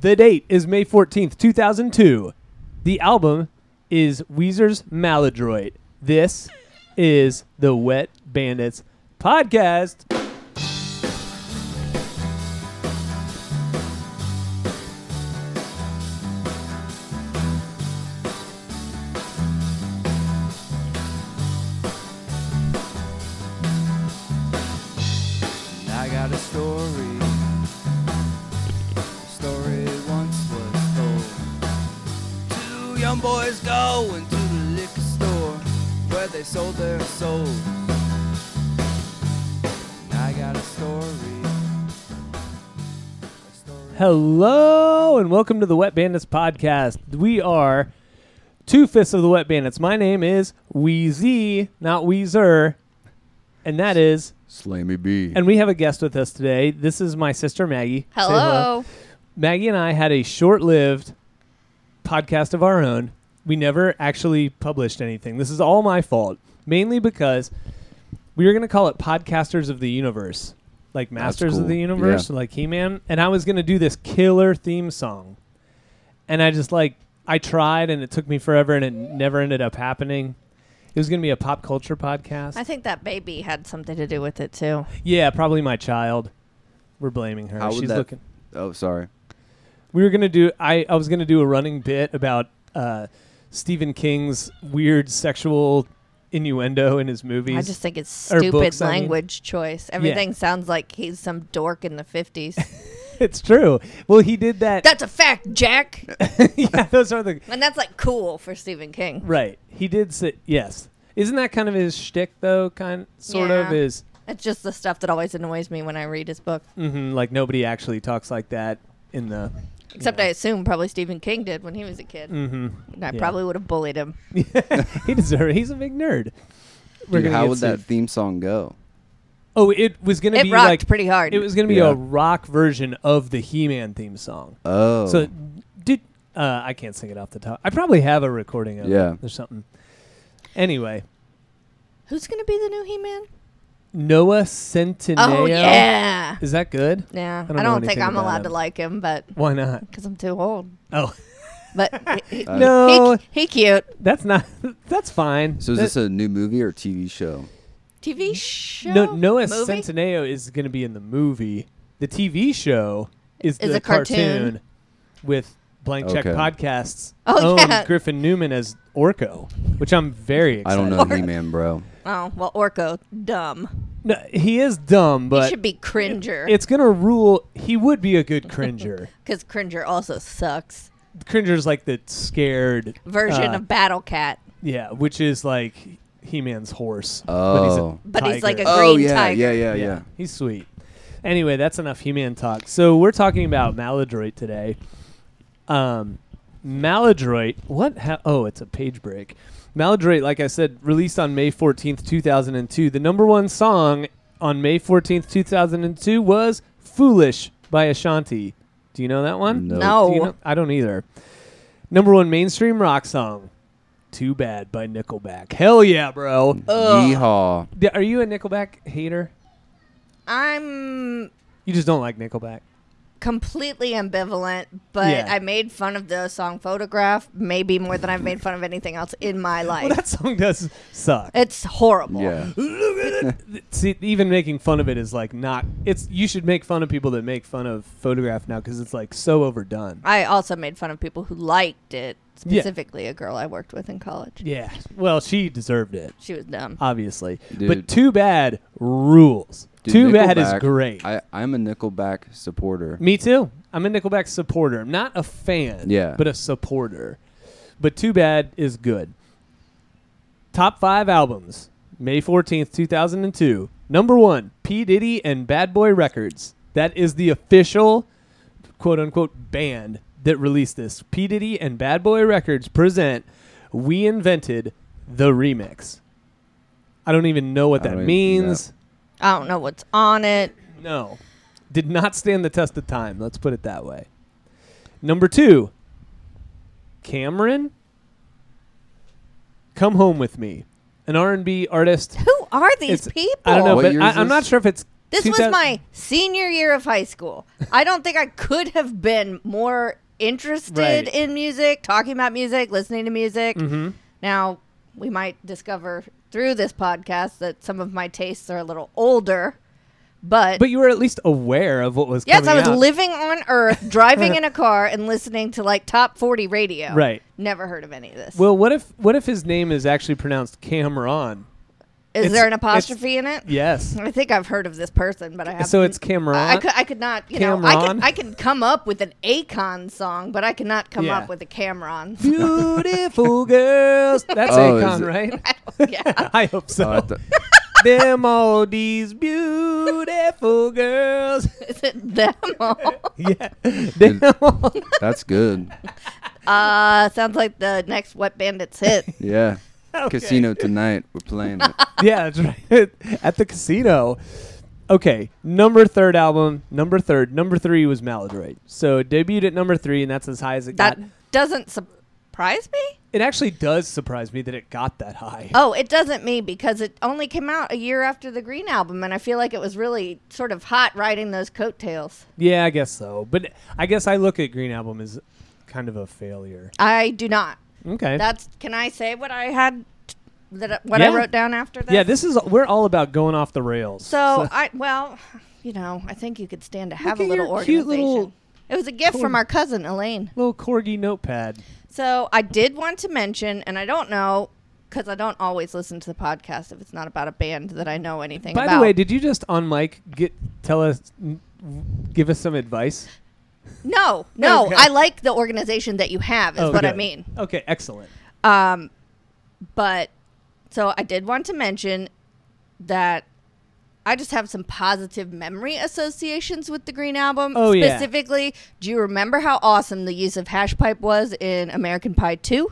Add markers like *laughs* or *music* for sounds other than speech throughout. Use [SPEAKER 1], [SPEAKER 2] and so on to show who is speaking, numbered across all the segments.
[SPEAKER 1] The date is May 14th, 2002. The album is Weezer's Maladroit. This is the Wet Bandits podcast.
[SPEAKER 2] I got a story. A story once was told. Two young boys going to the liquor store where they sold their souls. I got a story. A story-
[SPEAKER 1] Hello and welcome to the Wet Bandits podcast. We are two fifths of the Wet Bandits. My name is Wheezy, not Weezer, and that is.
[SPEAKER 3] Slammy B.
[SPEAKER 1] And we have a guest with us today. This is my sister Maggie. Say
[SPEAKER 4] Hello.
[SPEAKER 1] Maggie and I had a short lived podcast of our own. We never actually published anything. This is all my fault, mainly because we were going to call it Podcasters of the Universe, like Masters of
[SPEAKER 3] cool.
[SPEAKER 1] the Universe, like He Man. And I was going to do this killer theme song. And I just like, I tried and it took me forever and it never ended up happening. It was going to be a pop culture podcast.
[SPEAKER 4] I think that baby had something to do with it too.
[SPEAKER 1] yeah, probably my child. We're blaming her.
[SPEAKER 3] How would
[SPEAKER 1] She's
[SPEAKER 3] that-
[SPEAKER 1] looking.
[SPEAKER 3] oh, sorry.
[SPEAKER 1] we were gonna do I, I was gonna do a running bit about uh, Stephen King's weird sexual innuendo in his movies.
[SPEAKER 4] I just think it's
[SPEAKER 1] or
[SPEAKER 4] stupid
[SPEAKER 1] books, I mean.
[SPEAKER 4] language choice. Everything sounds like he's some dork in the 50s.
[SPEAKER 1] *laughs* it's true. Well, he did that.
[SPEAKER 4] *laughs* that's a fact, Jack.
[SPEAKER 1] *laughs* yeah, those are the
[SPEAKER 4] And that's like cool for Stephen King.
[SPEAKER 1] right. He did say yes. Isn't that kind of his shtick though? Kind sort of
[SPEAKER 4] Yeah.
[SPEAKER 1] is
[SPEAKER 4] It's just the stuff that always annoys me when I read his book.
[SPEAKER 1] mhm, like nobody actually talks like that in the. *laughs*
[SPEAKER 4] Except I assume probably Stephen King did when he was a kid.
[SPEAKER 1] hmm
[SPEAKER 4] And I
[SPEAKER 1] yeah.
[SPEAKER 4] probably would have bullied him.
[SPEAKER 1] he deserves. He's a big nerd. We're
[SPEAKER 3] Dude,
[SPEAKER 1] gonna
[SPEAKER 3] how
[SPEAKER 1] get
[SPEAKER 3] would that
[SPEAKER 1] sued.
[SPEAKER 3] theme song go?
[SPEAKER 1] Oh, it was gonna
[SPEAKER 4] It
[SPEAKER 1] be
[SPEAKER 4] rocked
[SPEAKER 1] like
[SPEAKER 4] pretty hard.
[SPEAKER 1] it was gonna be
[SPEAKER 3] Yeah.
[SPEAKER 1] a rock version of the He-Man theme song.
[SPEAKER 3] Oh.
[SPEAKER 1] So did uh, I can't sing it off the top. I probably have a recording of
[SPEAKER 3] Yeah.
[SPEAKER 1] it or something. Anyway,
[SPEAKER 4] Who's going to be the new He Man?
[SPEAKER 1] Noah Centineo.
[SPEAKER 4] Oh, yeah.
[SPEAKER 1] Is that good?
[SPEAKER 4] Yeah. I
[SPEAKER 1] don't
[SPEAKER 4] don't,
[SPEAKER 1] know
[SPEAKER 4] think
[SPEAKER 1] anything
[SPEAKER 4] I'm
[SPEAKER 1] about
[SPEAKER 4] allowed to
[SPEAKER 1] him.
[SPEAKER 4] like him, but
[SPEAKER 1] Why not?
[SPEAKER 4] because I'm too old.
[SPEAKER 1] Oh, *laughs*
[SPEAKER 4] But he,
[SPEAKER 3] *laughs*
[SPEAKER 4] he-
[SPEAKER 3] Uh,
[SPEAKER 1] no.
[SPEAKER 4] he, he cute.
[SPEAKER 1] That's not *laughs* that's fine. Uh,
[SPEAKER 3] So is
[SPEAKER 1] That-
[SPEAKER 3] this a new movie or TV show?
[SPEAKER 4] TV show?
[SPEAKER 1] No, Noah
[SPEAKER 4] Movie?
[SPEAKER 1] Centineo is going to be in the movie. The TV show is
[SPEAKER 4] Is
[SPEAKER 1] the
[SPEAKER 4] a cartoon.
[SPEAKER 1] with Blank Check
[SPEAKER 3] Okay.
[SPEAKER 1] Podcasts
[SPEAKER 4] Oh,
[SPEAKER 1] own
[SPEAKER 4] yeah.
[SPEAKER 1] Griffin Newman as Orko, which I'm very
[SPEAKER 3] I
[SPEAKER 1] excited. *laughs*
[SPEAKER 3] don't know
[SPEAKER 4] Sorry.
[SPEAKER 3] He Man, bro.
[SPEAKER 4] Oh, well, Orko, dumb.
[SPEAKER 1] No, he is dumb,
[SPEAKER 4] He
[SPEAKER 1] but
[SPEAKER 4] should be Cringer.
[SPEAKER 1] it's going to rule. He would be a good
[SPEAKER 4] *laughs*
[SPEAKER 1] cringer.
[SPEAKER 4] Because Cringer also sucks.
[SPEAKER 1] Cringer's like the scared
[SPEAKER 4] Version
[SPEAKER 1] uh,
[SPEAKER 4] of Battle Cat.
[SPEAKER 1] yeah, which is like He-Man's horse.
[SPEAKER 3] Oh.
[SPEAKER 1] but
[SPEAKER 4] But
[SPEAKER 1] he's, a
[SPEAKER 4] he's like
[SPEAKER 1] tiger.
[SPEAKER 4] a-
[SPEAKER 3] Oh
[SPEAKER 4] Green
[SPEAKER 3] yeah,
[SPEAKER 4] Tiger.
[SPEAKER 3] yeah, yeah, yeah,
[SPEAKER 1] he's sweet. Anyway, that's enough He-Man talk. So we're talking about Maladroit today. Um, Maladroit, what? Ha- oh, it's a page break. Maladroit, like I said, released on May fourteenth, two thousand and two. The number one song on May fourteenth, two thousand and two, was "Foolish" by Ashanti. Do you know that one?
[SPEAKER 3] No.
[SPEAKER 4] No.
[SPEAKER 1] Do you know- I don't either. Number one mainstream rock song, "Too Bad" by Nickelback. Hell yeah, bro.
[SPEAKER 3] Mm. Yeehaw.
[SPEAKER 1] D- Are you a Nickelback hater?
[SPEAKER 4] I'm
[SPEAKER 1] You just don't like Nickelback.
[SPEAKER 4] completely ambivalent, but
[SPEAKER 1] Yeah.
[SPEAKER 4] I made fun of the song Photograph maybe more than I've made fun of anything else in my life.
[SPEAKER 1] Well, that song does suck.
[SPEAKER 4] it's horrible.
[SPEAKER 3] Yeah.
[SPEAKER 1] See, even making fun of it is like not. It's you should make fun of people that make fun of Photograph now because it's like so overdone.
[SPEAKER 4] I also made fun of people who liked it,
[SPEAKER 1] Yeah.
[SPEAKER 4] specifically a girl I worked with in college.
[SPEAKER 1] Yeah. Uh, Well, she deserved it,
[SPEAKER 4] She was dumb.
[SPEAKER 1] obviously. But
[SPEAKER 3] Dude.
[SPEAKER 1] too bad rules.
[SPEAKER 3] Dude,
[SPEAKER 1] too bad is
[SPEAKER 3] Nickelback-
[SPEAKER 1] great.
[SPEAKER 3] I, I'm a Nickelback supporter.
[SPEAKER 1] Me too. I'm a Nickelback supporter. I'm not a fan,
[SPEAKER 3] Yeah.
[SPEAKER 1] but a supporter. But Too Bad is good. Top five albums, May 14th, 2002. Number one, P. Diddy and Bad Boy Records. That is the official quote unquote band that released this. P. Diddy and Bad Boy Records present We Invented the Remix. I don't even know what
[SPEAKER 3] I
[SPEAKER 1] that
[SPEAKER 3] don't even-
[SPEAKER 1] means.
[SPEAKER 4] I don't know what's on it.
[SPEAKER 1] No. Did not stand the test of time. Let's put it that way. Number two, Cameron. Come home with me, an R and B artist.
[SPEAKER 4] Who are these
[SPEAKER 1] It's-
[SPEAKER 4] people?
[SPEAKER 1] I don't know,
[SPEAKER 3] What
[SPEAKER 1] but
[SPEAKER 3] year
[SPEAKER 1] I,
[SPEAKER 3] is
[SPEAKER 1] I'm not
[SPEAKER 3] this?
[SPEAKER 1] sure if it's
[SPEAKER 4] This
[SPEAKER 1] Two
[SPEAKER 4] was
[SPEAKER 1] thou-
[SPEAKER 4] my senior year of high school. I don't think I could have been more interested
[SPEAKER 1] Right. Mm-hmm.
[SPEAKER 4] in music, talking about music, listening to music. Now, we might discover through this podcast that some of my tastes are a little older, but.
[SPEAKER 1] But you were at least aware of what was
[SPEAKER 4] Yes, I
[SPEAKER 1] coming
[SPEAKER 4] was
[SPEAKER 1] out.
[SPEAKER 4] living on
[SPEAKER 1] *laughs*
[SPEAKER 4] Earth, driving in a car, and listening to like top forty radio.
[SPEAKER 1] Right.
[SPEAKER 4] Never heard of any of this.
[SPEAKER 1] Well, what if what if his name is actually pronounced Cameron?
[SPEAKER 4] Is
[SPEAKER 1] it's-
[SPEAKER 4] there an
[SPEAKER 1] it's-
[SPEAKER 4] apostrophe in it? *laughs*
[SPEAKER 1] Yes.
[SPEAKER 4] I think I've heard of this person, but I haven't.
[SPEAKER 1] So it's Cameron.
[SPEAKER 4] I, I *laughs* could, I could not, you know, I
[SPEAKER 1] Cameron?
[SPEAKER 4] can, I can come up with an Akon song, but I cannot come
[SPEAKER 1] Yeah.
[SPEAKER 4] up with a Cameron.
[SPEAKER 1] Beautiful girls. That's
[SPEAKER 3] Oh, is
[SPEAKER 1] Akon,
[SPEAKER 3] it-
[SPEAKER 4] *laughs*
[SPEAKER 1] right? *laughs*
[SPEAKER 4] *laughs* yeah.
[SPEAKER 1] I hope so.
[SPEAKER 3] Oh, I thought- *laughs*
[SPEAKER 1] Them all these beautiful girls. *laughs*
[SPEAKER 4] Is it them all?
[SPEAKER 1] yeah. Them all. *laughs*
[SPEAKER 3] that's good.
[SPEAKER 4] Uh, sounds like the next Wet
[SPEAKER 1] *laughs*
[SPEAKER 4] Bandits hit.
[SPEAKER 3] Yeah.
[SPEAKER 1] Okay.
[SPEAKER 3] Casino tonight. We're
[SPEAKER 1] *laughs*
[SPEAKER 3] playing it.
[SPEAKER 1] yeah, that's right. *laughs* At the casino. Okay, number third album, number third. Number three was Maladroit. So it debuted at number three, and that's as high as it
[SPEAKER 4] That
[SPEAKER 1] got.
[SPEAKER 4] doesn't surprise me.
[SPEAKER 1] It actually does surprise me that it got that high.
[SPEAKER 4] Oh, it doesn't me because it only came out a year after the Green album, and I feel like it was really sort of hot riding those coattails.
[SPEAKER 1] Yeah, I guess so. But I guess I look at Green Album as kind of a failure.
[SPEAKER 4] I do not.
[SPEAKER 1] Okay.
[SPEAKER 4] That's. Can I say what I had? That I- what
[SPEAKER 1] Yeah.
[SPEAKER 4] I wrote down after that.
[SPEAKER 1] yeah, this is we're all about going off the rails.
[SPEAKER 4] So I well, you know, I think you could stand to have a
[SPEAKER 1] at
[SPEAKER 4] little
[SPEAKER 1] your
[SPEAKER 4] organization.
[SPEAKER 1] cute little-
[SPEAKER 4] it was a gift from
[SPEAKER 1] Cool.
[SPEAKER 4] our cousin Elaine.
[SPEAKER 1] *laughs* little corgi notepad.
[SPEAKER 4] So I did want to mention, and I don't know because I don't always listen to the podcast if it's not about a band that I know anything
[SPEAKER 1] By
[SPEAKER 4] about.
[SPEAKER 1] the way, did you just on mic get tell us n- give us some advice?
[SPEAKER 4] no, no,
[SPEAKER 1] Okay.
[SPEAKER 4] I like the organization that you have is
[SPEAKER 1] Oh,
[SPEAKER 4] what I
[SPEAKER 1] good.
[SPEAKER 4] mean.
[SPEAKER 1] Okay, excellent.
[SPEAKER 4] Um, but so I did want to mention that I just have some positive memory associations with the Green Album.
[SPEAKER 1] Oh, yeah.
[SPEAKER 4] Specifically, do you remember how awesome the use of hash pipe was in American Pie 2?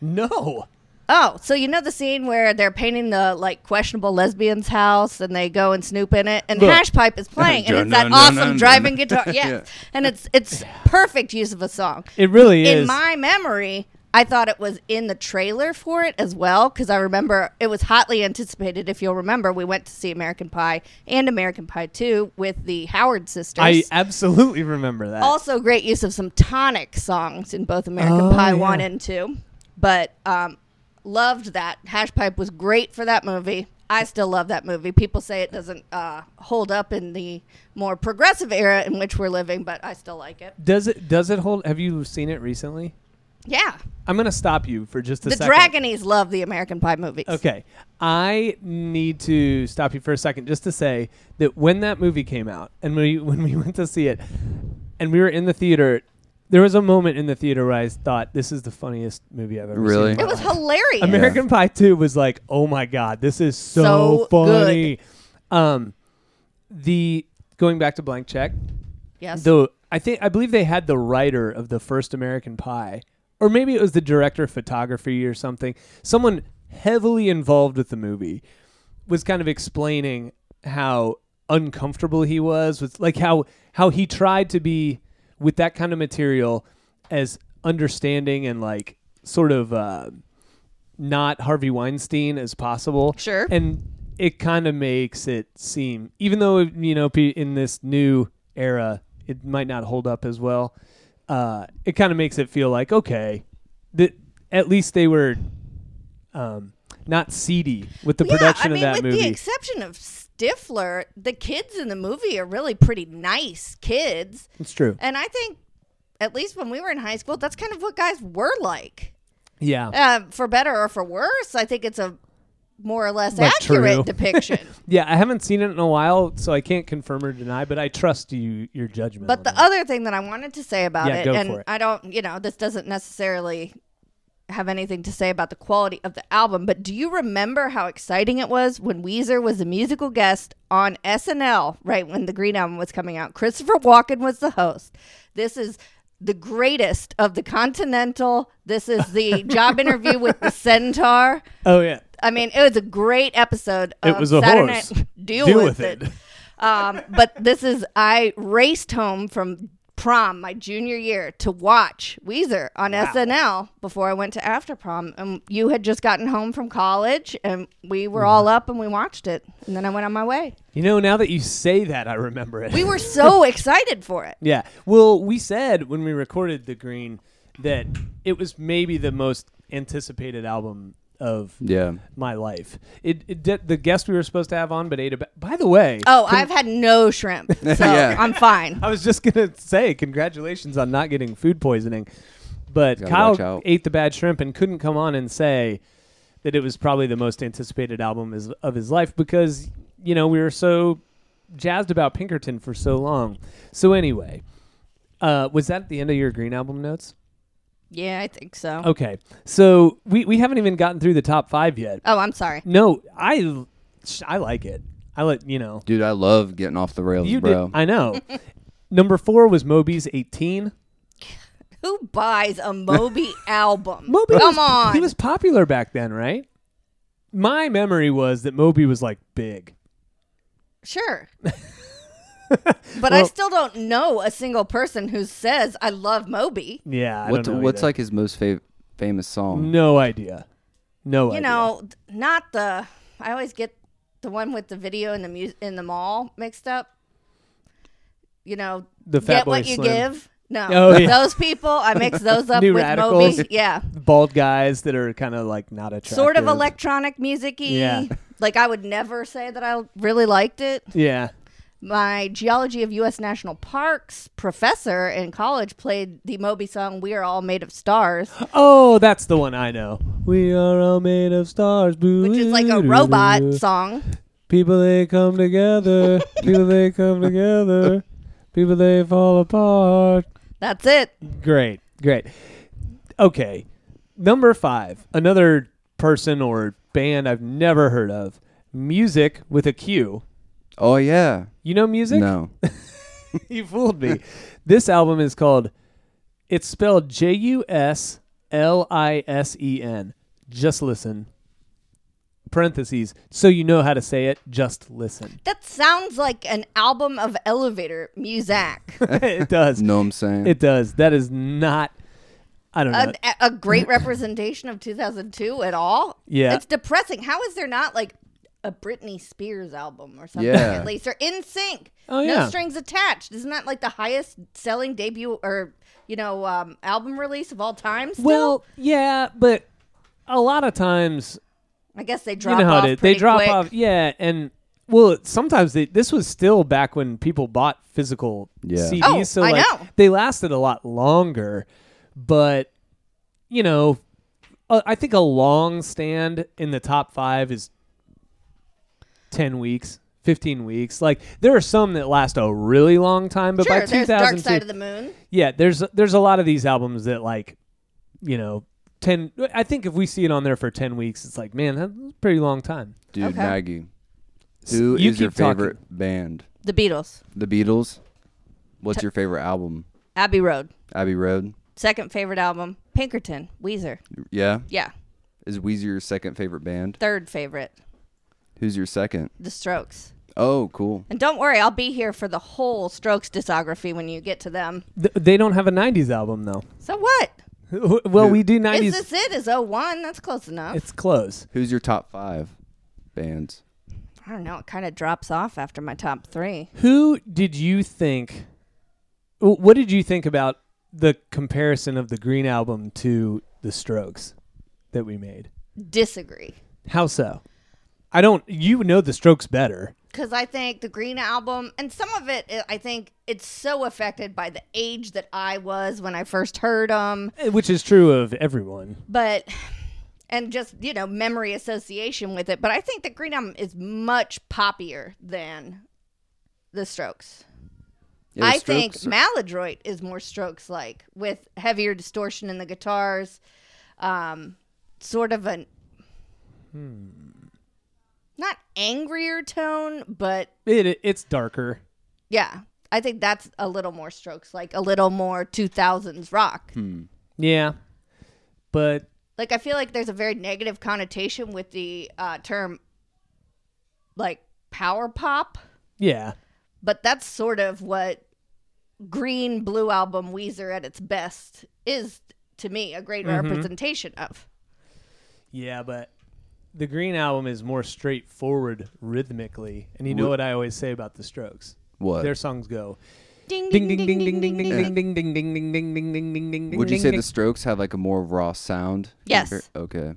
[SPEAKER 1] No.
[SPEAKER 4] Oh, so you know the scene where they're painting the like questionable lesbian's house and they go and snoop in it and
[SPEAKER 1] Look.
[SPEAKER 4] hash pipe is playing and it's that
[SPEAKER 3] Dun, dun, dun,
[SPEAKER 4] awesome
[SPEAKER 3] dun,
[SPEAKER 4] driving
[SPEAKER 3] dun.
[SPEAKER 4] guitar. Yes. And it's it's perfect use of a song
[SPEAKER 1] It really
[SPEAKER 4] in
[SPEAKER 1] is.
[SPEAKER 4] my memory i thought it was in the trailer for it as well because i remember it was hotly anticipated if you'll remember we went to see american pie and american pie 2 with the howard sisters
[SPEAKER 1] I absolutely remember that.
[SPEAKER 4] also great use of some tonic songs in both american
[SPEAKER 1] Oh,
[SPEAKER 4] pie
[SPEAKER 1] yeah.
[SPEAKER 4] 1 and 2 but um, loved that hash pipe was great for that movie i still love that movie people say it doesn't uh, hold up in the more progressive era in which we're living but i still like it
[SPEAKER 1] does it does it hold have you seen it recently?
[SPEAKER 4] yeah
[SPEAKER 1] I'm going to stop you for just a
[SPEAKER 4] the
[SPEAKER 1] second.
[SPEAKER 4] Dragonies love the American Pie movies.
[SPEAKER 1] Okay. I need to stop you for a second just to say that when that movie came out and we, when we *laughs* went to see it and we were in the theater, there was a moment in the theater where I thought, this is the funniest movie I've ever
[SPEAKER 3] Really?
[SPEAKER 1] seen. in my
[SPEAKER 4] It was
[SPEAKER 1] life."
[SPEAKER 4] hilarious.
[SPEAKER 1] American Pie 2 was like, oh my God, this is so,
[SPEAKER 4] So
[SPEAKER 1] funny. Um, the going back to Blank Check,
[SPEAKER 4] yes.
[SPEAKER 1] though I think I believe they had the writer of the first American Pie, or maybe it was the director of photography or something. Someone heavily involved with the movie was kind of explaining how uncomfortable he was with like how how he tried to be with that kind of material as understanding and like sort of uh, not Harvey Weinstein as possible.
[SPEAKER 4] Sure.
[SPEAKER 1] And it kind of makes it seem, even though, you know, pe- in this new era, it might not hold up as well, uh, it kind of makes it feel like, okay, that at least they were um, not seedy with the
[SPEAKER 4] yeah, I
[SPEAKER 1] production of
[SPEAKER 4] mean,
[SPEAKER 1] that
[SPEAKER 4] with the
[SPEAKER 1] movie.
[SPEAKER 4] exception of Stifler, the kids in the movie are really pretty nice kids,
[SPEAKER 1] it's true.
[SPEAKER 4] and I think, at least when we were in high school, that's kind of what guys were like.
[SPEAKER 1] Yeah.
[SPEAKER 4] Uh, for better or for worse, I think it's a more or less
[SPEAKER 1] Like,
[SPEAKER 4] accurate
[SPEAKER 1] true. *laughs*
[SPEAKER 4] depiction.
[SPEAKER 1] Yeah. I haven't seen it in a while, so I can't confirm or deny, but I trust you, your judgment.
[SPEAKER 4] But
[SPEAKER 1] on
[SPEAKER 4] the
[SPEAKER 1] that.
[SPEAKER 4] other thing that I wanted to say about
[SPEAKER 1] Yeah,
[SPEAKER 4] it,
[SPEAKER 1] go
[SPEAKER 4] and
[SPEAKER 1] for it.
[SPEAKER 4] I don't, you know, this doesn't necessarily have anything to say about the quality of the album, but do you remember how exciting it was when Weezer was the musical guest on SNL, right when the Green Album was coming out? Christopher Walken was the host. This is the greatest of the Continental. This
[SPEAKER 1] *laughs*
[SPEAKER 4] is the job interview with the Centaur.
[SPEAKER 1] oh, yeah.
[SPEAKER 4] I mean, it was a great episode.
[SPEAKER 1] It
[SPEAKER 4] Of
[SPEAKER 1] was a
[SPEAKER 4] Saturday
[SPEAKER 1] horse.
[SPEAKER 4] Night- *laughs* Deal, *laughs*
[SPEAKER 1] Deal with
[SPEAKER 4] with, it. um, but this is I raced home from prom my junior year to watch Weezer on SNL before I went to after prom. And you had just gotten home from college, and we
[SPEAKER 1] Mm.
[SPEAKER 4] were all up and we watched it. And then I went on my way.
[SPEAKER 1] You know, now that you say that, I remember it.
[SPEAKER 4] We
[SPEAKER 1] *laughs*
[SPEAKER 4] were so excited for it.
[SPEAKER 1] Yeah. Well, we said when we recorded The Green that it was maybe the most anticipated album of
[SPEAKER 3] Yeah.
[SPEAKER 1] my life. It, it did- the guest we were supposed to have on, but Ada. Ba- By the way,
[SPEAKER 4] Oh, I've had no
[SPEAKER 1] *laughs*
[SPEAKER 4] shrimp, so
[SPEAKER 3] Yeah.
[SPEAKER 4] I'm fine.
[SPEAKER 1] I was just gonna say congratulations on not getting food poisoning, but
[SPEAKER 3] Gotta watch
[SPEAKER 1] Kyle
[SPEAKER 3] out.
[SPEAKER 1] ate the bad shrimp and couldn't come on and say that it was probably the most anticipated album is, of his life because you know we were so jazzed about Pinkerton for so long. So anyway, uh, was that the end of your Green album notes?
[SPEAKER 4] Yeah, I think so.
[SPEAKER 1] Okay, so we we haven't even gotten through the top five yet.
[SPEAKER 4] Oh, I'm sorry.
[SPEAKER 1] No, I I like it. I let you know.
[SPEAKER 3] Dude, I love getting off the rails,
[SPEAKER 1] You
[SPEAKER 3] bro.
[SPEAKER 1] did. I
[SPEAKER 3] *laughs*
[SPEAKER 1] know. Number four was Moby's 18.
[SPEAKER 4] Who buys
[SPEAKER 1] *laughs*
[SPEAKER 4] a Moby album?
[SPEAKER 1] Moby
[SPEAKER 4] Come
[SPEAKER 1] was,
[SPEAKER 4] on.
[SPEAKER 1] He was popular back then, right? My memory was that Moby was like big. *laughs*
[SPEAKER 4] Sure. but I
[SPEAKER 1] Well-
[SPEAKER 4] still don't know a single person who says I love Moby.
[SPEAKER 1] Yeah. I
[SPEAKER 3] what
[SPEAKER 1] don't know either.
[SPEAKER 3] what's
[SPEAKER 1] Mm-hmm.
[SPEAKER 3] like his most fav- famous song?
[SPEAKER 1] No idea. No idea.
[SPEAKER 4] You know, th- not the. I always get the one with the video in the mu- in the mall mixed up. You know,
[SPEAKER 1] The Fat
[SPEAKER 4] get
[SPEAKER 1] Boy
[SPEAKER 4] what you
[SPEAKER 1] Slim.
[SPEAKER 4] give. No,
[SPEAKER 1] *laughs* Oh, yeah.
[SPEAKER 4] those people
[SPEAKER 1] *laughs*
[SPEAKER 4] I mix those up
[SPEAKER 1] New
[SPEAKER 4] with
[SPEAKER 1] Radicals. *laughs*
[SPEAKER 4] Moby. Yeah,
[SPEAKER 1] bald guys that are kind of like not attractive.
[SPEAKER 4] sort of electronic musicy.
[SPEAKER 1] Yeah.
[SPEAKER 4] Like I would never say that I really liked it.
[SPEAKER 1] Yeah.
[SPEAKER 4] My geology of U.S. national parks professor in college played the Moby song "We Are All Made of Stars."
[SPEAKER 1] Oh, that's the one I know. We are all made of stars, blue.
[SPEAKER 4] which is like a robot song.
[SPEAKER 1] People they come
[SPEAKER 4] *laughs*
[SPEAKER 1] together. People they come together. People they fall apart.
[SPEAKER 4] That's it.
[SPEAKER 1] Great, great. Okay, number five. Another person or band I've never heard of. Music with a Q.
[SPEAKER 3] Oh yeah.
[SPEAKER 1] You know music? *laughs*
[SPEAKER 3] No.
[SPEAKER 1] you fooled me. this album is called. It's spelled J U S L I S E N. Just listen. Parentheses. So you know how to say it. Just listen. *laughs*
[SPEAKER 4] That sounds like an album of elevator
[SPEAKER 1] *laughs*
[SPEAKER 4] music.
[SPEAKER 1] it
[SPEAKER 3] *laughs*
[SPEAKER 1] does.
[SPEAKER 3] know what I'm saying?
[SPEAKER 1] It does. That is not. I don't know.
[SPEAKER 4] a, a great representation of 2002 at all.
[SPEAKER 1] Yeah.
[SPEAKER 4] It's depressing. How is there not like a Britney Spears album or something
[SPEAKER 3] Yeah.
[SPEAKER 4] at least or in sync?
[SPEAKER 1] Oh, yeah.
[SPEAKER 4] No strings attached. Isn't that like the highest selling debut or you know um, album release of all time? Still?
[SPEAKER 1] Well, yeah, but a lot of times
[SPEAKER 4] I guess they
[SPEAKER 1] you
[SPEAKER 4] drop
[SPEAKER 1] know how
[SPEAKER 4] off.
[SPEAKER 1] it is. They
[SPEAKER 4] pretty
[SPEAKER 1] drop
[SPEAKER 4] quick.
[SPEAKER 1] off, yeah, and well, sometimes they, this was still back when people bought physical
[SPEAKER 3] Yeah.
[SPEAKER 1] CDs,
[SPEAKER 4] Oh,
[SPEAKER 1] so
[SPEAKER 4] I
[SPEAKER 1] like
[SPEAKER 4] know.
[SPEAKER 1] they lasted a lot longer. But you know, uh, I think a long stand in the top five is ten weeks. 15 weeks like there are some that last a really long time but by
[SPEAKER 4] Sure, there's Dark
[SPEAKER 1] 2002
[SPEAKER 4] Side of the Moon.
[SPEAKER 1] yeah there's there's a lot of these albums that like you know 10 i think if we see it on there for 10 weeks it's like man that's a pretty long time
[SPEAKER 3] Dude,
[SPEAKER 4] Okay.
[SPEAKER 3] Maggie. Who is
[SPEAKER 1] you
[SPEAKER 3] your
[SPEAKER 1] keep talking.
[SPEAKER 3] favorite band?
[SPEAKER 4] The Beatles.
[SPEAKER 3] The Beatles? What's your favorite album?
[SPEAKER 4] Abbey Road.
[SPEAKER 3] Abbey Road?
[SPEAKER 4] Second favorite album, Pinkerton, Weezer.
[SPEAKER 3] Yeah.
[SPEAKER 4] Yeah.
[SPEAKER 3] Is Weezer your second favorite band?
[SPEAKER 4] Third favorite,
[SPEAKER 3] Who's your second?
[SPEAKER 4] The Strokes.
[SPEAKER 3] Oh, cool.
[SPEAKER 4] And don't worry, I'll be here for the whole Strokes discography when you get to them.
[SPEAKER 1] Th- they don't have a 90s album though
[SPEAKER 4] So what?
[SPEAKER 1] well we do
[SPEAKER 4] Is
[SPEAKER 1] 90s
[SPEAKER 4] this it? Is 01? That's close enough.
[SPEAKER 1] it's close
[SPEAKER 3] Who's your top five bands?
[SPEAKER 4] I don't know. It kind of drops off after my top three.
[SPEAKER 1] who did you think wh- what did you think about the comparison of the green album to the strokes that we made
[SPEAKER 4] Disagree.
[SPEAKER 1] how so i don't you know the strokes better
[SPEAKER 4] because I think the Green album and some of it, I- I think it's so affected by the age that I was when I first heard them.
[SPEAKER 1] eh, which is true of everyone
[SPEAKER 4] But and just you know memory association with it. But I think the Green album is much poppier than the Strokes.
[SPEAKER 3] Yeah,
[SPEAKER 4] I think
[SPEAKER 3] Strokes are-
[SPEAKER 4] Maladroit is more Strokes like with heavier distortion in the guitars, um, sort of an
[SPEAKER 3] Hmm.
[SPEAKER 4] not angrier tone, but
[SPEAKER 1] it it's darker
[SPEAKER 4] yeah, I think that's a little more Strokes like, a little more 2000s rock.
[SPEAKER 1] Yeah, but
[SPEAKER 4] Like I feel like there's a very negative connotation with the uh, term like power pop,
[SPEAKER 1] yeah,
[SPEAKER 4] but that's sort of what green blue album Weezer at its best is to me a great representation of.
[SPEAKER 1] Yeah, but the Green Album is more straightforward rhythmically. And you know what I always say about the Strokes?
[SPEAKER 3] What?
[SPEAKER 1] Their songs go
[SPEAKER 4] Ding
[SPEAKER 1] ding ding ding ding ding ding ding ding ding ding ding ding ding ding ding ding.
[SPEAKER 3] Would you
[SPEAKER 1] ding,
[SPEAKER 3] say
[SPEAKER 1] ding.
[SPEAKER 3] the Strokes have like a more raw sound?
[SPEAKER 4] Yes.
[SPEAKER 3] compar- Okay.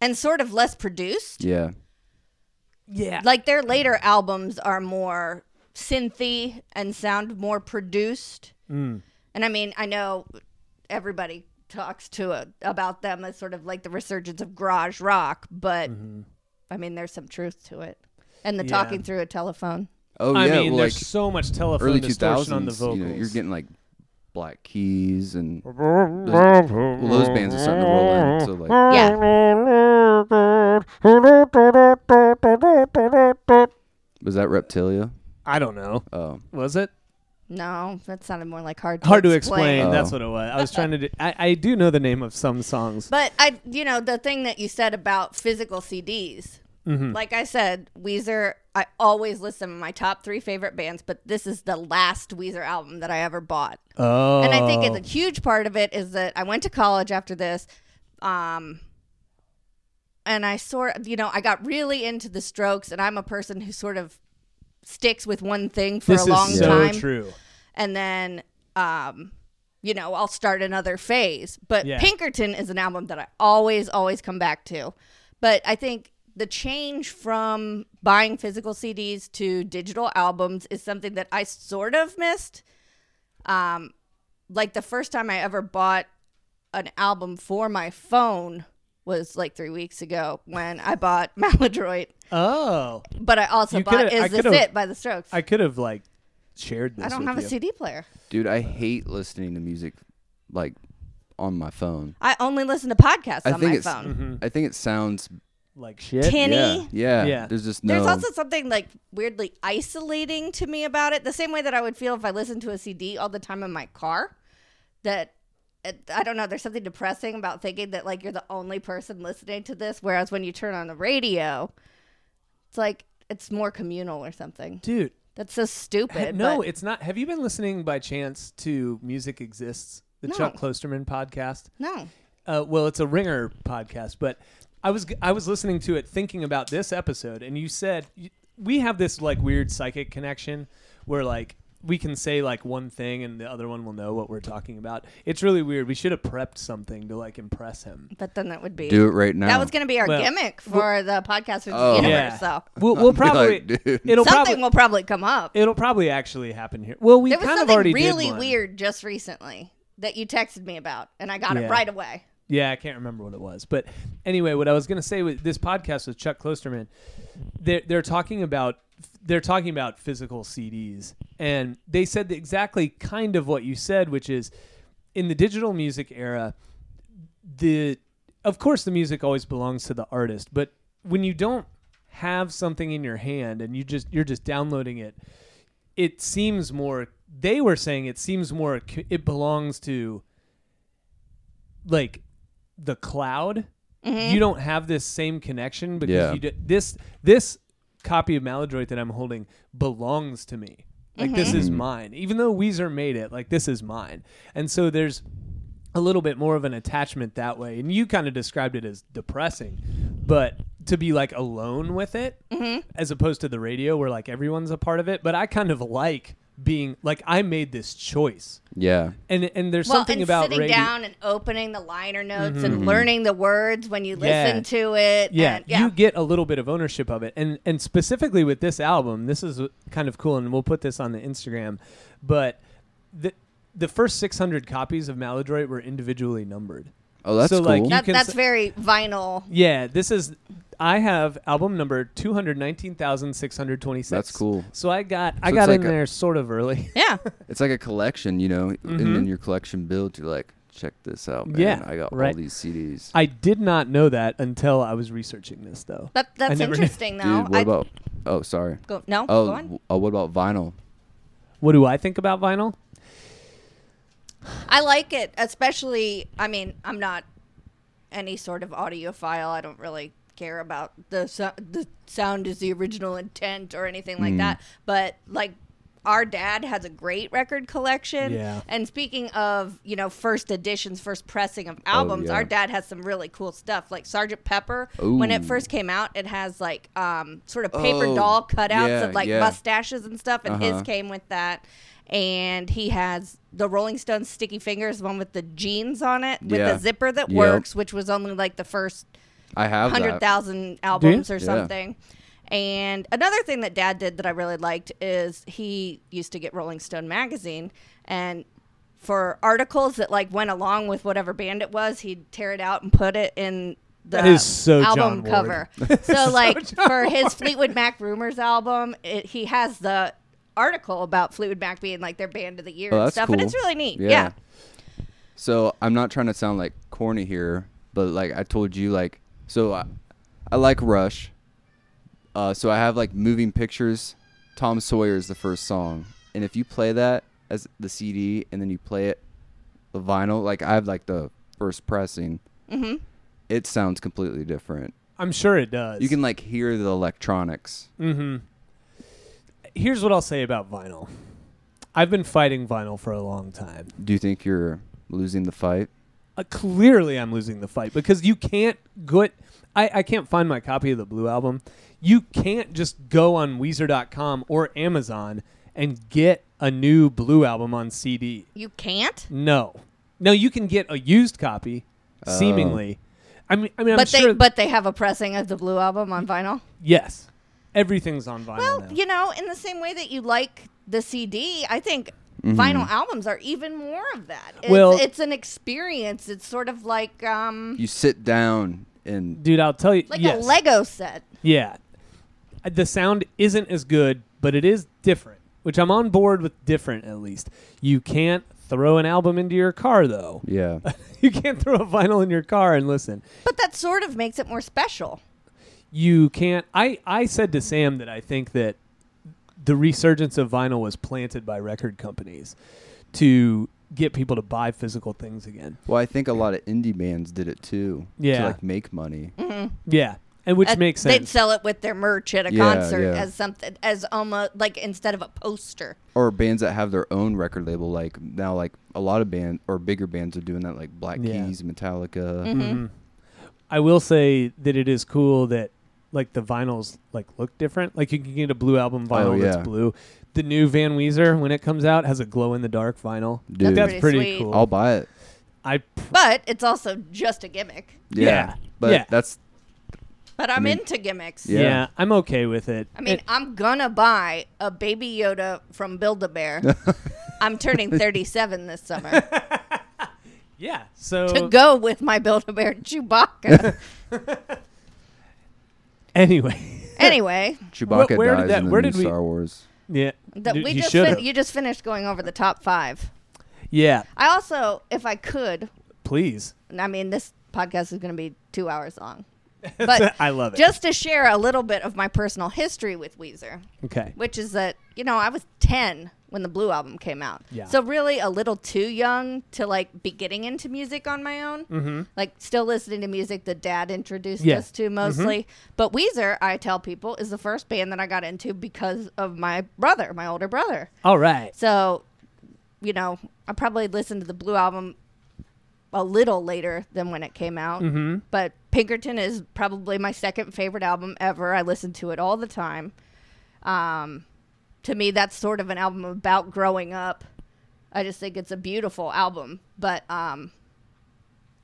[SPEAKER 4] and sort of less produced.
[SPEAKER 3] Yeah.
[SPEAKER 1] Yeah.
[SPEAKER 4] Like their later albums are more synthy and sound more produced.
[SPEAKER 1] Mm.
[SPEAKER 4] And I mean, I know everybody talks to a, about them as sort of like the resurgence of garage rock, but I mean, there's some truth to it. And the
[SPEAKER 1] Mm-hmm. Yeah.
[SPEAKER 4] talking through a telephone.
[SPEAKER 3] Oh
[SPEAKER 1] I
[SPEAKER 3] yeah.
[SPEAKER 1] mean,
[SPEAKER 3] well, like
[SPEAKER 1] there's so much telephone
[SPEAKER 3] early two
[SPEAKER 1] distortion
[SPEAKER 3] thousands,
[SPEAKER 1] on the vocals.
[SPEAKER 3] you know, you're getting like Black Keys and those, well, those bands are starting to roll in. So like,
[SPEAKER 4] Yeah.
[SPEAKER 3] was that Reptilia?
[SPEAKER 1] I don't know.
[SPEAKER 3] Oh,
[SPEAKER 1] Was it?
[SPEAKER 4] No, that sounded more like hard to
[SPEAKER 1] Hard to
[SPEAKER 4] explain.
[SPEAKER 1] explain.
[SPEAKER 3] Oh.
[SPEAKER 1] That's what it was. I was trying to. Do, I, I do know the name of some songs.
[SPEAKER 4] But I, you know, the thing that you said about physical CDs,
[SPEAKER 1] Mm-hmm.
[SPEAKER 4] like I said, Weezer, I always listen to my top three favorite bands, but this is the last Weezer album that I ever bought.
[SPEAKER 1] oh.
[SPEAKER 4] And I think it's a huge part of it is that I went to college after this. Um, and I sort of, you know, I got really into the strokes, and I'm a person who sort of sticks with one thing for
[SPEAKER 1] this
[SPEAKER 4] a long
[SPEAKER 1] is so
[SPEAKER 4] time
[SPEAKER 1] true.
[SPEAKER 4] and then um you know i'll start another phase but
[SPEAKER 1] Yeah.
[SPEAKER 4] pinkerton is an album that i always always come back to but i think the change from buying physical cds to digital albums is something that i sort of missed um like the first time i ever bought an album for my phone was like three weeks ago when i bought *laughs* maladroit
[SPEAKER 1] Oh,
[SPEAKER 4] but i also
[SPEAKER 1] You
[SPEAKER 4] bought
[SPEAKER 1] coulda- I
[SPEAKER 4] is this
[SPEAKER 1] coulda-
[SPEAKER 4] it by the strokes
[SPEAKER 1] I could have like shared this.
[SPEAKER 4] I don't
[SPEAKER 1] with
[SPEAKER 4] have a
[SPEAKER 1] you.
[SPEAKER 4] cd player
[SPEAKER 3] dude, I hate listening to music like on my phone.
[SPEAKER 4] I only listen to podcasts
[SPEAKER 3] I
[SPEAKER 4] on
[SPEAKER 3] think
[SPEAKER 4] my
[SPEAKER 3] it's.
[SPEAKER 4] phone.
[SPEAKER 3] I think it sounds.
[SPEAKER 1] Like shit.
[SPEAKER 4] Tinny.
[SPEAKER 3] Yeah, yeah.
[SPEAKER 1] Yeah.
[SPEAKER 3] There's just no.
[SPEAKER 4] There's also something like weirdly isolating to me about it. The same way that I would feel if I listened to a CD all the time in my car. That it- I don't know. There's something depressing about thinking that like you're the only person listening to this, whereas when you turn on the radio, it's like it's more communal or something.
[SPEAKER 1] dude.
[SPEAKER 4] That's so
[SPEAKER 1] *laughs*
[SPEAKER 4] stupid.
[SPEAKER 1] no,
[SPEAKER 4] but-
[SPEAKER 1] it's not. Have you been listening by chance to Music Exists, the
[SPEAKER 4] No.
[SPEAKER 1] Chuck Klosterman podcast?
[SPEAKER 4] no.
[SPEAKER 1] uh, well, it's a Ringer podcast, but I was I was listening to it, thinking about this episode, and you said y- we have this like weird psychic connection where like we can say like one thing and the other one will know what we're talking about. It's really weird. We should have prepped something to like impress him.
[SPEAKER 4] But then that would be
[SPEAKER 3] do it right now.
[SPEAKER 4] that was going to be our
[SPEAKER 1] Well,
[SPEAKER 4] gimmick for the podcast with
[SPEAKER 3] Oh.
[SPEAKER 4] the
[SPEAKER 1] *laughs*
[SPEAKER 4] universe.
[SPEAKER 1] *laughs* Yeah,
[SPEAKER 4] So
[SPEAKER 1] we'll, we'll probably
[SPEAKER 3] dude.
[SPEAKER 1] it'll
[SPEAKER 4] something
[SPEAKER 1] probably
[SPEAKER 4] will probably come up.
[SPEAKER 1] it'll probably actually happen here. Well, we
[SPEAKER 4] There was
[SPEAKER 1] kind of
[SPEAKER 4] something
[SPEAKER 1] already did
[SPEAKER 4] really
[SPEAKER 1] one.
[SPEAKER 4] weird just recently that you texted me about, and I got
[SPEAKER 1] Yeah.
[SPEAKER 4] it right away.
[SPEAKER 1] Yeah, I can't remember what it was. But anyway, what I was going to say with this podcast with Chuck Klosterman, they're, they're talking about they're talking about physical CDs, and they said exactly kind of what you said, which is in the digital music era, the of course the music always belongs to the artist, but when you don't have something in your hand and you just you're just downloading it, it seems more. They were saying it seems more. c- It belongs to like the cloud.
[SPEAKER 4] Mm-hmm.
[SPEAKER 1] You don't have this same connection because
[SPEAKER 3] Yeah.
[SPEAKER 1] you d- this this copy of Maladroit that I'm holding belongs to me. Like this is mine. Even though Weezer made it, like this is mine. And so there's a little bit more of an attachment that way. And you kind of described it as depressing, but to be like alone with it
[SPEAKER 4] Mm-hmm.
[SPEAKER 1] as opposed to the radio where like everyone's a part of it. But I kind of like being like I made this choice.
[SPEAKER 3] yeah.
[SPEAKER 1] And and there's something
[SPEAKER 4] well, and
[SPEAKER 1] about
[SPEAKER 4] sitting
[SPEAKER 1] radio. Mm-hmm.
[SPEAKER 4] down and opening the liner notes and learning the words when you listen to it.
[SPEAKER 1] yeah,
[SPEAKER 4] and, yeah.
[SPEAKER 1] you get a little bit of ownership of it, and and specifically with this album, this is kind of cool, and we'll put this on the Instagram. But the the first 600 copies of Maladroit were individually numbered.
[SPEAKER 3] Oh, that's
[SPEAKER 1] So,
[SPEAKER 3] cool.
[SPEAKER 1] like, you
[SPEAKER 4] that,
[SPEAKER 1] can
[SPEAKER 4] that's
[SPEAKER 1] s-
[SPEAKER 4] very vinyl.
[SPEAKER 1] Yeah, this is. I have album number 219,626.
[SPEAKER 3] That's cool.
[SPEAKER 1] So I got I
[SPEAKER 3] So it's
[SPEAKER 1] got in
[SPEAKER 3] like a-
[SPEAKER 1] there sort of early. *laughs*
[SPEAKER 4] Yeah,
[SPEAKER 3] It's like a collection, you know, and then your collection builds. You're like, check this out, man.
[SPEAKER 1] Mm-hmm. Yeah,
[SPEAKER 3] I got
[SPEAKER 1] right.
[SPEAKER 3] all these CDs.
[SPEAKER 1] I did not know that until I was researching this though.
[SPEAKER 4] that, that's
[SPEAKER 1] never knew.
[SPEAKER 4] interesting, though.
[SPEAKER 3] Dude, what
[SPEAKER 4] I,
[SPEAKER 3] about? Oh, sorry.
[SPEAKER 4] go, no,
[SPEAKER 3] Oh,
[SPEAKER 4] go on.
[SPEAKER 3] w- uh, what about vinyl?
[SPEAKER 1] What do I think about vinyl?
[SPEAKER 4] I like it, especially. I mean, I'm not any sort of audiophile. I don't really care
[SPEAKER 3] Mm.
[SPEAKER 4] about the so- the sound is the original intent or anything like that. But like, our dad has a great record collection.
[SPEAKER 1] Yeah.
[SPEAKER 4] And speaking of, you know, first editions, first pressing of albums,
[SPEAKER 3] Oh, yeah.
[SPEAKER 4] our dad has some really cool stuff. Like Sergeant Pepper, when it
[SPEAKER 3] Ooh.
[SPEAKER 4] first came out, it has like um, sort of paper
[SPEAKER 3] Oh,
[SPEAKER 4] doll cutouts
[SPEAKER 3] yeah,
[SPEAKER 4] of like
[SPEAKER 3] yeah.
[SPEAKER 4] mustaches and stuff, and his
[SPEAKER 3] Uh-huh.
[SPEAKER 4] came with that. And he has the Rolling Stones Sticky Fingers one with the jeans on it with
[SPEAKER 3] Yeah.
[SPEAKER 4] the zipper that
[SPEAKER 3] Yep.
[SPEAKER 4] works, which was only like the first
[SPEAKER 3] I have
[SPEAKER 4] hundred
[SPEAKER 3] that.
[SPEAKER 4] thousand albums or
[SPEAKER 3] Yeah.
[SPEAKER 4] something. And another thing that Dad did that I really liked is he used to get Rolling Stone magazine, and for articles that like went along with whatever band it was, he'd tear it out and put it in the
[SPEAKER 1] That is so
[SPEAKER 4] album
[SPEAKER 1] John Ward.
[SPEAKER 4] cover. So like for his Fleetwood Mac Rumors album, it, he has the article about Fleetwood Mac being like their band of the year
[SPEAKER 3] Oh,
[SPEAKER 4] and
[SPEAKER 3] that's
[SPEAKER 4] stuff, and
[SPEAKER 3] cool.
[SPEAKER 4] it's really neat.
[SPEAKER 3] Yeah.
[SPEAKER 4] yeah.
[SPEAKER 3] So I'm not trying to sound like corny here, but like I told you, like so I, I like Rush. Uh, so I have like moving pictures. Tom Sawyer is the first song, and if you play that as the CD and then you play it the vinyl, like I have like the first pressing,
[SPEAKER 4] Mm-hmm.
[SPEAKER 3] it sounds completely different.
[SPEAKER 1] I'm sure it does.
[SPEAKER 3] You can like hear the electronics.
[SPEAKER 1] Here's what I'll say about vinyl. I've been fighting vinyl for a long time.
[SPEAKER 3] Do you think you're losing the fight?
[SPEAKER 1] Uh, clearly, I'm losing the fight because you can't go. I, I can't find my copy of the Blue Album. You can't just go on Weezer.com or Amazon and get a new Blue Album on CD.
[SPEAKER 4] You can't.
[SPEAKER 1] No, no, you can get a used copy, seemingly. I mean, I mean, I'm
[SPEAKER 4] but
[SPEAKER 1] sure.
[SPEAKER 4] they but they have a pressing of the Blue album on vinyl.
[SPEAKER 1] yes, everything's on vinyl
[SPEAKER 4] Well,
[SPEAKER 1] now.
[SPEAKER 4] you know, in the same way that you like the CD, I think vinyl albums are even more of that. It's,
[SPEAKER 1] Mm-hmm. Well-
[SPEAKER 4] it's an experience. It's sort of like um,
[SPEAKER 3] You sit down and
[SPEAKER 1] Dude, I'll tell you.
[SPEAKER 4] like
[SPEAKER 1] yes.
[SPEAKER 4] a Lego set.
[SPEAKER 1] Yeah. Uh, The sound isn't as good, but it is different, which I'm on board with different at least. You can't throw an album into your car though. *laughs*
[SPEAKER 3] yeah,
[SPEAKER 1] You can't throw a vinyl in your car and listen.
[SPEAKER 4] But that sort of makes it more special.
[SPEAKER 1] You can't I I said to Sam that I think that the resurgence of vinyl was planted by record companies to get people to buy physical things again.
[SPEAKER 3] well, I think a lot of indie bands did it too.
[SPEAKER 1] Yeah.
[SPEAKER 3] to like make money.
[SPEAKER 1] Yeah. And which
[SPEAKER 4] Uh,
[SPEAKER 1] makes
[SPEAKER 4] They'd
[SPEAKER 1] sense.
[SPEAKER 4] sell it with their merch at a
[SPEAKER 3] Yeah,
[SPEAKER 4] concert
[SPEAKER 3] yeah.
[SPEAKER 4] as something as almost like instead of a poster.
[SPEAKER 3] or bands that have their own record label like now like a lot of band or bigger bands are doing that like black
[SPEAKER 1] Yeah.
[SPEAKER 3] keys metallica
[SPEAKER 1] I will say that it is cool that like the vinyls like look different. Like you can get a blue album vinyl
[SPEAKER 3] Oh, yeah.
[SPEAKER 1] that's blue. The new Van Weezer when it comes out has a glow in the dark vinyl.
[SPEAKER 3] Dude.
[SPEAKER 1] That's
[SPEAKER 4] Pretty
[SPEAKER 1] pretty
[SPEAKER 4] sweet.
[SPEAKER 1] cool.
[SPEAKER 3] i'll buy it
[SPEAKER 1] I
[SPEAKER 4] But it's also just a gimmick.
[SPEAKER 3] yeah,
[SPEAKER 1] Yeah.
[SPEAKER 3] but
[SPEAKER 1] Yeah.
[SPEAKER 3] that's
[SPEAKER 4] But I'm
[SPEAKER 3] mean-
[SPEAKER 4] into gimmicks.
[SPEAKER 1] yeah.
[SPEAKER 3] Yeah.
[SPEAKER 1] I'm okay with it.
[SPEAKER 4] I mean,
[SPEAKER 1] It-
[SPEAKER 4] I'm gonna buy a baby Yoda from Build
[SPEAKER 1] *laughs*
[SPEAKER 4] a Bear. I'm turning 37 this summer
[SPEAKER 1] yeah. So
[SPEAKER 4] to go with my Build a Bear Chewbacca.
[SPEAKER 1] *laughs* anyway,
[SPEAKER 4] anyway,
[SPEAKER 3] chewbacca
[SPEAKER 1] Wh- where did
[SPEAKER 3] dies
[SPEAKER 1] that-
[SPEAKER 3] in the
[SPEAKER 1] where
[SPEAKER 3] new
[SPEAKER 1] did we-
[SPEAKER 3] star wars
[SPEAKER 1] yeah.
[SPEAKER 4] the,
[SPEAKER 1] Dude,
[SPEAKER 4] we
[SPEAKER 1] he
[SPEAKER 4] just
[SPEAKER 1] should've.
[SPEAKER 4] fin- you just finished going over the top five.
[SPEAKER 1] yeah.
[SPEAKER 4] I also, if I could,
[SPEAKER 1] Please.
[SPEAKER 4] and I mean, this podcast is going to be two hours
[SPEAKER 1] *laughs*
[SPEAKER 4] long, but
[SPEAKER 1] I love it.
[SPEAKER 4] just to share a little bit of my personal history with Weezer.
[SPEAKER 1] okay.
[SPEAKER 4] which is that you know I was ten when the Blue album came out,
[SPEAKER 1] Yeah.
[SPEAKER 4] so really a little too young to like be getting into music on my own. Mm-hmm. Like still listening to music that Dad introduced
[SPEAKER 1] Yeah. Mm-hmm.
[SPEAKER 4] us to mostly, but Weezer, I tell people, is the first band that I got into because of my brother, my older brother.
[SPEAKER 1] All right.
[SPEAKER 4] So, you know, I probably listened to the Blue album a little later than when it came out. Mm-hmm. But Pinkerton is probably my second favorite album ever. I listen to it all the time. Um, to me, that's sort of an album about growing up. I just think it's a beautiful album. But um,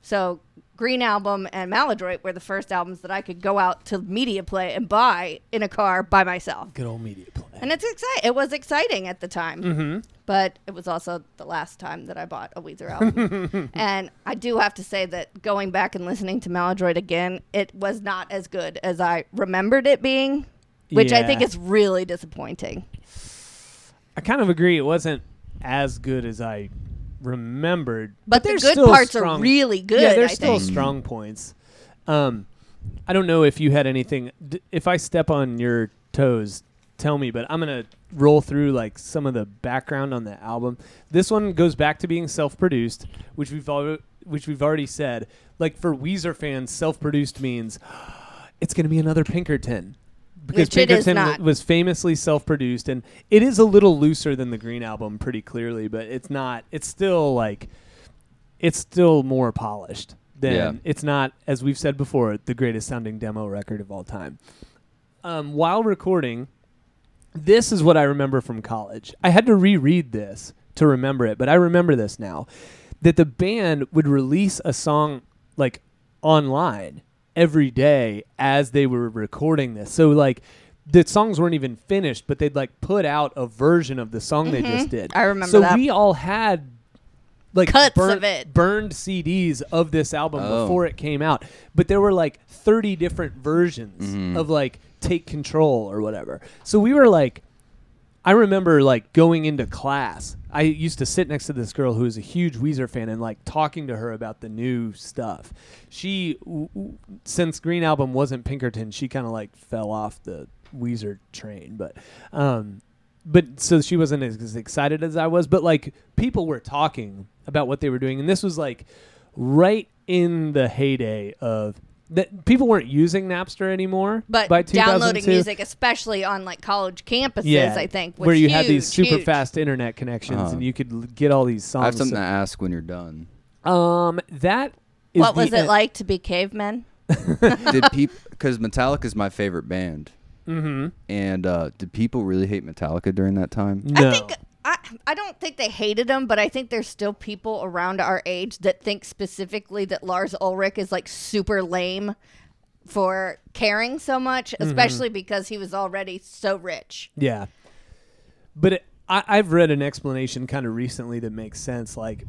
[SPEAKER 4] so Green Album and Maladroit were the first albums that I could go out to Media Play and buy in a car by myself.
[SPEAKER 1] Good old media play.
[SPEAKER 4] And it's exciting. It was exciting at the time,
[SPEAKER 1] Mm-hmm.
[SPEAKER 4] but it was also the last time that I bought a
[SPEAKER 1] *laughs*
[SPEAKER 4] Weezer album. and I do have to say that going back and listening to Maladroit again, it was not as good as I remembered it being, which I think
[SPEAKER 1] Yeah.
[SPEAKER 4] is really disappointing.
[SPEAKER 1] I kind of agree. It wasn't as good as I remembered,
[SPEAKER 4] But the
[SPEAKER 1] there's
[SPEAKER 4] good
[SPEAKER 1] still
[SPEAKER 4] parts are
[SPEAKER 1] strong,
[SPEAKER 4] really good,
[SPEAKER 1] Yeah, there's
[SPEAKER 4] I
[SPEAKER 1] still
[SPEAKER 4] think.
[SPEAKER 1] strong points. Um, I don't know if you had anything. D- if I step on your toes, tell me. But I'm gonna roll through like some of the background on the album. This one goes back to being self-produced, which we've al- which we've already said. *gasps* Like for Weezer fans, self-produced means it's gonna be another Pinkerton. because
[SPEAKER 4] Which it is
[SPEAKER 1] Pinkerton
[SPEAKER 4] not.
[SPEAKER 1] wa- was famously self-produced, and it is a little looser than the Green Album, pretty clearly, but it's not. It's still like, it's still more polished than
[SPEAKER 3] Yeah.
[SPEAKER 1] it's not, as we've said before, the greatest sounding demo record of all time. Um, while recording, this is what I remember from college. I had to reread this to remember it, but I remember this now. That the band would release a song like online every day as they were recording this. So like the songs weren't even finished, but they'd like put out a version of the song they just did.
[SPEAKER 4] Mm-hmm. I remember
[SPEAKER 1] So
[SPEAKER 4] that.
[SPEAKER 1] we all had like
[SPEAKER 4] Cuts
[SPEAKER 1] burn-
[SPEAKER 4] of it.
[SPEAKER 1] burned CDs of this album
[SPEAKER 3] Oh.
[SPEAKER 1] before it came out. But there were like 30 different versions of like Take Control or whatever. So we were like I remember like going into class. I used to sit next to this girl who was a huge Weezer fan and like talking to her about the new stuff. She, w- w- since Green Album wasn't Pinkerton, she kind of like fell off the Weezer train. But, um, but so she wasn't as, as excited as I was. But like people were talking about what they were doing, and this was like right in the heyday of that. People weren't using Napster anymore,
[SPEAKER 4] But
[SPEAKER 1] by
[SPEAKER 4] downloading
[SPEAKER 1] 2002
[SPEAKER 4] music, especially on like college campuses, I think, was
[SPEAKER 1] where you
[SPEAKER 4] huge,
[SPEAKER 1] had these super
[SPEAKER 4] huge.
[SPEAKER 1] fast internet connections
[SPEAKER 3] Uh-huh.
[SPEAKER 1] and you could l- get all these songs.
[SPEAKER 3] I have something to ask when you're done.
[SPEAKER 1] um, that is
[SPEAKER 4] What
[SPEAKER 1] the e
[SPEAKER 4] was it
[SPEAKER 1] end-
[SPEAKER 4] like to be cavemen?
[SPEAKER 3] did people? Because Metallica is my favorite band. Mm-hmm. And uh, did people really hate Metallica during that time?
[SPEAKER 1] No.
[SPEAKER 4] I think I, I don't think they hated him, but I think there's still people around our age that think specifically that Lars Ulrich is like super lame for caring so much,
[SPEAKER 1] Mm-hmm.
[SPEAKER 4] especially because he was already so rich.
[SPEAKER 1] yeah, but it, I, I've read an explanation kind of recently that makes sense. Like,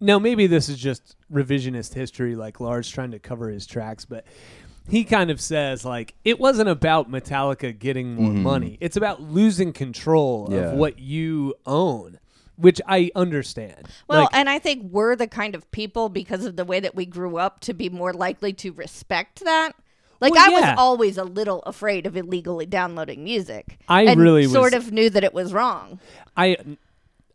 [SPEAKER 1] now maybe this is just revisionist history, like Lars trying to cover his tracks, but. He kind of says like it wasn't about Metallica getting more money. It's about losing control
[SPEAKER 3] Yeah.
[SPEAKER 1] of what you own, which I understand.
[SPEAKER 4] Well,
[SPEAKER 1] Like-
[SPEAKER 4] and I think we're the kind of people because of the way that we grew up to be more likely to respect that. Like
[SPEAKER 1] Well,
[SPEAKER 4] I
[SPEAKER 1] yeah.
[SPEAKER 4] was always a little afraid of illegally downloading music.
[SPEAKER 1] I
[SPEAKER 4] and
[SPEAKER 1] really was-
[SPEAKER 4] sort of knew that it was wrong.
[SPEAKER 1] I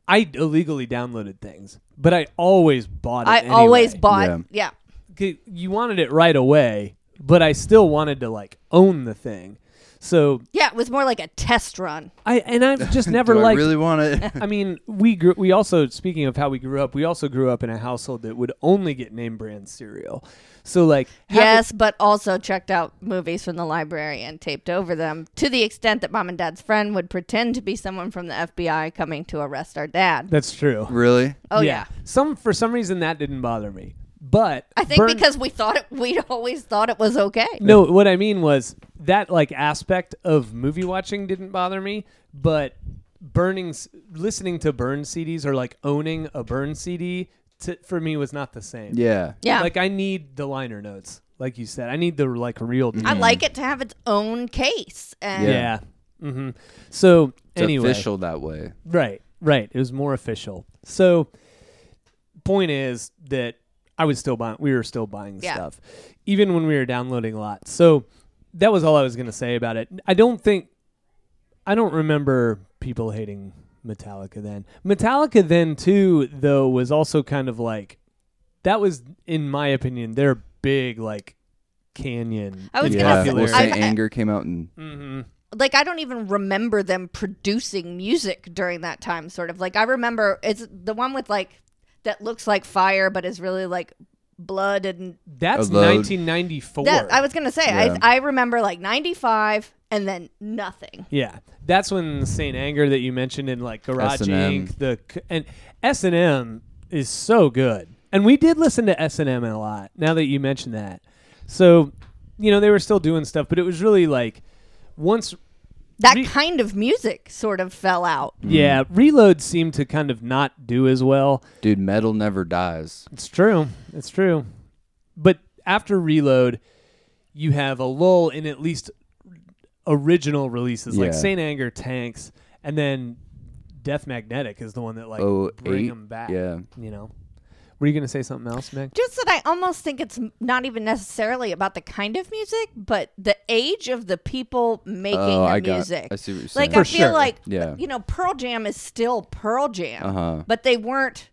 [SPEAKER 1] I illegally downloaded things, but I always bought it.
[SPEAKER 4] I
[SPEAKER 1] anyway.
[SPEAKER 4] always bought
[SPEAKER 3] Yeah.
[SPEAKER 4] yeah.
[SPEAKER 1] 'Kay, You wanted it right away, but I still wanted to like own the thing. So
[SPEAKER 4] Yeah, it was more like a test run.
[SPEAKER 1] I and
[SPEAKER 3] *laughs*
[SPEAKER 1] I've just never
[SPEAKER 3] Do I
[SPEAKER 1] liked.
[SPEAKER 3] really want it?
[SPEAKER 1] *laughs*
[SPEAKER 3] *laughs*
[SPEAKER 1] I mean, we grew. We also speaking of how we grew up, we also grew up in a household that would only get name brand cereal. So like, having-
[SPEAKER 4] Yes, but also checked out movies from the library and taped over them to the extent that mom and dad's friend would pretend to be someone from the FBI coming to arrest our dad.
[SPEAKER 1] that's true.
[SPEAKER 3] really?
[SPEAKER 4] Oh yeah.
[SPEAKER 1] Some for some reason that didn't bother me, but
[SPEAKER 4] I think
[SPEAKER 1] Burn-
[SPEAKER 4] because we thought it, we'd always thought it was okay.
[SPEAKER 1] No, what I mean was that like aspect of movie watching didn't bother me, but burning, s- listening to burn CDs or like owning a burn CD to, for me was not the same.
[SPEAKER 3] Yeah.
[SPEAKER 4] Yeah.
[SPEAKER 1] Like I need the liner notes, like you said. I need the like real.
[SPEAKER 4] I like it to have its own case. And
[SPEAKER 3] Mm-hmm. Yeah.
[SPEAKER 1] yeah. hmm So
[SPEAKER 3] It's
[SPEAKER 1] anyway,
[SPEAKER 3] official that way.
[SPEAKER 1] Right, right. It was more official. So, point is that I was still buying. We were still buying
[SPEAKER 4] Yeah.
[SPEAKER 1] stuff, even when we were downloading lots. So that was all I was going to say about it. I don't think, I don't remember people hating Metallica then. Metallica then too, though, was also kind of like that was, in my opinion, their big like canyon.
[SPEAKER 4] I was
[SPEAKER 1] in
[SPEAKER 4] gonna
[SPEAKER 3] Yeah.
[SPEAKER 4] say-
[SPEAKER 3] Well,
[SPEAKER 1] popularity. Mm-hmm.
[SPEAKER 3] Saint
[SPEAKER 4] I've-
[SPEAKER 3] Anger came out in
[SPEAKER 4] like I don't even remember them producing music during that time. Sort of like I remember it's the one with like that looks like fire, but is really like blood and
[SPEAKER 1] That's
[SPEAKER 3] Although-
[SPEAKER 1] 1994.
[SPEAKER 4] that. I was gonna say
[SPEAKER 3] Yeah.
[SPEAKER 4] I I remember like '95 and then nothing.
[SPEAKER 1] Yeah, that's when the Saint Anger that you mentioned in like Garage
[SPEAKER 3] S&M.
[SPEAKER 1] Inc. The c- and S and M is so good, and we did listen to S and M a lot. Now that you mention that, so you know they were still doing stuff, but it was really like once
[SPEAKER 4] That
[SPEAKER 1] Re-
[SPEAKER 4] kind of music sort of fell out.
[SPEAKER 1] yeah, Reload seemed to kind of not do as well.
[SPEAKER 3] Dude, metal never dies.
[SPEAKER 1] It's true, it's true, but after Reload, you have a lull in at least original releases like
[SPEAKER 3] Yeah.
[SPEAKER 1] Saint Anger tanks, and then. Death Magnetic is the one that like
[SPEAKER 3] Oh,
[SPEAKER 1] bring
[SPEAKER 3] eight?
[SPEAKER 1] them back.
[SPEAKER 3] Yeah.
[SPEAKER 1] you know. Were you going to say something else, Meg?
[SPEAKER 4] Just that I almost think it's m- not even necessarily about the kind of music, but the age of the people making
[SPEAKER 3] Oh,
[SPEAKER 4] the
[SPEAKER 3] I got-
[SPEAKER 4] music.
[SPEAKER 3] I see what you're
[SPEAKER 4] like
[SPEAKER 3] saying.
[SPEAKER 4] I
[SPEAKER 1] For
[SPEAKER 4] feel
[SPEAKER 1] sure.
[SPEAKER 4] like uh,
[SPEAKER 3] Yeah.
[SPEAKER 4] you know, Pearl Jam is still Pearl Jam,
[SPEAKER 3] Uh-huh.
[SPEAKER 4] but they weren't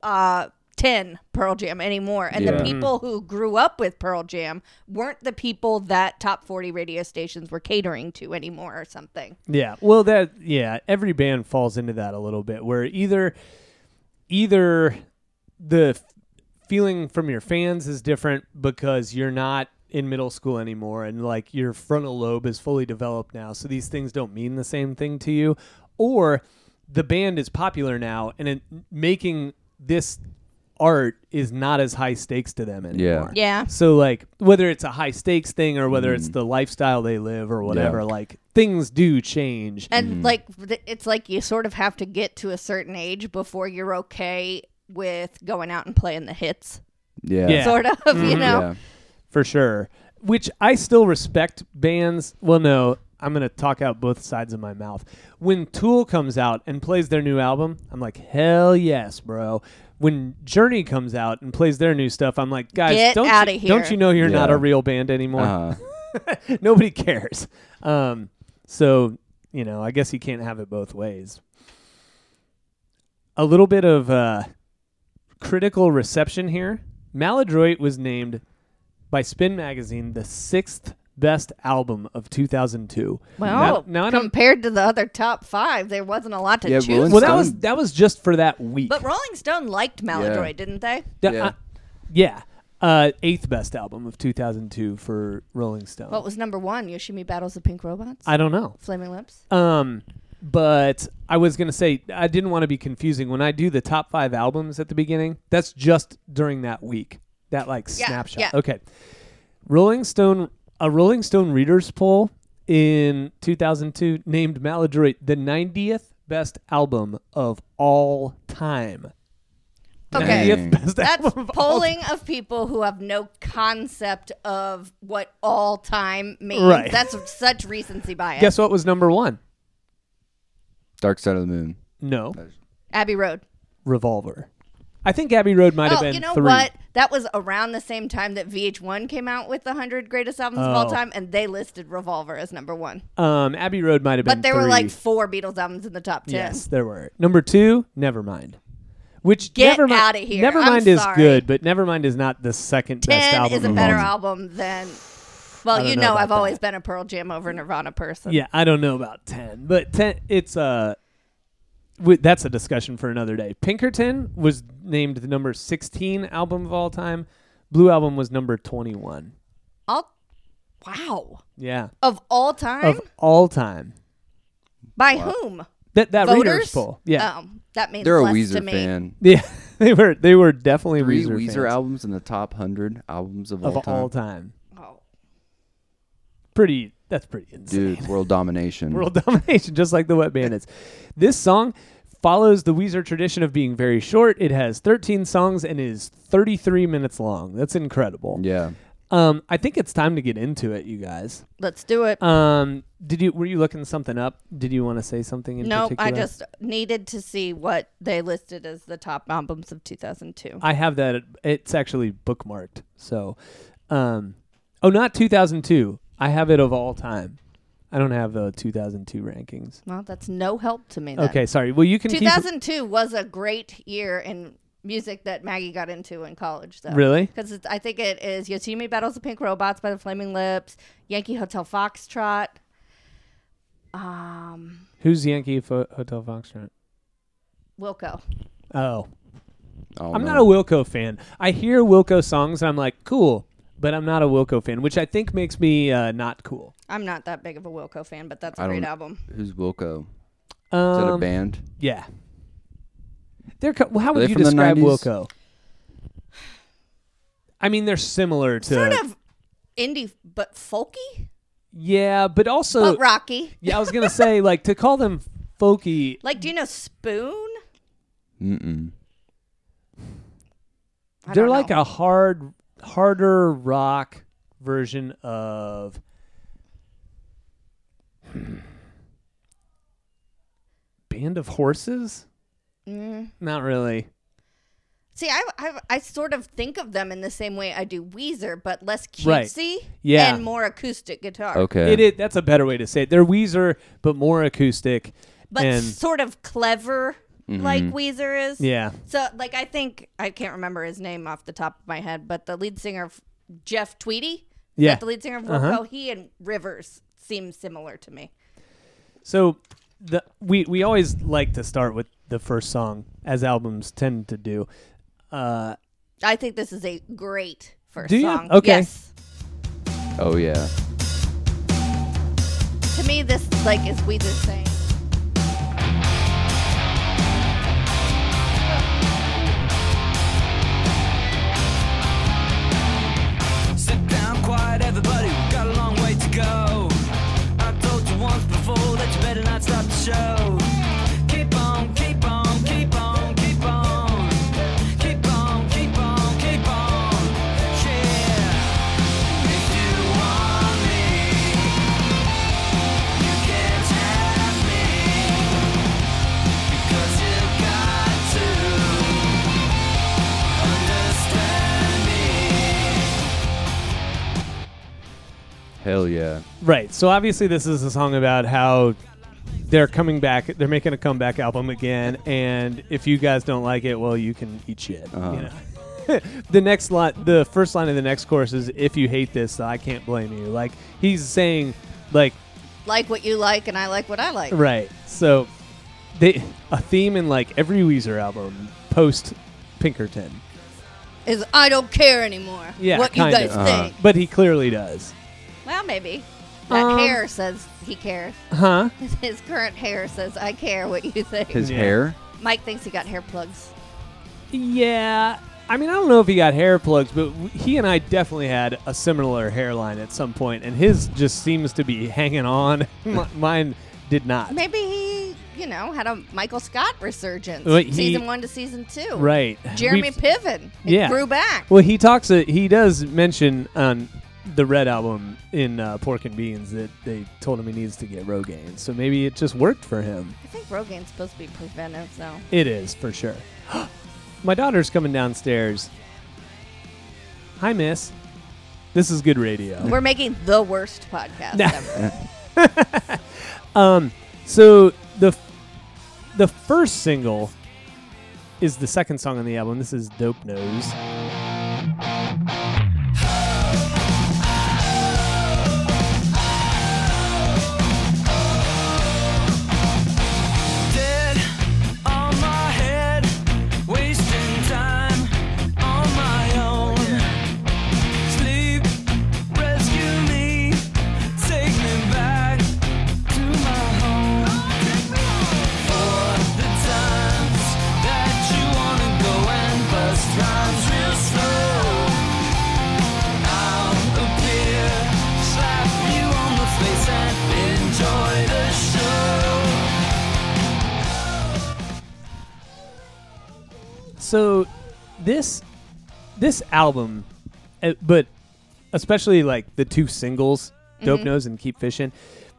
[SPEAKER 4] uh, 10 Pearl Jam anymore. And
[SPEAKER 3] Yeah.
[SPEAKER 4] the people
[SPEAKER 1] Hmm.
[SPEAKER 4] who grew up with Pearl Jam weren't the people that top 40 radio stations were catering to anymore or
[SPEAKER 3] *laughs*
[SPEAKER 4] something.
[SPEAKER 1] Yeah. Well, that yeah, every band falls into that a little bit where either either the f- feeling from your fans is different because you're not in middle school anymore and like your frontal lobe is fully developed now, so these things don't mean the same thing to you or the band is popular now and it, making this art is not as high stakes to them anymore.
[SPEAKER 4] Yeah.
[SPEAKER 1] So like whether it's a high stakes thing or whether it's the lifestyle they live or whatever,
[SPEAKER 3] Mm-hmm. Yeah.
[SPEAKER 1] like things do change.
[SPEAKER 4] And like th- it's like you sort of have to get to a certain age before you're okay with going out and playing the hits.
[SPEAKER 3] Yeah.
[SPEAKER 1] Yeah.
[SPEAKER 4] Sort of, you know.
[SPEAKER 3] Yeah.
[SPEAKER 1] for sure. Which I still respect bands. Well, no, I'm gonna talk out both sides of my mouth. When Tool comes out and plays their new album, I'm like, hell yes, bro. When Journey comes out and plays their new stuff, I'm like, guys,
[SPEAKER 4] Get
[SPEAKER 1] don't
[SPEAKER 4] outta
[SPEAKER 1] you,
[SPEAKER 4] here."
[SPEAKER 1] don't you know you're not
[SPEAKER 3] Yeah.
[SPEAKER 1] a real band anymore?
[SPEAKER 3] Uh-huh.
[SPEAKER 1] *laughs* Nobody cares. Um, so you know, I guess you can't have it both ways. A little bit of uh, critical reception here. Maladroit was named by Spin Magazine the sixth best album of 2002.
[SPEAKER 4] Well,
[SPEAKER 1] Now- now I don't-
[SPEAKER 4] compared to the other top five, there wasn't a lot to
[SPEAKER 3] Yeah,
[SPEAKER 4] choose.
[SPEAKER 3] Rolling
[SPEAKER 1] Well, that was
[SPEAKER 3] Stone-
[SPEAKER 1] that was just for that week.
[SPEAKER 4] But Rolling Stone liked Maladroit, didn't they?
[SPEAKER 1] Th-
[SPEAKER 3] Yeah.
[SPEAKER 1] uh, yeah. Uh, eighth best album of 2002 for Rolling Stone.
[SPEAKER 4] What was number one? Yoshimi battles the pink robots.
[SPEAKER 1] I don't know.
[SPEAKER 4] Flaming lips.
[SPEAKER 1] Um, but I was gonna say I didn't want to be confusing when I do the top five albums at the beginning. That's just during that week, that like
[SPEAKER 4] Yeah,
[SPEAKER 1] snapshot.
[SPEAKER 4] yeah.
[SPEAKER 1] Okay, Rolling Stone, a Rolling Stone readers poll in 2002 named Maladroit the 90th best album of all time.
[SPEAKER 4] Okay.
[SPEAKER 1] *laughs* 90th best
[SPEAKER 4] That's
[SPEAKER 1] album of all
[SPEAKER 4] polling of people who have no concept of what all time means.
[SPEAKER 1] Right.
[SPEAKER 4] That's such recency bias.
[SPEAKER 1] Guess what was number one?
[SPEAKER 3] Dark Side of the Moon.
[SPEAKER 1] No,
[SPEAKER 4] Abbey Road.
[SPEAKER 1] Revolver. I think Abbey Road might have
[SPEAKER 4] oh,
[SPEAKER 1] been
[SPEAKER 4] you know
[SPEAKER 1] three.
[SPEAKER 4] what? That was around the same time that VH1 came out with the 100 greatest albums of all
[SPEAKER 1] Oh.
[SPEAKER 4] time, and they listed Revolver as number one.
[SPEAKER 1] Um, Abbey Road might have been.
[SPEAKER 4] But there were like
[SPEAKER 1] three.
[SPEAKER 4] four Beatles albums in the top 10.
[SPEAKER 1] Yes, there were. Number two, Nevermind. Which
[SPEAKER 4] Get
[SPEAKER 1] Nevermi-
[SPEAKER 4] outta here. I'm
[SPEAKER 1] Nevermind is
[SPEAKER 4] sorry.
[SPEAKER 1] good, but Nevermind is not the second best
[SPEAKER 4] 10
[SPEAKER 1] album.
[SPEAKER 4] is a
[SPEAKER 1] of
[SPEAKER 4] better
[SPEAKER 1] all time.
[SPEAKER 4] album than.
[SPEAKER 1] *sighs* I
[SPEAKER 4] Well,
[SPEAKER 1] don't
[SPEAKER 4] you
[SPEAKER 1] know
[SPEAKER 4] know,
[SPEAKER 1] about
[SPEAKER 4] I've always
[SPEAKER 1] that.
[SPEAKER 4] been a Pearl Jam over Nirvana person.
[SPEAKER 1] Yeah, I don't know about ten, but ten it's uh, w- that's a discussion for another day. Pinkerton was named the number sixteen album of all time. Blue album was number twenty one.
[SPEAKER 4] All, wow.
[SPEAKER 1] Yeah,
[SPEAKER 4] Of all time?
[SPEAKER 1] of all time.
[SPEAKER 4] By whom?
[SPEAKER 1] That that readers
[SPEAKER 4] Voters?
[SPEAKER 1] poll. Yeah,
[SPEAKER 4] Um, that means
[SPEAKER 3] They're a
[SPEAKER 4] less to
[SPEAKER 3] Weezer
[SPEAKER 4] me.
[SPEAKER 3] fan.
[SPEAKER 1] *laughs* yeah, they were they were definitely
[SPEAKER 3] Three
[SPEAKER 1] Weezer,
[SPEAKER 3] Weezer,
[SPEAKER 1] fans
[SPEAKER 3] albums in the top hundred albums of,
[SPEAKER 1] of
[SPEAKER 3] all time.
[SPEAKER 1] all time.
[SPEAKER 4] Oh.
[SPEAKER 1] Pretty. That's pretty insane.
[SPEAKER 3] Dude, world domination.
[SPEAKER 1] world *laughs* domination, just like the Wet Bandits. This song follows the Weezer tradition of being very short. It has 13 songs and is 33 minutes long. That's incredible.
[SPEAKER 3] Yeah.
[SPEAKER 1] Um, I think it's time to get into it, you guys.
[SPEAKER 4] Let's do it.
[SPEAKER 1] Um, did you were you looking something up? Did you want to say something in
[SPEAKER 4] No,
[SPEAKER 1] particular?
[SPEAKER 4] I just needed to see what they listed as the top albums of 2002.
[SPEAKER 1] I have that. It's actually bookmarked. So, um, oh, not 2002. I have it of all time. I don't have the 2002 rankings.
[SPEAKER 4] Well, that's no help to me. Then.
[SPEAKER 1] Okay, sorry. Well, you can keep
[SPEAKER 4] 2002 was a great year in music that Maggie got into in college, though.
[SPEAKER 1] Really?
[SPEAKER 4] Because I think it is Yosemite Battles of Pink Robots by the Flaming Lips, Yankee Hotel Foxtrot. Um,
[SPEAKER 1] Who's Yankee Fo- Hotel Foxtrot?
[SPEAKER 4] Wilco.
[SPEAKER 1] Oh,
[SPEAKER 3] Oh,
[SPEAKER 1] I'm
[SPEAKER 3] no.
[SPEAKER 1] not a Wilco fan. I hear Wilco songs and I'm like, cool, but I'm not a Wilco fan, which I think makes me uh, not cool.
[SPEAKER 4] I'm not that big of a Wilco fan, but that's a
[SPEAKER 3] I
[SPEAKER 4] great
[SPEAKER 3] don't-
[SPEAKER 4] album.
[SPEAKER 3] Who's Wilco? Is that a
[SPEAKER 1] Um,
[SPEAKER 3] band?
[SPEAKER 1] Yeah. They're co- well, how
[SPEAKER 3] they
[SPEAKER 1] would you
[SPEAKER 3] from the
[SPEAKER 1] describe
[SPEAKER 3] 90s?
[SPEAKER 1] Wilco? I mean, they're similar to
[SPEAKER 4] Sort of indie, but folky,
[SPEAKER 1] yeah, but also
[SPEAKER 4] but rocky.
[SPEAKER 1] yeah. I was gonna say like to call them folky.
[SPEAKER 4] Like, do you know Spoon?
[SPEAKER 3] Mm-mm.
[SPEAKER 4] I
[SPEAKER 1] They're
[SPEAKER 4] don't
[SPEAKER 1] like
[SPEAKER 4] know.
[SPEAKER 1] a hard, harder rock version of. Band of Horses?
[SPEAKER 4] Mm.
[SPEAKER 1] Not really.
[SPEAKER 4] See, I, I I sort of think of them in the same way I do Weezer, but less
[SPEAKER 1] Right.
[SPEAKER 4] cutesy
[SPEAKER 1] Yeah.
[SPEAKER 4] and more acoustic guitar.
[SPEAKER 3] Okay.
[SPEAKER 1] It is, that's a better way to say it. They're Weezer, but more acoustic.
[SPEAKER 4] But
[SPEAKER 1] and Mm-hmm.
[SPEAKER 4] sort of clever like Weezer is.
[SPEAKER 1] Yeah.
[SPEAKER 4] So, like, I think I can't remember his name off the top of my head, but the lead singer, of Jeff Tweedy, is
[SPEAKER 1] Yeah.
[SPEAKER 4] that the lead singer of Wilco,
[SPEAKER 1] Uh-huh.
[SPEAKER 4] he and Rivers seem similar to me.
[SPEAKER 1] So the we we always like to start with the first song as albums tend to do. Uh
[SPEAKER 4] I think this is a great first
[SPEAKER 1] Do you?
[SPEAKER 4] song.
[SPEAKER 1] Okay.
[SPEAKER 4] Yes.
[SPEAKER 3] Oh yeah.
[SPEAKER 4] To me, this like is Weezer saying.
[SPEAKER 2] Sit down, quiet, everybody. We've got a long way to go. I told you once before that you better not stop the show. Keep on, keep on, keep on, keep on. Keep on, keep on, keep on. Yeah. If you want me, you can't have me. Because you got to understand me.
[SPEAKER 3] Hell yeah.
[SPEAKER 1] right. So obviously this is a song about how they're coming back. They're making a comeback album again and if you guys don't like it, well you can eat shit,
[SPEAKER 3] Uh-huh.
[SPEAKER 1] you know. *laughs* the next line, the first line of the next chorus is if you hate this, I can't blame you. Like he's saying like
[SPEAKER 4] Like what you like, and I like what I like.
[SPEAKER 1] Right. So they a theme in like every Weezer album post Pinkerton.
[SPEAKER 4] Is I don't care anymore.
[SPEAKER 1] Yeah,
[SPEAKER 4] what you
[SPEAKER 1] kinda.
[SPEAKER 4] guys
[SPEAKER 3] Uh-huh.
[SPEAKER 4] think.
[SPEAKER 1] But he clearly does.
[SPEAKER 4] Well, maybe. That
[SPEAKER 1] Um,
[SPEAKER 4] hair says he cares.
[SPEAKER 1] Huh?
[SPEAKER 4] *laughs* His current hair says, I care what you think.
[SPEAKER 3] His
[SPEAKER 1] Yeah.
[SPEAKER 3] hair.
[SPEAKER 4] Mike thinks he got hair plugs.
[SPEAKER 1] Yeah. I mean, I don't know if he got hair plugs, but w- he and I definitely had a similar hairline at some point, and his just seems to be hanging on. *laughs* Mi- Mine did not.
[SPEAKER 4] Maybe he, you know, had a Michael Scott resurgence.
[SPEAKER 1] Wait, he-
[SPEAKER 4] season one to season two.
[SPEAKER 1] Right.
[SPEAKER 4] Jeremy
[SPEAKER 1] We've-
[SPEAKER 4] Piven. It
[SPEAKER 1] Yeah.
[SPEAKER 4] Grew back.
[SPEAKER 1] Well, he talks. uh, He does mention on the Red album in uh, Pork and Beans that they told him he needs to get Rogaine, so maybe it just worked for him.
[SPEAKER 4] I think Rogaine's supposed to be preventive, though.
[SPEAKER 1] It is for sure. *gasps* My daughter's coming downstairs. Hi, miss. This is good radio.
[SPEAKER 4] We're making the worst
[SPEAKER 1] *laughs*
[SPEAKER 4] podcast
[SPEAKER 1] Nah.
[SPEAKER 4] ever.
[SPEAKER 1] So the f- the first single is the second song on the album. This is Dope Nose.
[SPEAKER 2] Dead on my head, wasting time on my own. Sleep, rescue me, take me back to my home. For the times that you wanna go and bust rhymes real slow. I'll appear, slap you on the face and enjoy the show.
[SPEAKER 1] So this this album, uh, but especially like the two singles, Dope
[SPEAKER 4] Mm-hmm.
[SPEAKER 1] Nose and Keep Fishing.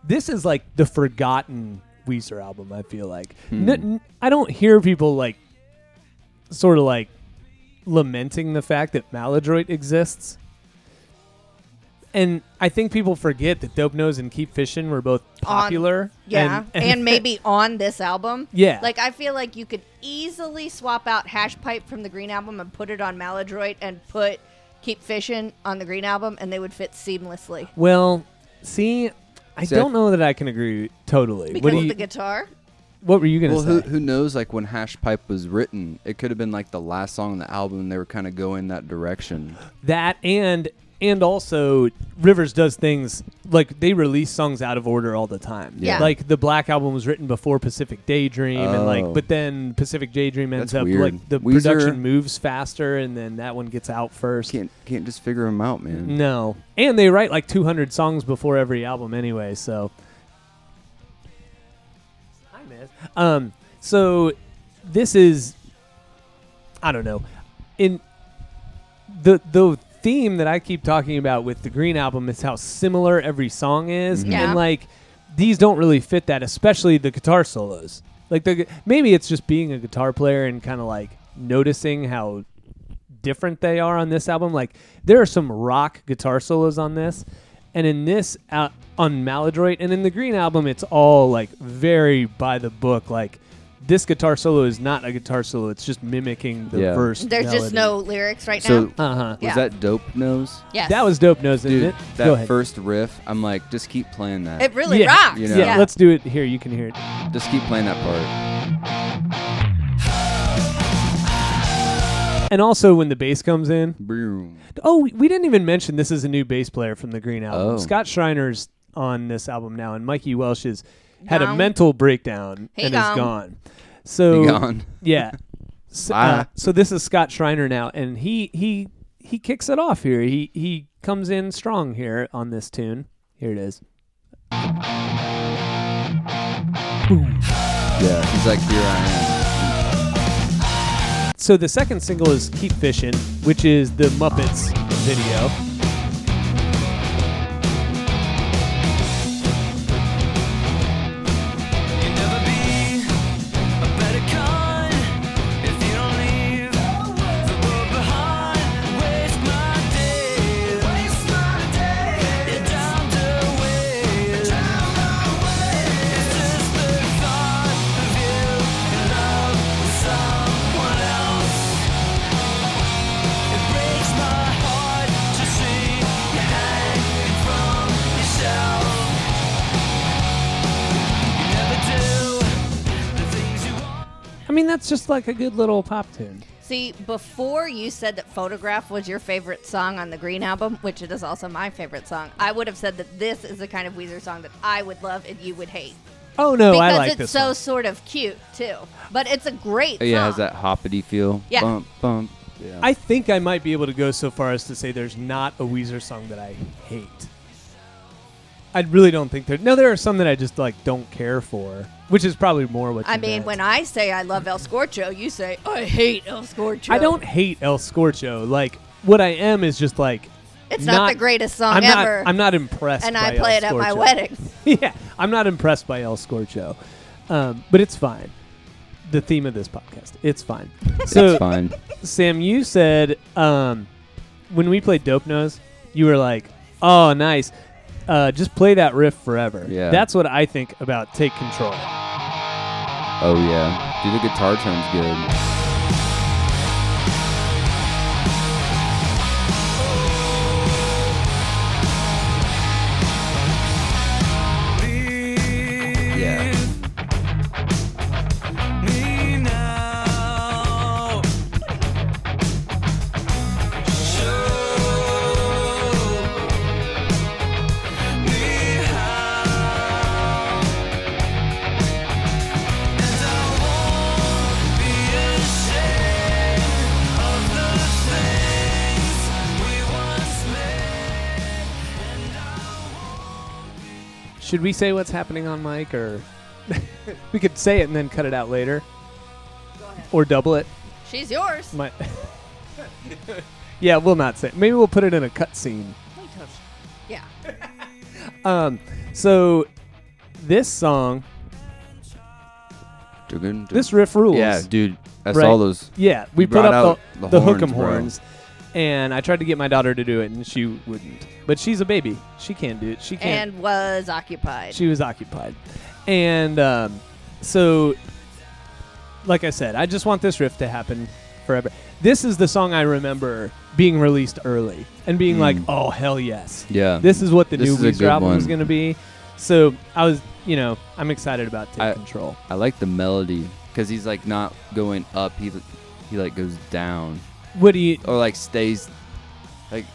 [SPEAKER 1] This is like the forgotten Weezer album. I feel like
[SPEAKER 4] Hmm.
[SPEAKER 1] N- n- I don't hear people like sort of like lamenting the fact that Maladroit exists. And I think people forget that Dope Nose and Keep Fishing were both popular.
[SPEAKER 4] Yeah.
[SPEAKER 1] *laughs*
[SPEAKER 4] And, maybe on this album.
[SPEAKER 1] Yeah.
[SPEAKER 4] Like, I feel like you could easily swap out Hash Pipe from the Green Album and put it on Maladroit and put Keep Fishing on the Green Album, and they would fit seamlessly.
[SPEAKER 1] Well, see, I
[SPEAKER 3] See, I-
[SPEAKER 1] don't know that I can agree totally.
[SPEAKER 4] Because
[SPEAKER 1] what, do
[SPEAKER 4] of
[SPEAKER 1] you,
[SPEAKER 4] the guitar.
[SPEAKER 1] what were you going to
[SPEAKER 3] Well, who,
[SPEAKER 1] say?
[SPEAKER 3] who knows? Like when Hash Pipe was written, it could have been like the last song on the album. and They were kind of going that direction.
[SPEAKER 1] that and and also Rivers does things like they release songs out of order all the time.
[SPEAKER 4] Yeah.
[SPEAKER 1] Like the Black album was written before Pacific Daydream and
[SPEAKER 3] Oh.
[SPEAKER 1] like but then Pacific Daydream ends
[SPEAKER 3] That's
[SPEAKER 1] up
[SPEAKER 3] weird.
[SPEAKER 1] like the
[SPEAKER 3] Weezer-
[SPEAKER 1] production moves faster and then that one gets out first.
[SPEAKER 3] Can't can't just figure them out, man.
[SPEAKER 1] No. And they write like 200 songs before every album anyway, so I miss. Um so this is I don't know. In the the theme that I keep talking about with the Green album is how similar every song is
[SPEAKER 4] Yeah.
[SPEAKER 1] and like these don't really fit that, especially the guitar solos. Like the gu- maybe it's just being a guitar player and kind of like noticing how different they are on this album. Like there are some rock guitar solos on this, and in this uh, on Maladroit and in the Green album, it's all like very by the book. Like this guitar solo is not a guitar solo. It's just mimicking the
[SPEAKER 3] Yeah.
[SPEAKER 1] verse.
[SPEAKER 4] There's just no lyrics right
[SPEAKER 3] So
[SPEAKER 4] now.
[SPEAKER 3] was
[SPEAKER 1] Uh huh.
[SPEAKER 4] Yeah.
[SPEAKER 3] that dope nose?
[SPEAKER 4] Yes.
[SPEAKER 1] That was dope, nose, isn't
[SPEAKER 3] Dude,
[SPEAKER 1] it? Go
[SPEAKER 3] that
[SPEAKER 1] ahead.
[SPEAKER 3] first riff, I'm like, just keep playing that.
[SPEAKER 4] it really
[SPEAKER 1] Yeah.
[SPEAKER 4] rocks.
[SPEAKER 3] You
[SPEAKER 1] yeah.
[SPEAKER 3] know.
[SPEAKER 4] Yeah.
[SPEAKER 1] let's do it here. You can hear it.
[SPEAKER 3] just keep playing that part.
[SPEAKER 1] And also when the bass comes in.
[SPEAKER 3] Boom.
[SPEAKER 1] Oh, we- we didn't even mention this is a new bass player from the Green album.
[SPEAKER 3] Oh.
[SPEAKER 1] Scott Schreiner's on this album now, and Mikey Welsh has had a
[SPEAKER 4] Gone.
[SPEAKER 1] mental breakdown
[SPEAKER 4] He
[SPEAKER 1] and is
[SPEAKER 4] gone.
[SPEAKER 1] gone. So
[SPEAKER 3] Be gone.
[SPEAKER 1] *laughs* yeah. So, uh,
[SPEAKER 3] Bye.
[SPEAKER 1] so this is Scott Schreiner now, and he he he kicks it off here. He he comes in strong here on this tune. Here it is.
[SPEAKER 3] Yeah. He's like, here I
[SPEAKER 1] So the second single is "Keep Fishing," which is the Muppets video.
[SPEAKER 2] You'll never be a better kind if you don't leave the world behind. Waste my days, waste my days. You're down to waste, down It's just the thought of you in love with someone else. It breaks my heart to see you hanging from yourself. You never do the things you want.
[SPEAKER 1] I mean, that's just like a good little pop tune.
[SPEAKER 4] See, before you said that Photograph was your favorite song on the Green album, which it is also my favorite song, I would have said that this is the kind of Weezer song that I would love and you would hate.
[SPEAKER 1] Oh no,
[SPEAKER 4] because
[SPEAKER 1] I like
[SPEAKER 4] it's
[SPEAKER 1] this
[SPEAKER 4] so
[SPEAKER 1] one.
[SPEAKER 4] sort of cute, too. But it's a great
[SPEAKER 3] am. Yeah, it has
[SPEAKER 4] song.
[SPEAKER 3] that hoppity feel.
[SPEAKER 4] Yeah.
[SPEAKER 3] Bump, bump. Yeah.
[SPEAKER 1] I think I might be able to go so far as to say there's not a Weezer song that I hate. I really don't think there. No, there are some that I just like don't care for, which is probably more what.
[SPEAKER 4] I
[SPEAKER 1] you
[SPEAKER 4] mean,
[SPEAKER 1] meant.
[SPEAKER 4] when I say I love El Scorcho, you say I hate El Scorcho.
[SPEAKER 1] I don't hate El Scorcho. Like what I am is just like
[SPEAKER 4] It's not, the greatest song
[SPEAKER 1] I'm
[SPEAKER 4] ever.
[SPEAKER 1] Not, I'm not impressed.
[SPEAKER 4] and
[SPEAKER 1] by
[SPEAKER 4] I play
[SPEAKER 1] El
[SPEAKER 4] it at my
[SPEAKER 1] Scorcho.
[SPEAKER 4] wedding.
[SPEAKER 1] *laughs* yeah, I'm not impressed by El Scorcho, um, but it's fine. The theme of this podcast, it's fine. So
[SPEAKER 3] it's fine.
[SPEAKER 1] Sam, you said um, when we played Dope Nose, you were like, "Oh, nice." Uh, just play that riff forever.
[SPEAKER 3] Yeah.
[SPEAKER 1] That's what I think about Take Control.
[SPEAKER 3] Oh yeah. Dude, the guitar tone's good. Yeah.
[SPEAKER 2] Me now. Show me how. And I won't be ashamed of the things we once made. And I won't
[SPEAKER 1] Should we say what's happening on mic, or *laughs* we could say it and then cut it out later, or double it?
[SPEAKER 4] She's yours.
[SPEAKER 1] My *laughs* yeah, we'll not say. Maybe we'll put it in a cut scene.
[SPEAKER 4] Yeah.
[SPEAKER 1] Um, so this song, this riff rules.
[SPEAKER 3] Yeah, dude. That's
[SPEAKER 1] Right.
[SPEAKER 3] all those.
[SPEAKER 1] Yeah, we
[SPEAKER 3] You
[SPEAKER 1] put
[SPEAKER 3] brought
[SPEAKER 1] up
[SPEAKER 3] out
[SPEAKER 1] the, the,
[SPEAKER 3] the
[SPEAKER 1] hook'em
[SPEAKER 3] horns, bro.
[SPEAKER 1] horns, and I tried to get my daughter to do it, and she wouldn't. But she's a baby; she can do it. She can.
[SPEAKER 4] And was occupied.
[SPEAKER 1] she was occupied, and um, so, like I said, I just want this riff to happen forever. This is the song I remember being released early and being like, "Oh hell yes!"
[SPEAKER 3] Mm. Yeah.
[SPEAKER 1] This is what the
[SPEAKER 3] This
[SPEAKER 1] new
[SPEAKER 3] is a
[SPEAKER 1] Weezer
[SPEAKER 3] good
[SPEAKER 1] album is
[SPEAKER 3] one.
[SPEAKER 1] going to be. So I was, you know, I'm excited about Take
[SPEAKER 3] I-
[SPEAKER 1] Control.
[SPEAKER 3] I like the melody because he's like not going up. He he like goes down
[SPEAKER 1] What do you?
[SPEAKER 3] or like stays. Like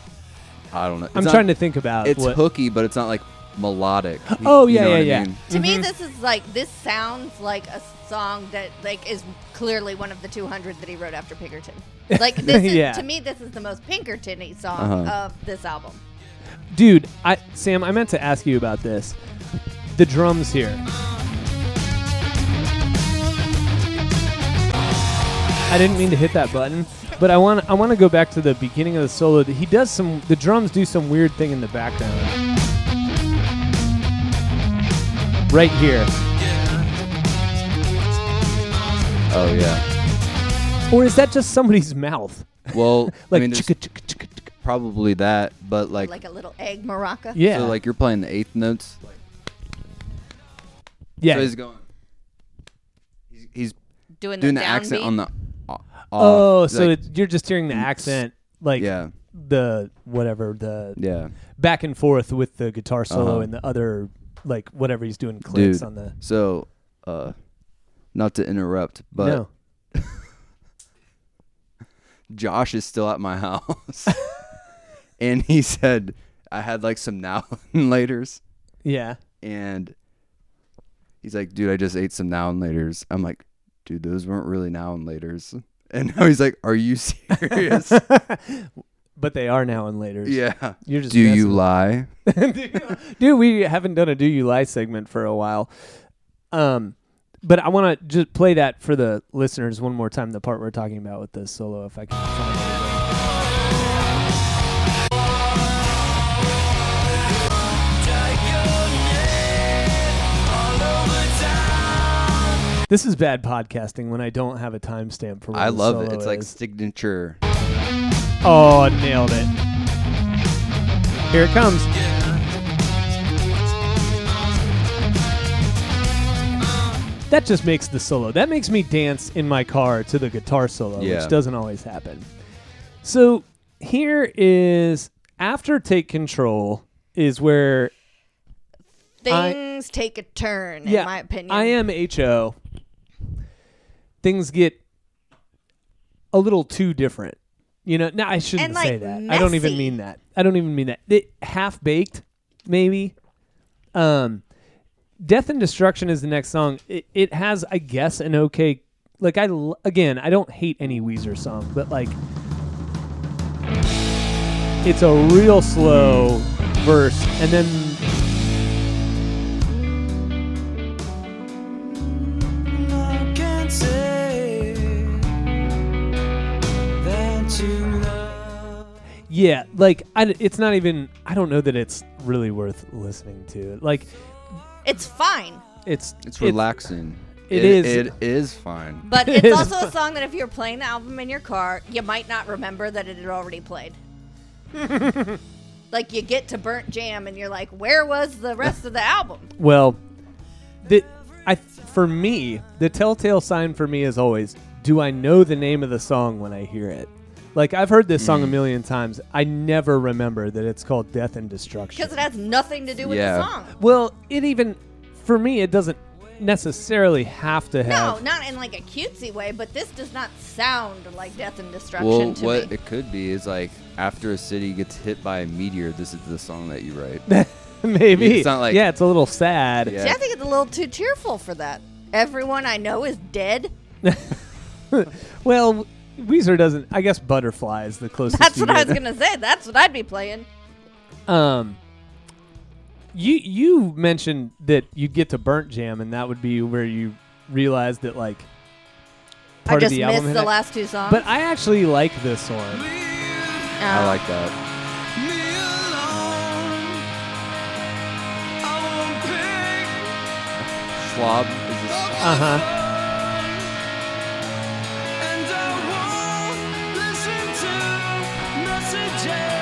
[SPEAKER 3] I don't know. It's
[SPEAKER 1] I'm
[SPEAKER 3] not-
[SPEAKER 1] trying to think about
[SPEAKER 3] It's
[SPEAKER 1] what.
[SPEAKER 3] hooky, but it's not like melodic. You-
[SPEAKER 1] Oh,
[SPEAKER 3] you
[SPEAKER 1] yeah,
[SPEAKER 3] know
[SPEAKER 1] yeah,
[SPEAKER 3] what I
[SPEAKER 1] yeah.
[SPEAKER 3] mean?
[SPEAKER 4] to
[SPEAKER 1] Mm-hmm.
[SPEAKER 4] me, this is like this sounds like a song that like is clearly one of the 200 that he wrote
[SPEAKER 1] *laughs*
[SPEAKER 4] after Pinkerton. Like this is
[SPEAKER 1] Yeah.
[SPEAKER 4] to me, this is the most Pinkerton-y song
[SPEAKER 3] Uh-huh.
[SPEAKER 4] of this album.
[SPEAKER 1] dude i sam i meant to ask you about this the drums here i didn't mean to hit that button but i want i want to go back to the beginning of the solo he does some the drums do some weird thing in the background right here
[SPEAKER 3] Oh yeah.
[SPEAKER 1] or is that just somebody's mouth
[SPEAKER 3] Well,
[SPEAKER 1] *laughs* like
[SPEAKER 3] I mean,
[SPEAKER 1] chicka,
[SPEAKER 3] there's
[SPEAKER 1] chicka, chicka, chicka.
[SPEAKER 3] probably that, but like,
[SPEAKER 4] Like a little egg maraca.
[SPEAKER 1] yeah
[SPEAKER 3] so like you're playing the eighth notes. Like,
[SPEAKER 1] yeah
[SPEAKER 3] uh, So he's going. He's, he's
[SPEAKER 4] doing,
[SPEAKER 3] doing
[SPEAKER 4] the,
[SPEAKER 3] the accent
[SPEAKER 4] downbeat.
[SPEAKER 3] on the. uh,
[SPEAKER 1] Oh, so
[SPEAKER 3] like-
[SPEAKER 1] it, you're just hearing the accent, like
[SPEAKER 3] yeah,
[SPEAKER 1] the whatever the
[SPEAKER 3] yeah.
[SPEAKER 1] back and forth with the guitar solo
[SPEAKER 3] Uh-huh.
[SPEAKER 1] and the other like whatever he's doing clicks
[SPEAKER 3] Dude.
[SPEAKER 1] on the.
[SPEAKER 3] So, uh, not to interrupt, but
[SPEAKER 1] no,
[SPEAKER 3] Josh is still at
[SPEAKER 1] *laughs*
[SPEAKER 3] my *laughs* house, and he said I had like some now *laughs* and laters,
[SPEAKER 1] yeah,
[SPEAKER 3] and he's like, "Dude, I just ate some now and laters." I'm like, "Dude, those weren't really now and laters." *laughs* And now he's like,
[SPEAKER 1] *laughs*
[SPEAKER 3] "Are you serious?"
[SPEAKER 1] but they are now and later.
[SPEAKER 3] yeah.
[SPEAKER 1] You're just
[SPEAKER 3] Do you
[SPEAKER 1] messing.
[SPEAKER 3] lie?
[SPEAKER 1] *laughs* dude we haven't done a do you lie segment for a while um but i want to just play that for the listeners one more time the part we're talking about with the solo if i can find it this is bad podcasting when i don't have a timestamp for when
[SPEAKER 3] I
[SPEAKER 1] the
[SPEAKER 3] love it.
[SPEAKER 1] solo
[SPEAKER 3] It's like
[SPEAKER 1] is.
[SPEAKER 3] signature.
[SPEAKER 1] oh nailed it here it comes That just makes the solo. That makes me dance in my car to the guitar solo,
[SPEAKER 3] Yeah.
[SPEAKER 1] which doesn't always happen. So here is after take control is where I-
[SPEAKER 4] Things take a turn, in my opinion.
[SPEAKER 1] I am HO. Things get a little too different. You know, no, I shouldn't
[SPEAKER 4] And,
[SPEAKER 1] say
[SPEAKER 4] like,
[SPEAKER 1] that. I don't even
[SPEAKER 4] messy.
[SPEAKER 1] mean that. I don't even mean that. It, half baked, maybe. Um, Death and Destruction is the next song. It, it has, I guess, an okay. Like I l- again, I don't hate any Weezer song, but like it's a real slow verse, and then
[SPEAKER 2] I can say that you love.
[SPEAKER 1] Yeah, like I, it's not even. I don't know that it's really worth listening to. Like
[SPEAKER 4] It's fine,
[SPEAKER 1] it's
[SPEAKER 3] It's relaxing.
[SPEAKER 1] it is-
[SPEAKER 3] It is fine.
[SPEAKER 1] *laughs*
[SPEAKER 4] but
[SPEAKER 1] It
[SPEAKER 4] it's
[SPEAKER 1] is
[SPEAKER 4] also a song that if you're playing the album in your car, you might not remember that it had
[SPEAKER 1] *laughs*
[SPEAKER 4] already played. like you get to Burnt Jam and you're like, where was the rest of the album?
[SPEAKER 1] Well, the, I for me the telltale sign for me is always do I know the name of the song when I hear it. Like I've heard this
[SPEAKER 3] Mm.
[SPEAKER 1] song a million times. I never remember that it's called Death and Destruction.
[SPEAKER 4] Because it has nothing to do with the
[SPEAKER 3] Yeah.
[SPEAKER 4] song.
[SPEAKER 1] Well, it even for me it doesn't necessarily have to have.
[SPEAKER 4] No, not in like a cutesy way, but this does not sound like death and destruction
[SPEAKER 3] Well,
[SPEAKER 4] to
[SPEAKER 3] what e-
[SPEAKER 4] me.
[SPEAKER 3] it could be is like after a city gets hit by a meteor, this is the song that you
[SPEAKER 1] *laughs*
[SPEAKER 3] write.
[SPEAKER 1] Maybe
[SPEAKER 3] It's not like-
[SPEAKER 1] yeah, it's a little sad.
[SPEAKER 3] Yeah.
[SPEAKER 4] See, I think it's a little too cheerful for that. Everyone I know is
[SPEAKER 3] *laughs*
[SPEAKER 4] dead. *laughs*
[SPEAKER 1] Well, Weezer doesn't. I guess Butterfly is the closest.
[SPEAKER 4] That's
[SPEAKER 1] you
[SPEAKER 4] what I
[SPEAKER 1] get.
[SPEAKER 4] was gonna say. That's what I'd be playing.
[SPEAKER 1] Um, you you mentioned that you'd get to Burnt Jam, and that would be where you realized that like
[SPEAKER 4] I
[SPEAKER 1] part
[SPEAKER 4] just
[SPEAKER 1] of the album. had
[SPEAKER 4] missed the
[SPEAKER 1] it.
[SPEAKER 4] last two songs. Um,
[SPEAKER 1] but I actually like this one.
[SPEAKER 3] I like that.
[SPEAKER 2] me alone. I won't pick
[SPEAKER 3] Schlob is this,
[SPEAKER 1] Uh
[SPEAKER 2] Uh-huh.
[SPEAKER 1] huh.
[SPEAKER 2] and I won't listen to messages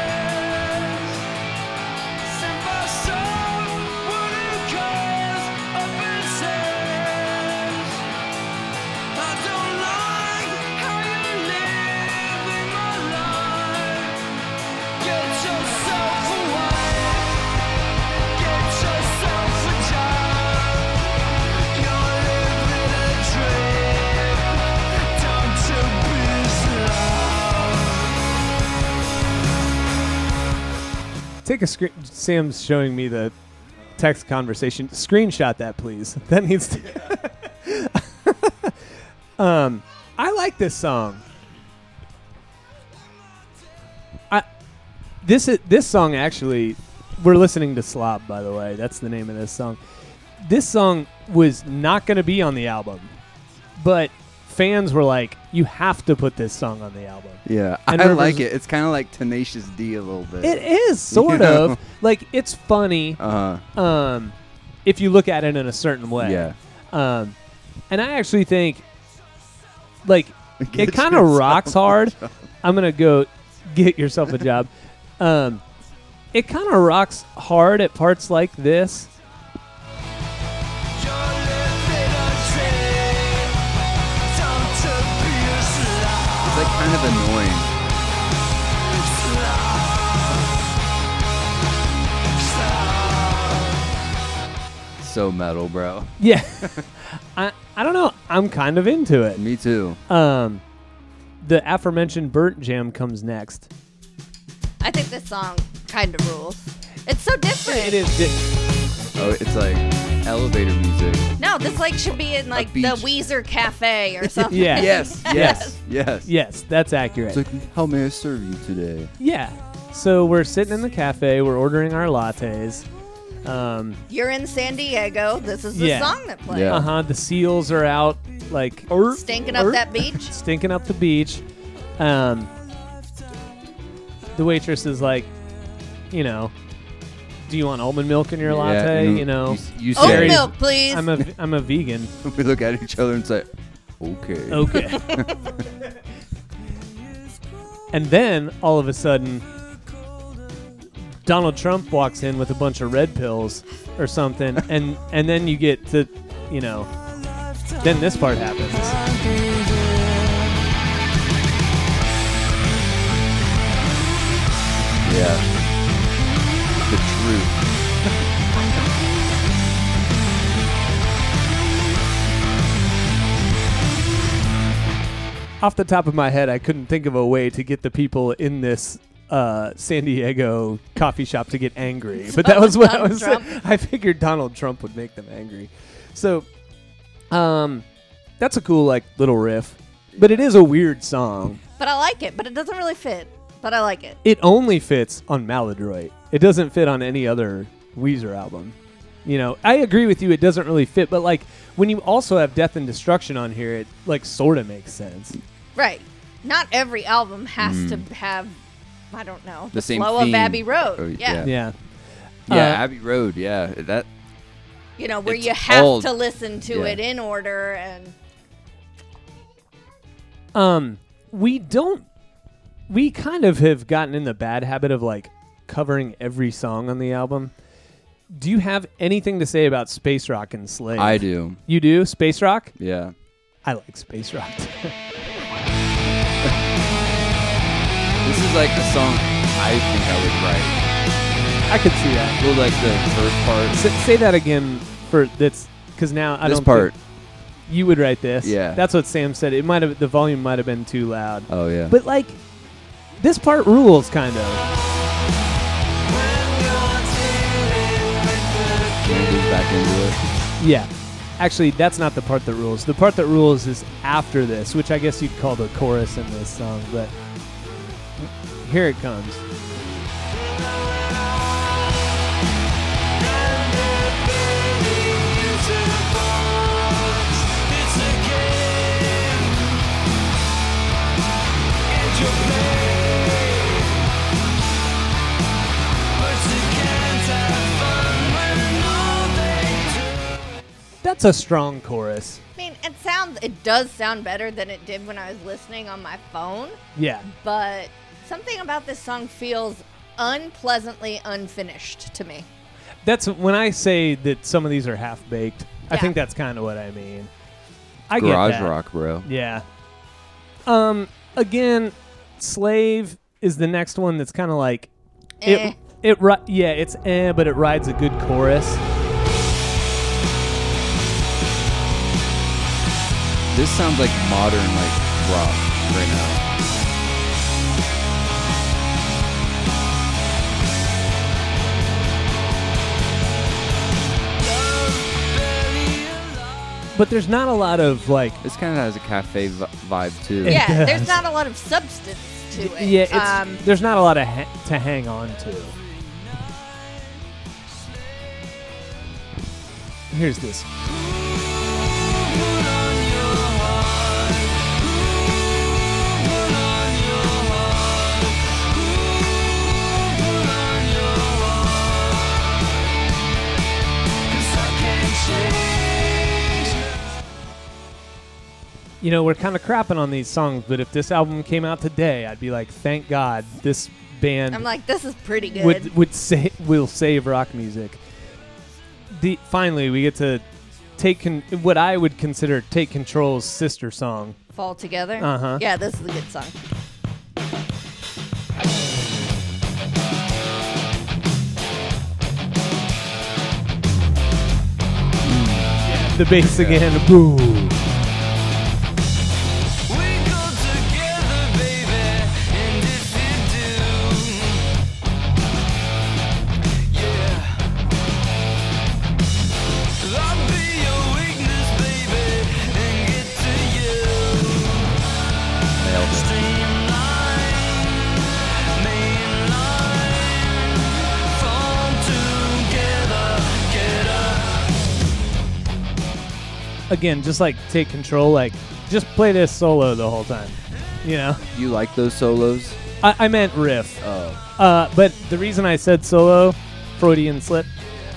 [SPEAKER 2] sent by someone who calls up and says, I don't like how you live in my life. Get yourself a wife. Get yourself a job. You're living a dream. Don't you be slow.
[SPEAKER 1] Take a screen. Sam's showing me the text conversation. Screenshot that, please. *laughs* That needs to. *laughs* um, I like this song. I this is this song actually. We're listening to Slob, by the way. That's the name of this song. This song was not going to be on the album, but fans were like, "You have to put this song on the album."
[SPEAKER 3] yeah,
[SPEAKER 1] And
[SPEAKER 3] I
[SPEAKER 1] Rivers-
[SPEAKER 3] like it. It's kind of like Tenacious D a little bit.
[SPEAKER 1] It is sort
[SPEAKER 3] Yeah.
[SPEAKER 1] of like it's funny.
[SPEAKER 3] Uh huh.
[SPEAKER 1] um, if you look at it in a certain way.
[SPEAKER 3] Yeah.
[SPEAKER 1] Um, and I actually think, like,
[SPEAKER 3] *laughs* Get
[SPEAKER 1] it kind of
[SPEAKER 3] yourself
[SPEAKER 1] rocks hard. I'm gonna go *laughs* get yourself a job. um, it kind of rocks hard at parts like this.
[SPEAKER 2] You're living a dream. Don't
[SPEAKER 3] It's like kind of annoying. So metal, bro.
[SPEAKER 1] Yeah. *laughs* I I don't know. I'm kind of into it.
[SPEAKER 3] Me too.
[SPEAKER 1] Um, the aforementioned Burnt Jam comes next.
[SPEAKER 4] I think this song kind of rules. It's so different.
[SPEAKER 1] It is. Di-
[SPEAKER 3] Oh, it's like elevator music.
[SPEAKER 4] No, this like should be in like the
[SPEAKER 3] beach.
[SPEAKER 4] Weezer
[SPEAKER 3] *laughs*
[SPEAKER 4] Cafe or something.
[SPEAKER 1] Yeah. *laughs*
[SPEAKER 3] Yes,
[SPEAKER 4] *laughs*
[SPEAKER 3] yes,
[SPEAKER 1] Yes.
[SPEAKER 3] yes.
[SPEAKER 1] yes, that's accurate.
[SPEAKER 3] It's like, how may I serve you today?
[SPEAKER 1] yeah. So we're sitting in the cafe. We're ordering our lattes. Um,
[SPEAKER 4] You're in San Diego. This is the
[SPEAKER 1] Yeah.
[SPEAKER 4] song that plays.
[SPEAKER 3] Yeah.
[SPEAKER 1] uh huh. The seals are out, like er,
[SPEAKER 4] Stinking up
[SPEAKER 1] erp,
[SPEAKER 4] that beach.
[SPEAKER 1] stinking up the beach. Um, the waitress is like, you know, do you want almond milk in your latte? You know,
[SPEAKER 3] you, you
[SPEAKER 4] Oat
[SPEAKER 3] say,
[SPEAKER 1] Jerry's-
[SPEAKER 4] milk, please.
[SPEAKER 1] I'm a I'm a vegan.
[SPEAKER 3] *laughs* we look at each other and say, okay.
[SPEAKER 1] Okay. *laughs* and then all of a sudden, Donald Trump walks in with a bunch of red pills or something, and and then you get to, you know, then this part happens.
[SPEAKER 3] Yeah. The truth.
[SPEAKER 1] Off the top of my head, I couldn't think of a way to get the people in this. Uh, San Diego coffee shop to get angry, but that was what I
[SPEAKER 4] Donald
[SPEAKER 1] was.
[SPEAKER 4] Trump.
[SPEAKER 1] *laughs* I figured Donald Trump would make them angry, so um, that's a cool like little riff, but it is a weird song.
[SPEAKER 4] but I like it. But it doesn't really fit. But I like it.
[SPEAKER 1] it only fits on Maladroit. It doesn't fit on any other Weezer album. You know, I agree with you. It doesn't really fit, but like when you also have Death and Destruction on here, it like sort of makes sense.
[SPEAKER 4] Right. Not every album has to have. I don't
[SPEAKER 3] Hmm.
[SPEAKER 4] know.
[SPEAKER 3] The same
[SPEAKER 4] flow
[SPEAKER 3] theme.
[SPEAKER 4] of Abbey Road.
[SPEAKER 3] Oh, yeah.
[SPEAKER 4] yeah.
[SPEAKER 1] Yeah,
[SPEAKER 3] Yeah,
[SPEAKER 1] Uh,
[SPEAKER 3] Abbey Road. Yeah, that.
[SPEAKER 4] You know where
[SPEAKER 3] It's
[SPEAKER 4] you have
[SPEAKER 3] old.
[SPEAKER 4] to listen to
[SPEAKER 3] Yeah.
[SPEAKER 4] it in order and
[SPEAKER 1] Um, we don't. We kind of have gotten in the bad habit of like covering every song on the album. Do you have anything to say about Space Rock and Slave?
[SPEAKER 3] I do.
[SPEAKER 1] You do Space Rock?
[SPEAKER 3] Yeah.
[SPEAKER 1] I like Space Rock. *laughs*
[SPEAKER 3] This is like a song I think I would write.
[SPEAKER 1] I could see that.
[SPEAKER 3] Well, like the first part.
[SPEAKER 1] S- say that again for that's because now I
[SPEAKER 3] this
[SPEAKER 1] don't
[SPEAKER 3] part.
[SPEAKER 1] think you would write this.
[SPEAKER 3] Yeah.
[SPEAKER 1] that's what Sam said. It might have the volume might have been too loud,
[SPEAKER 3] Oh yeah.
[SPEAKER 1] but like this part rules kind of.
[SPEAKER 3] Move back into it.
[SPEAKER 1] Yeah, actually, that's not the part that rules. The part that rules is after this, which I guess you'd call the chorus in this song. But here it comes. That's a strong chorus.
[SPEAKER 4] I mean it sounds it does sound better than it did when I was listening on my phone,
[SPEAKER 1] Yeah,
[SPEAKER 4] but something about this song feels unpleasantly unfinished to me.
[SPEAKER 1] that's when I say that some of these are half baked. I
[SPEAKER 4] Yeah.
[SPEAKER 1] think that's kind of what I mean. I get
[SPEAKER 3] Garage
[SPEAKER 1] that.
[SPEAKER 3] rock, bro.
[SPEAKER 1] Yeah. Um. Again, slave is the next one that's kind of like
[SPEAKER 4] Eh.
[SPEAKER 1] it. It ri- yeah, it's eh, but it rides a good chorus.
[SPEAKER 3] This sounds like modern like rock right now.
[SPEAKER 1] But there's not a lot of like.
[SPEAKER 3] This kind of has a cafe vi- vibe too.
[SPEAKER 4] Yeah,
[SPEAKER 1] does.
[SPEAKER 4] there's not a lot of substance to it.
[SPEAKER 1] Yeah, it's,
[SPEAKER 4] um,
[SPEAKER 1] there's not a lot of ha- to hang on to. Here's this. You know, we're kind of crapping on these songs, but if this album came out today, I'd be like, thank God this band
[SPEAKER 4] I'm like, this is pretty good.
[SPEAKER 1] would would say will save rock music. The finally we get to take con- what I would consider take control's sister song,
[SPEAKER 4] Fall Together.
[SPEAKER 1] Uh-huh.
[SPEAKER 4] Yeah, this is a good song.
[SPEAKER 1] The bass again. Boo.
[SPEAKER 2] We go together, baby, and if you do, yeah, I'll be your weakness, baby, and get to you.
[SPEAKER 3] Nailed it.
[SPEAKER 2] Streamline, mainline, fall together, get up.
[SPEAKER 1] Again, just like take control. Like just play this solo the whole time. You know,
[SPEAKER 3] You like those solos?
[SPEAKER 1] I, I meant riff.
[SPEAKER 3] Oh,
[SPEAKER 1] Uh, but the reason I said solo, Freudian slip,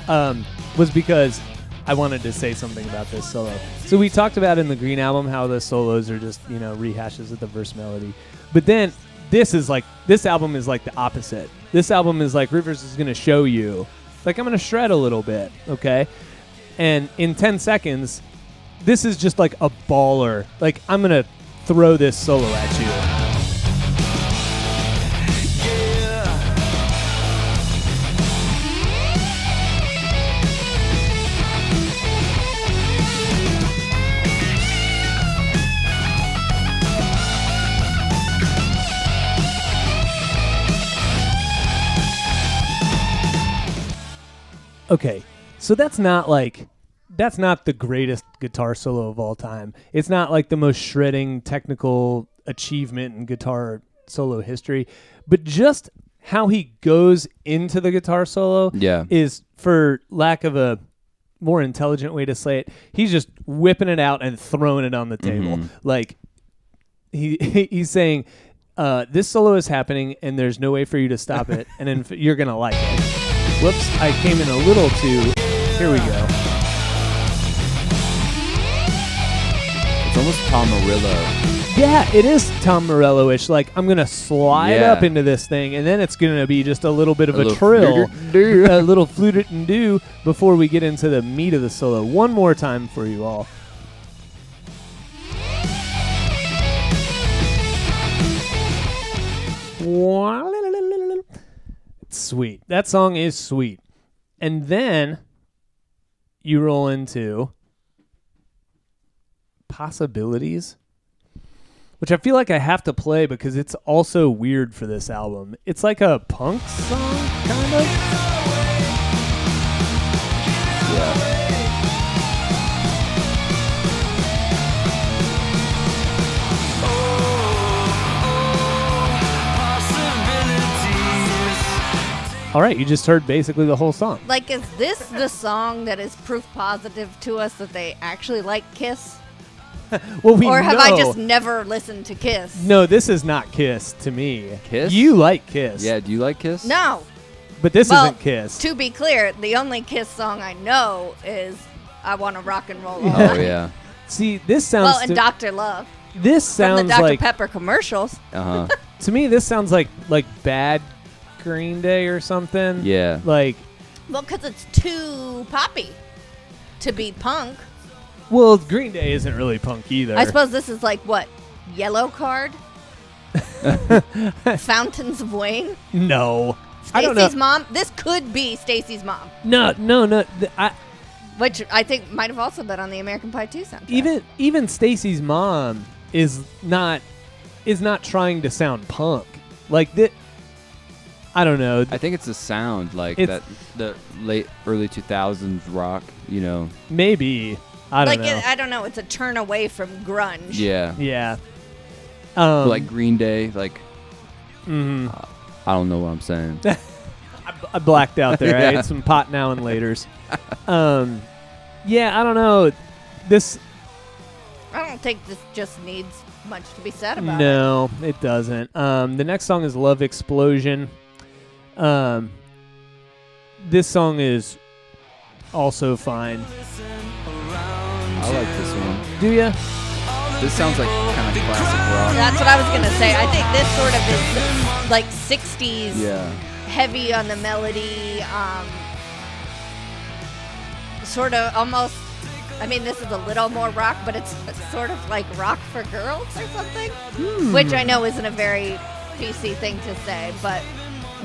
[SPEAKER 1] um, was because I wanted to say something about this solo. So we talked about in the Green album how the solos are just you know rehashes of the verse melody, but then this is like this album is like the opposite. This album is like Rivers is gonna show you, like I'm gonna shred a little bit, okay, and in ten seconds, this is just like a baller. Like I'm gonna throw this solo at you. okay so that's not like that's not the greatest guitar solo of all time it's not like the most shredding technical achievement in guitar solo history but just how he goes into the guitar solo
[SPEAKER 3] Yeah.
[SPEAKER 1] is for lack of a more intelligent way to say it he's just whipping it out and throwing it on the table like he *laughs* he's saying uh, this solo is happening and there's no way for you to stop it and then f- you're gonna like it whoops i came in a little too here we go
[SPEAKER 3] it's almost Tom Morello.
[SPEAKER 1] yeah it is tom morello-ish like i'm gonna slide
[SPEAKER 3] Yeah.
[SPEAKER 1] up into this thing and then it's gonna be just a little bit of a,
[SPEAKER 3] A little
[SPEAKER 1] trill
[SPEAKER 3] do-do-do.
[SPEAKER 1] *laughs* a little flute it and do before we get into the meat of the solo one more time for you all It's sweet. That song is sweet. And then you roll into possibilities, which I feel like I have to play because it's also weird for this album. It's like a punk song, kind of.
[SPEAKER 3] Yeah.
[SPEAKER 2] Possibilities.
[SPEAKER 1] All right, you just heard basically the whole song.
[SPEAKER 4] Like, is this the song that is proof positive to us that they actually like Kiss?
[SPEAKER 1] Well, we
[SPEAKER 4] or have
[SPEAKER 1] know.
[SPEAKER 4] I just never listened to Kiss?
[SPEAKER 1] No, this is not Kiss to me.
[SPEAKER 3] Kiss?
[SPEAKER 1] You like Kiss.
[SPEAKER 3] Yeah. Do you like Kiss?
[SPEAKER 4] No.
[SPEAKER 1] But this
[SPEAKER 4] well,
[SPEAKER 1] isn't Kiss.
[SPEAKER 4] To be clear, the only Kiss song I know is "I Want to Rock and Roll." All *laughs*
[SPEAKER 3] Oh
[SPEAKER 4] Night.
[SPEAKER 3] yeah.
[SPEAKER 1] See, this sounds.
[SPEAKER 4] Well, and
[SPEAKER 1] to-
[SPEAKER 4] Doctor Love
[SPEAKER 1] this
[SPEAKER 4] from
[SPEAKER 1] sounds
[SPEAKER 4] the Dr
[SPEAKER 1] like
[SPEAKER 4] Pepper commercials.
[SPEAKER 3] Uh huh.
[SPEAKER 1] to me this sounds like like bad green day or something
[SPEAKER 3] Yeah.
[SPEAKER 1] like
[SPEAKER 4] Well, because it's too poppy to be punk.
[SPEAKER 1] well green day isn't really punk either
[SPEAKER 4] I suppose this is like what
[SPEAKER 1] *laughs*
[SPEAKER 4] yellow card. Fountains of Wayne.
[SPEAKER 1] no i don't know
[SPEAKER 4] Stacy's mom. This could be Stacy's mom,
[SPEAKER 1] no no no th- I,
[SPEAKER 4] which I think might have also been on the American Pie 2 soundtrack.
[SPEAKER 1] even even stacy's mom is not is not trying to sound punk like that i don't know
[SPEAKER 3] I think it's the sound like
[SPEAKER 1] It's-
[SPEAKER 3] that the late early 2000s rock, you know.
[SPEAKER 1] maybe i don't
[SPEAKER 4] like
[SPEAKER 1] know
[SPEAKER 4] It, I don't know. It's a turn away from grunge.
[SPEAKER 3] Yeah.
[SPEAKER 1] yeah um,
[SPEAKER 3] like Green Day, like
[SPEAKER 1] mhm.
[SPEAKER 3] I don't know what I'm saying.
[SPEAKER 1] I, I blacked out there. I
[SPEAKER 3] uh, *laughs* Yeah.
[SPEAKER 1] ate some pot now and later's. Um, yeah, I don't know. This
[SPEAKER 4] I don't think this just needs much to be said about it.
[SPEAKER 1] no, it. doesn't. Um, the next song is Love Explosion. Um, this song is also fine.
[SPEAKER 3] I like this one.
[SPEAKER 1] Do ya?
[SPEAKER 3] This sounds like kind of classic rock.
[SPEAKER 4] That's what I was gonna say. I think this sort of is like '60s,
[SPEAKER 3] Yeah.
[SPEAKER 4] heavy on the melody, um, sort of almost I mean, this is a little more rock, but it's sort of like rock for girls or something,
[SPEAKER 1] Hmm.
[SPEAKER 4] which I know isn't a very PC thing to say, but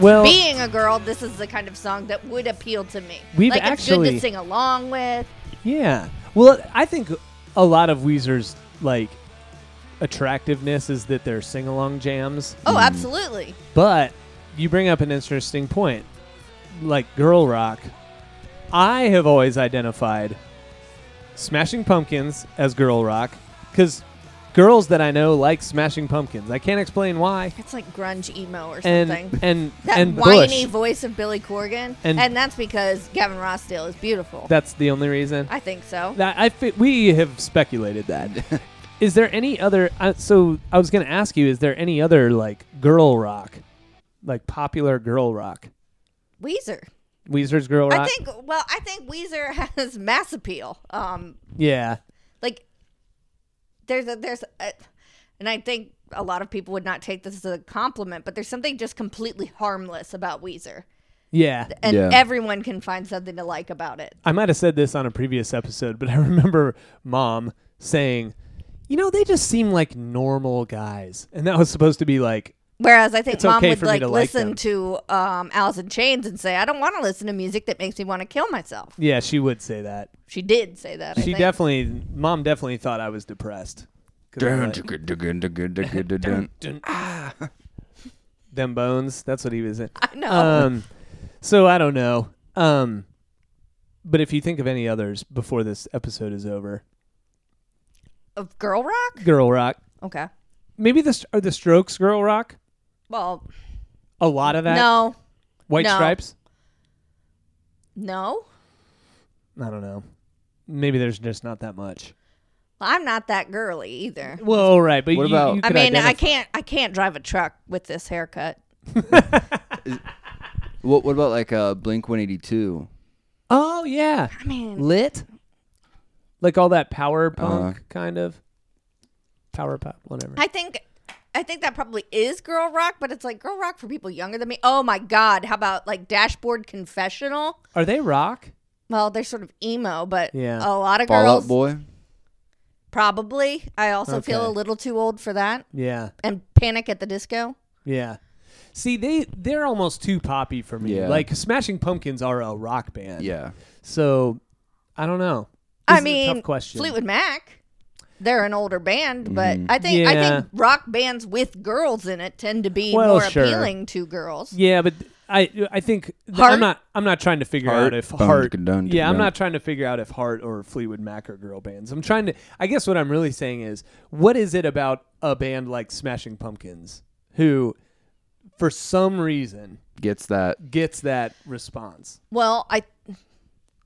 [SPEAKER 1] Well,
[SPEAKER 4] being a girl, this is the kind of song that would appeal to me.
[SPEAKER 1] We've
[SPEAKER 4] like it's good
[SPEAKER 1] actually-
[SPEAKER 4] to sing along with.
[SPEAKER 1] yeah. Well, I think a lot of Weezer's like attractiveness is that they're sing-along jams.
[SPEAKER 4] Oh, absolutely.
[SPEAKER 1] But you bring up an interesting point. Like girl rock, I have always identified Smashing Pumpkins as girl rock because girls that I know like Smashing Pumpkins. I can't explain why.
[SPEAKER 4] It's like grunge emo or
[SPEAKER 1] And
[SPEAKER 4] something.
[SPEAKER 1] and
[SPEAKER 4] that
[SPEAKER 1] and
[SPEAKER 4] whiny
[SPEAKER 1] Bush.
[SPEAKER 4] voice of Billy Corgan,
[SPEAKER 1] And-
[SPEAKER 4] and, that's because Gavin Rossdale is beautiful.
[SPEAKER 1] That's the only reason.
[SPEAKER 4] I think so.
[SPEAKER 1] That I fi- we have speculated that. is there any other? Uh, so I was going to ask you: Is there any other like girl rock, like popular girl rock?
[SPEAKER 4] Weezer.
[SPEAKER 1] Weezer's girl rock.
[SPEAKER 4] I think. Well, I think Weezer *laughs* has mass appeal. Um,
[SPEAKER 1] yeah.
[SPEAKER 4] like there's a there's a, and I think a lot of people would not take this as a compliment, but there's something just completely harmless about Weezer,
[SPEAKER 1] Yeah.
[SPEAKER 4] and
[SPEAKER 3] Yeah.
[SPEAKER 4] everyone can find something to like about it.
[SPEAKER 1] I might have said this on a previous episode, but I *laughs* remember mom saying, "You know, they just seem like normal guys," and that was supposed to be like,
[SPEAKER 4] Whereas I think
[SPEAKER 1] It's
[SPEAKER 4] mom
[SPEAKER 1] okay
[SPEAKER 4] would
[SPEAKER 1] for me
[SPEAKER 4] like
[SPEAKER 1] to like
[SPEAKER 4] listen
[SPEAKER 1] them.
[SPEAKER 4] to um, Alice in Chains and say, "I don't want to listen to music that makes me want to kill myself."
[SPEAKER 1] "Yeah, she would say that."
[SPEAKER 4] She did say that. I
[SPEAKER 1] She
[SPEAKER 4] think.
[SPEAKER 1] definitely, mom definitely thought I was depressed. 'Cause I'm like, "Dun, ah." Them bones. That's what he was in.
[SPEAKER 4] *laughs* I know.
[SPEAKER 1] Um, so I don't know. Um, but if you think of any others before this episode is over,
[SPEAKER 4] of girl rock.
[SPEAKER 1] girl rock.
[SPEAKER 4] Okay.
[SPEAKER 1] Maybe the are the Strokes girl rock.
[SPEAKER 4] Well,
[SPEAKER 1] A lot of that.
[SPEAKER 4] no,
[SPEAKER 1] White
[SPEAKER 4] no.
[SPEAKER 1] stripes.
[SPEAKER 4] no,
[SPEAKER 1] I don't know. Maybe there's just not that much.
[SPEAKER 4] I'm not that girly either.
[SPEAKER 1] Well, right, but
[SPEAKER 3] What
[SPEAKER 1] you,
[SPEAKER 3] about-
[SPEAKER 1] you
[SPEAKER 4] I
[SPEAKER 1] could
[SPEAKER 4] mean, I
[SPEAKER 1] identify-
[SPEAKER 4] can't, I can't drive a truck with this haircut.
[SPEAKER 3] What what about like uh Blink 182?
[SPEAKER 1] Oh yeah,
[SPEAKER 4] I mean,
[SPEAKER 1] lit. Like all that power punk
[SPEAKER 3] Uh-huh.
[SPEAKER 1] kind of power pop, whatever.
[SPEAKER 4] I think, I think that probably is girl rock, but it's like girl rock for people younger than me. Oh my god, how about like Dashboard Confessional?
[SPEAKER 1] Are they rock?
[SPEAKER 4] Well, they're sort of emo, but
[SPEAKER 1] Yeah.
[SPEAKER 4] a lot of
[SPEAKER 3] Fall Out
[SPEAKER 4] girls
[SPEAKER 3] Boy?
[SPEAKER 4] probably. I also feel
[SPEAKER 1] Okay.
[SPEAKER 4] a little too old for that.
[SPEAKER 1] Yeah,
[SPEAKER 4] And Panic at the Disco.
[SPEAKER 1] yeah. See, they they're almost too poppy for me.
[SPEAKER 3] Yeah.
[SPEAKER 1] Like Smashing Pumpkins are a rock band.
[SPEAKER 3] Yeah.
[SPEAKER 1] So, I don't know. This
[SPEAKER 4] I
[SPEAKER 1] is a
[SPEAKER 4] mean,
[SPEAKER 1] tough question. Mm-hmm.
[SPEAKER 4] Fleetwood Mac. They're an older band, but I think I
[SPEAKER 1] Yeah.
[SPEAKER 4] think rock bands with girls in it tend to be
[SPEAKER 1] Well,
[SPEAKER 4] more
[SPEAKER 1] sure.
[SPEAKER 4] appealing to girls.
[SPEAKER 1] Yeah, but I I think th- I'm
[SPEAKER 4] Heart?
[SPEAKER 1] not I'm not trying to figure out
[SPEAKER 3] Heart.
[SPEAKER 1] if
[SPEAKER 3] Dun,
[SPEAKER 1] Heart.
[SPEAKER 3] dun, dun,
[SPEAKER 1] yeah, I'm
[SPEAKER 3] dun.
[SPEAKER 1] not trying to figure out if Heart or Fleetwood Mac are girl bands. I'm trying to. I guess what I'm really saying is, what is it about a band like Smashing Pumpkins who, for some reason,
[SPEAKER 3] Gets that.
[SPEAKER 1] gets that response?
[SPEAKER 4] Well, I,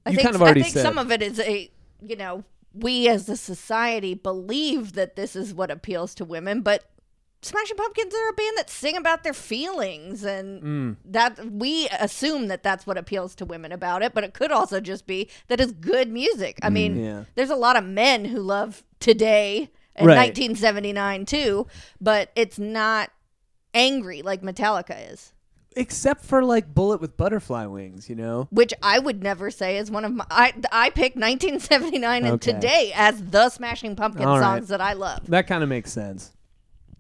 [SPEAKER 4] I
[SPEAKER 1] You
[SPEAKER 4] think
[SPEAKER 1] kind of already
[SPEAKER 4] I think
[SPEAKER 1] said.
[SPEAKER 4] some of it is a you know we as a society believe that this is what appeals to women, but Smashing Pumpkins are a band that sing about their feelings, and
[SPEAKER 1] Mm.
[SPEAKER 4] that we assume that that's what appeals to women about it. But it could also just be that it's good music.
[SPEAKER 1] Mm.
[SPEAKER 4] I mean,
[SPEAKER 1] Yeah.
[SPEAKER 4] there's a lot of men who love today and
[SPEAKER 1] Right.
[SPEAKER 4] 1979 too, but it's not angry like Metallica is.
[SPEAKER 1] Except for like Bullet with Butterfly Wings, you know.
[SPEAKER 4] which I would never say is one of my. I I picked 1979 and
[SPEAKER 1] Okay.
[SPEAKER 4] today as the Smashing Pumpkins
[SPEAKER 1] All right.
[SPEAKER 4] songs that I love.
[SPEAKER 1] That kind of makes sense,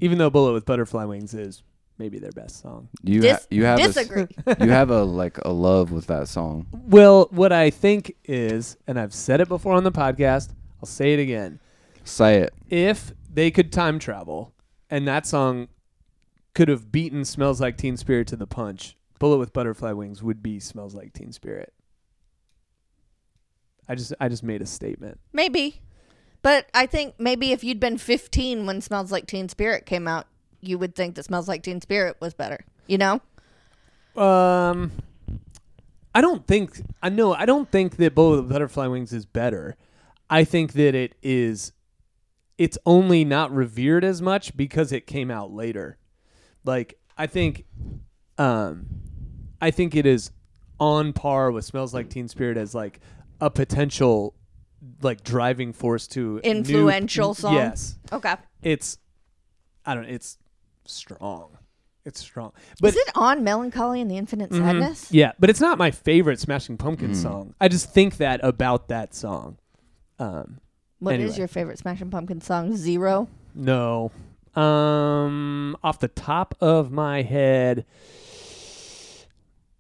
[SPEAKER 1] even though Bullet with Butterfly Wings is maybe their best song.
[SPEAKER 3] You
[SPEAKER 4] Dis-
[SPEAKER 3] ha- you have a
[SPEAKER 1] *laughs*
[SPEAKER 3] s-
[SPEAKER 4] disagree.
[SPEAKER 3] you have a like a love with that song.
[SPEAKER 1] Well, what I think is, and I've said it before on the podcast, I'll say it again.
[SPEAKER 3] Say it.
[SPEAKER 1] if they could time travel and that song could have beaten smells like teen spirit to the punch bullet with butterfly wings would be smells like teen spirit i just i just made a statement
[SPEAKER 4] maybe, but I think maybe if you'd been 15 when Smells Like Teen Spirit came out, you would think that Smells Like Teen Spirit was better. You know,
[SPEAKER 1] um i don't think i know i don't think that bullet with butterfly wings is better i think that it is it's only not revered as much because it came out later like I think um I think it is on par with Smells Like Teen Spirit as like a potential like driving force to new-
[SPEAKER 4] Influential song?
[SPEAKER 1] Yes.
[SPEAKER 4] okay.
[SPEAKER 1] It's I don't it's strong. It's strong. But
[SPEAKER 4] is it on Melancholy and the Infinite
[SPEAKER 1] Mm-hmm.
[SPEAKER 4] Sadness?
[SPEAKER 1] yeah, but it's not my favorite Smashing Pumpkins song. I just think that about that song. Um,
[SPEAKER 4] What is
[SPEAKER 1] Anyway.
[SPEAKER 4] your favorite Smashing Pumpkins song? Zero.
[SPEAKER 1] no. Um, off the top of my head,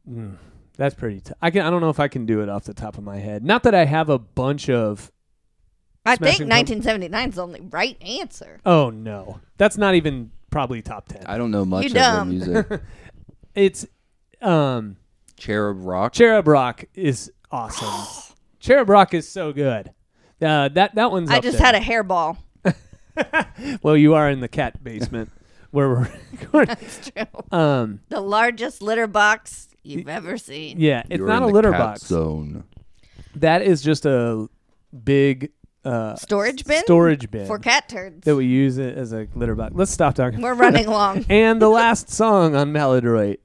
[SPEAKER 1] mm, that's pretty. T- I can. I don't know if I can do it off the top of my head. Not that I have a bunch of.
[SPEAKER 4] I
[SPEAKER 1] Smashing
[SPEAKER 4] think
[SPEAKER 1] Pump-
[SPEAKER 4] 1979 is the only right answer.
[SPEAKER 1] Oh no, that's not even probably top ten.
[SPEAKER 3] I don't know much
[SPEAKER 4] You
[SPEAKER 3] of their
[SPEAKER 4] dumb. *laughs*
[SPEAKER 3] music.
[SPEAKER 1] *laughs* It's um,
[SPEAKER 3] Cherub Rock.
[SPEAKER 1] Cherub Rock is
[SPEAKER 4] *gasps*
[SPEAKER 1] awesome. Cherub Rock is so good. Uh, that that one's.
[SPEAKER 4] I
[SPEAKER 1] up
[SPEAKER 4] just
[SPEAKER 1] there.
[SPEAKER 4] had a hairball.
[SPEAKER 1] Well, you are in the cat
[SPEAKER 4] *laughs*
[SPEAKER 1] basement where we're recording.
[SPEAKER 4] It's true.
[SPEAKER 1] Um,
[SPEAKER 4] The largest litter box you've ever seen.
[SPEAKER 1] yeah, it's
[SPEAKER 3] You're
[SPEAKER 1] not
[SPEAKER 3] in
[SPEAKER 1] a
[SPEAKER 3] the
[SPEAKER 1] litter
[SPEAKER 3] cat
[SPEAKER 1] box.
[SPEAKER 3] Zone.
[SPEAKER 1] That is just a big uh,
[SPEAKER 4] Storage bin?
[SPEAKER 1] storage bin
[SPEAKER 4] For cat turds.
[SPEAKER 1] that we use it as a litter box. Let's stop talking. *laughs*
[SPEAKER 4] We're running long.
[SPEAKER 1] and
[SPEAKER 4] *laughs*
[SPEAKER 1] the last song on Maladroit.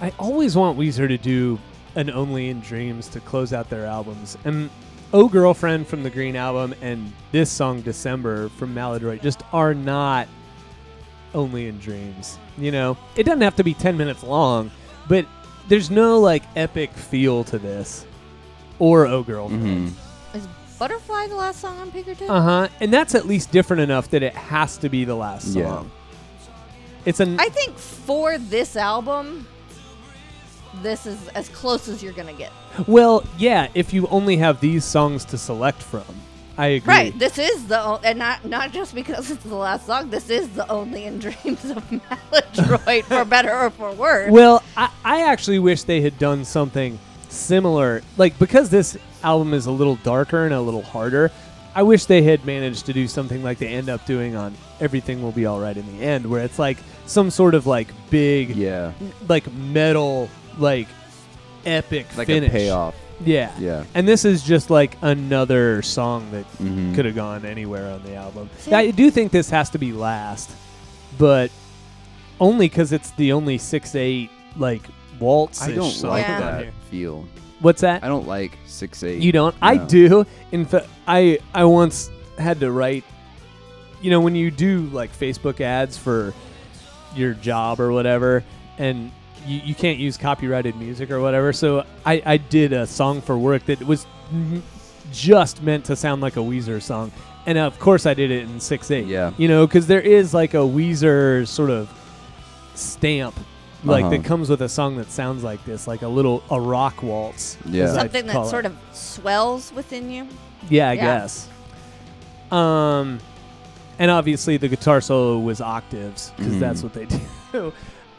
[SPEAKER 1] I always want Weezer to do an Only in Dreams to close out their albums. And Oh Girlfriend from the Green Album and this song December from Maladroit just are not Only in Dreams. You know, it doesn't have to be 10 minutes long, but there's no like epic feel to this or Oh Girlfriend.
[SPEAKER 3] Mhm.
[SPEAKER 4] Is Butterfly the last song on Pinkerton?
[SPEAKER 1] Uh huh. And that's at least different enough that it has to be the last song.
[SPEAKER 3] Yeah.
[SPEAKER 1] It's an
[SPEAKER 4] I think for this album, this is as close as you're going to get.
[SPEAKER 1] well, yeah. If you only have these songs to select from, I agree.
[SPEAKER 4] Right. This is the o- and not not just because it's the last song. This is the only in dreams of Maladroit,
[SPEAKER 1] *laughs*
[SPEAKER 4] for better or for worse.
[SPEAKER 1] Well, I, I actually wish they had done something similar. Like, because this album is a little darker and a little harder, I wish they had managed to do something like they end up doing on Everything Will Be Alright in the End, where it's like some sort of like big,
[SPEAKER 3] Yeah.
[SPEAKER 1] like metal, like epic
[SPEAKER 3] Like
[SPEAKER 1] finish.
[SPEAKER 3] a payoff.
[SPEAKER 1] Yeah.
[SPEAKER 3] Yeah.
[SPEAKER 1] And this is just like another song that
[SPEAKER 3] Mhm.
[SPEAKER 1] could have gone anywhere on the album.
[SPEAKER 4] See,
[SPEAKER 1] I do think this has to be last, but only because it's the only six eight like waltz.
[SPEAKER 3] I don't
[SPEAKER 1] song
[SPEAKER 3] like
[SPEAKER 4] Yeah.
[SPEAKER 1] on
[SPEAKER 3] that
[SPEAKER 1] here.
[SPEAKER 3] feel.
[SPEAKER 1] What's that?
[SPEAKER 3] I don't like six eight.
[SPEAKER 1] You don't? I
[SPEAKER 3] No.
[SPEAKER 1] do. In fact, I I once had to write. You know, when you do like Facebook ads for your job or whatever, and you, you can't use copyrighted music or whatever, so I I did a song for work that was m- just meant to sound like a Weezer song, and of course I did it in six eight.
[SPEAKER 3] Yeah.
[SPEAKER 1] You know, because there is like a Weezer sort of stamp. Like
[SPEAKER 3] Uh-huh.
[SPEAKER 1] that comes with a song that sounds like this, like a little a rock waltz.
[SPEAKER 3] Yeah.
[SPEAKER 1] as I'd
[SPEAKER 4] something that
[SPEAKER 1] call it.
[SPEAKER 4] sort of swells within you.
[SPEAKER 1] Yeah, I
[SPEAKER 4] Yeah.
[SPEAKER 1] guess. Um, and obviously the guitar solo was octaves because
[SPEAKER 3] Mhm.
[SPEAKER 1] that's what they *laughs* do.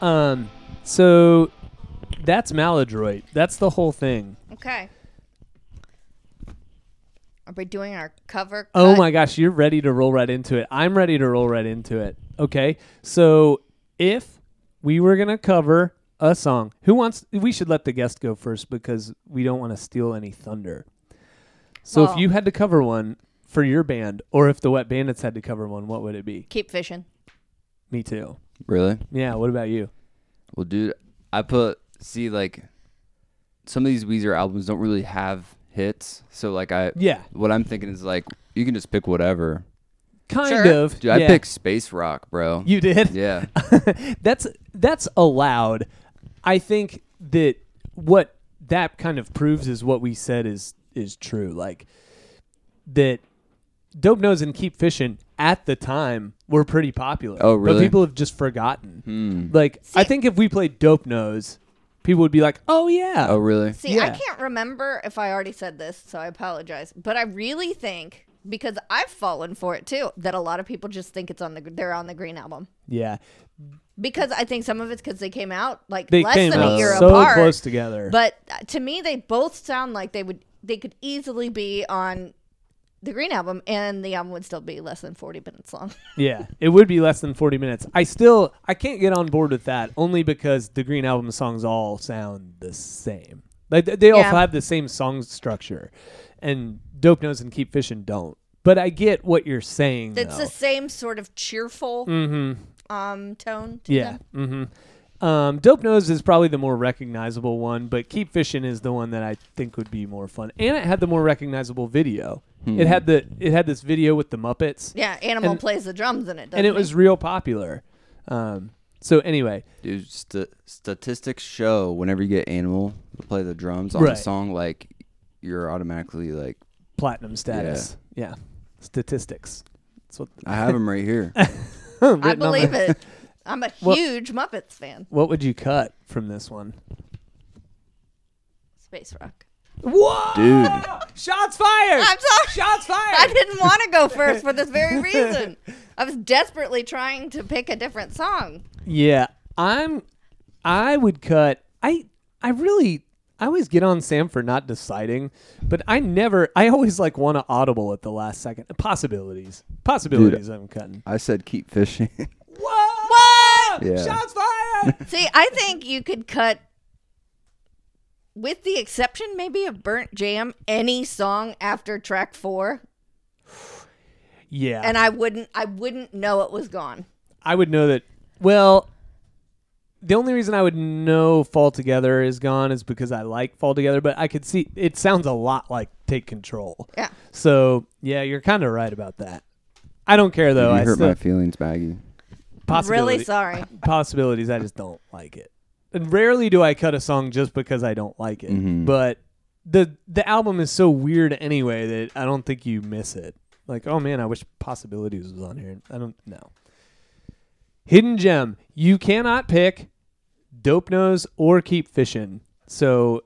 [SPEAKER 1] Um, so that's maladroit. That's the whole thing.
[SPEAKER 4] Okay. Are we doing our cover?
[SPEAKER 1] Oh
[SPEAKER 4] cut?
[SPEAKER 1] my gosh, you're ready to roll right into it. I'm ready to roll right into it. Okay, so if we were gonna cover a song, who wants? We should let the guest go first because we don't want to steal any thunder. So if
[SPEAKER 4] Well-
[SPEAKER 1] you had to cover one for your band, or if the Wet Bandits had to cover one, what would it be?
[SPEAKER 4] Keep fishing.
[SPEAKER 1] Me too.
[SPEAKER 3] really?
[SPEAKER 1] Yeah. What about you?
[SPEAKER 3] Well, dude, I put see like some of these Weezer albums don't really have hits, so like I
[SPEAKER 1] Yeah.
[SPEAKER 3] what I'm thinking is like you can just pick whatever.
[SPEAKER 1] Kind
[SPEAKER 4] Sure.
[SPEAKER 1] of.
[SPEAKER 3] Dude, I
[SPEAKER 1] yeah.
[SPEAKER 3] picked Space Rock, bro.
[SPEAKER 1] You did. *laughs*
[SPEAKER 3] yeah,
[SPEAKER 1] that's that's allowed. I think that what that kind of proves is what we said is is true. Like that Dope Nose and Keep Fishing at the time were pretty popular.
[SPEAKER 3] Oh,
[SPEAKER 1] But
[SPEAKER 3] really? Hmm.
[SPEAKER 1] people have just forgotten. Like I
[SPEAKER 4] See-
[SPEAKER 1] think if we played Dope Nose, people would be like, "Oh yeah."
[SPEAKER 3] Oh, really?
[SPEAKER 4] See, I
[SPEAKER 1] Yeah.
[SPEAKER 4] can't remember if I already said this, so I apologize. But I really think because I've fallen for it too that a lot of people just think it's on the they're on the Green album
[SPEAKER 1] Yeah.
[SPEAKER 4] because I think some of it's because they came out like
[SPEAKER 1] They
[SPEAKER 4] less
[SPEAKER 1] came
[SPEAKER 4] than a
[SPEAKER 1] out
[SPEAKER 4] year
[SPEAKER 1] so
[SPEAKER 4] apart.
[SPEAKER 1] close together.
[SPEAKER 4] But uh, to me, they both sound like they would they could easily be on the Green Album, and the album would still be less than 40 minutes long. *laughs*
[SPEAKER 1] Yeah, it would be less than 40 minutes. I still I can't get on board with that only because the Green Album songs all sound the same. Like th- they all
[SPEAKER 4] Yeah.
[SPEAKER 1] have the same song structure, and Dope Nose and Keep Fishing don't. But I get what you're saying.
[SPEAKER 4] It's
[SPEAKER 1] though.
[SPEAKER 4] the same sort of cheerful
[SPEAKER 1] Mhm.
[SPEAKER 4] um tone. To
[SPEAKER 1] Yeah.
[SPEAKER 4] them.
[SPEAKER 1] Mm-hmm. Um, Dope Nose is probably the more recognizable one, but Keep Fishing is the one that I think would be more fun. And it had the more recognizable video. It had the it had this video with the Muppets,
[SPEAKER 4] yeah. Animal
[SPEAKER 1] And-
[SPEAKER 4] plays the drums in it, doesn't
[SPEAKER 1] and it
[SPEAKER 4] he?
[SPEAKER 1] was real popular. Um, so anyway,
[SPEAKER 3] Dude, st- statistics show whenever you get Animal to play the drums on a
[SPEAKER 1] Right.
[SPEAKER 3] song, like you're automatically like,
[SPEAKER 1] platinum status. Yeah, statistics. That's
[SPEAKER 4] *laughs*
[SPEAKER 1] what.
[SPEAKER 3] I have them
[SPEAKER 1] *laughs*
[SPEAKER 3] right here.
[SPEAKER 1] written
[SPEAKER 4] I
[SPEAKER 1] on my- *laughs*
[SPEAKER 4] believe it. I'm a
[SPEAKER 1] Well-
[SPEAKER 4] huge Muppets fan.
[SPEAKER 1] What would you cut from this one?
[SPEAKER 4] Space Rock.
[SPEAKER 1] Whoa!
[SPEAKER 3] Dude.
[SPEAKER 1] Shots fired!
[SPEAKER 4] I'm sorry.
[SPEAKER 1] Shots fired!
[SPEAKER 4] I didn't want to go first for this very reason. I was desperately trying to pick a different song.
[SPEAKER 1] Yeah, I'm. I would cut. I I really. I always get on Sam for not deciding, but I never. I always like want to audible at the last second. Possibilities. Possibilities. I'm cutting.
[SPEAKER 3] I said keep fishing. *laughs*
[SPEAKER 1] Whoa!
[SPEAKER 3] Yeah.
[SPEAKER 1] Shots fired!
[SPEAKER 4] See, I think you could cut, with the exception maybe of Burnt Jam, any song after track four,
[SPEAKER 1] yeah,
[SPEAKER 4] and I wouldn't, I wouldn't know it was gone.
[SPEAKER 1] I would know that. Well, the only reason I would know Fall Together is gone is because I like Fall Together, but I could see it sounds a lot like Take Control.
[SPEAKER 4] Yeah.
[SPEAKER 1] So yeah, you're kind of right about that. I don't care though.
[SPEAKER 3] you
[SPEAKER 1] I
[SPEAKER 3] hurt
[SPEAKER 1] still,
[SPEAKER 3] my feelings, Baggy.
[SPEAKER 4] Really
[SPEAKER 1] possibility-
[SPEAKER 4] sorry.
[SPEAKER 1] possibilities. I just don't like it. And rarely do I cut a song just because I don't like it. But the the album is so weird anyway that I don't think you miss it. Like, oh man, I wish possibilities was on here. I don't know. Hidden gem. You cannot pick Dope Nose or Keep Fishing. So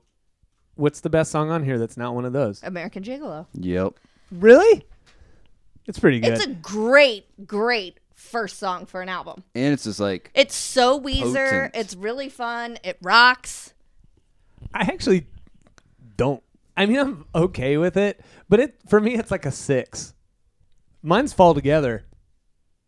[SPEAKER 1] what's the best song on here that's not one of those?
[SPEAKER 4] American Gigolo.
[SPEAKER 3] Yep.
[SPEAKER 1] Really? It's pretty good.
[SPEAKER 4] It's a great, great first song for an album.
[SPEAKER 3] And it's just like
[SPEAKER 4] It's so Weezer.
[SPEAKER 3] Potent.
[SPEAKER 4] It's really fun. It rocks.
[SPEAKER 1] I actually don't. I mean, I'm okay with it, but it for me, it's like a six. Mine's fall together.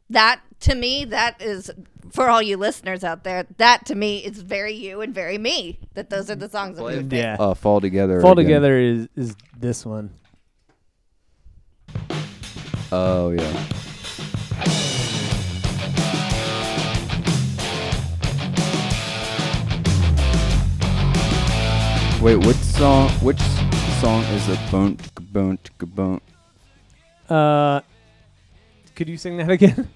[SPEAKER 4] That to me, that is for all you listeners out there. That to me is very you and very me. That those are the songs that we would pick.
[SPEAKER 1] Yeah,
[SPEAKER 3] uh, fall together.
[SPEAKER 1] fall
[SPEAKER 3] again.
[SPEAKER 1] together is is this one.
[SPEAKER 3] Oh yeah. Wait, which song? Which song is a boont boont boont?
[SPEAKER 1] Uh, could you sing that again?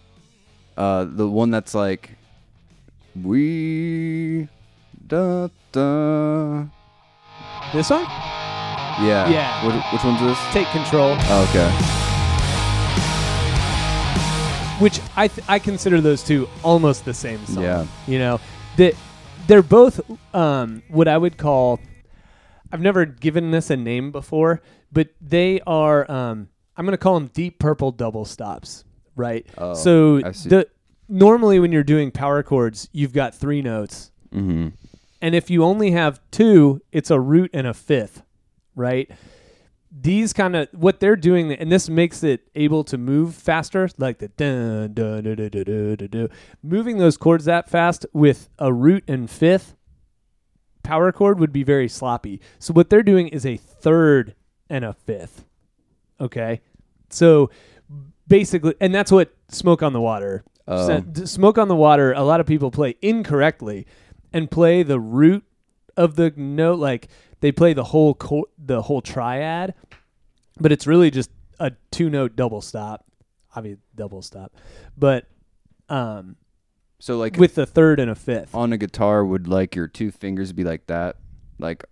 [SPEAKER 3] Uh, the one that's like we da da.
[SPEAKER 1] this song?
[SPEAKER 3] Yeah.
[SPEAKER 1] Yeah.
[SPEAKER 3] Which, which one's this?
[SPEAKER 1] Take control,
[SPEAKER 3] Oh, okay.
[SPEAKER 1] which I th- I consider those two almost the same song.
[SPEAKER 3] Yeah.
[SPEAKER 1] you know that they're both um what I would call. I've never given this a name before, but they are. Um, I'm gonna call them deep purple double stops. Right.
[SPEAKER 3] Oh,
[SPEAKER 1] so
[SPEAKER 3] I see.
[SPEAKER 1] the normally when you're doing power chords, you've got three notes,
[SPEAKER 3] Mm-hmm.
[SPEAKER 1] and if you only have two, it's a root and a fifth, right? These kind of what they're doing, and this makes it able to move faster, like the dun, dun, dun, dun, dun, dun, dun, dun. moving those chords that fast with a root and fifth power chord would be very sloppy. So what they're doing is a third and a fifth. Okay, so basically, and that's what "Smoke on the Water."
[SPEAKER 3] Oh.
[SPEAKER 1] sent- d- "Smoke on the Water." A lot of people play incorrectly and play the root of the note, like they play the whole chor- the whole triad, but it's really just a two note double stop. I mean, double stop, but um,
[SPEAKER 3] So like
[SPEAKER 1] with the third and a fifth.
[SPEAKER 3] on a guitar, would like your two fingers be like that?
[SPEAKER 1] *laughs*
[SPEAKER 3] Like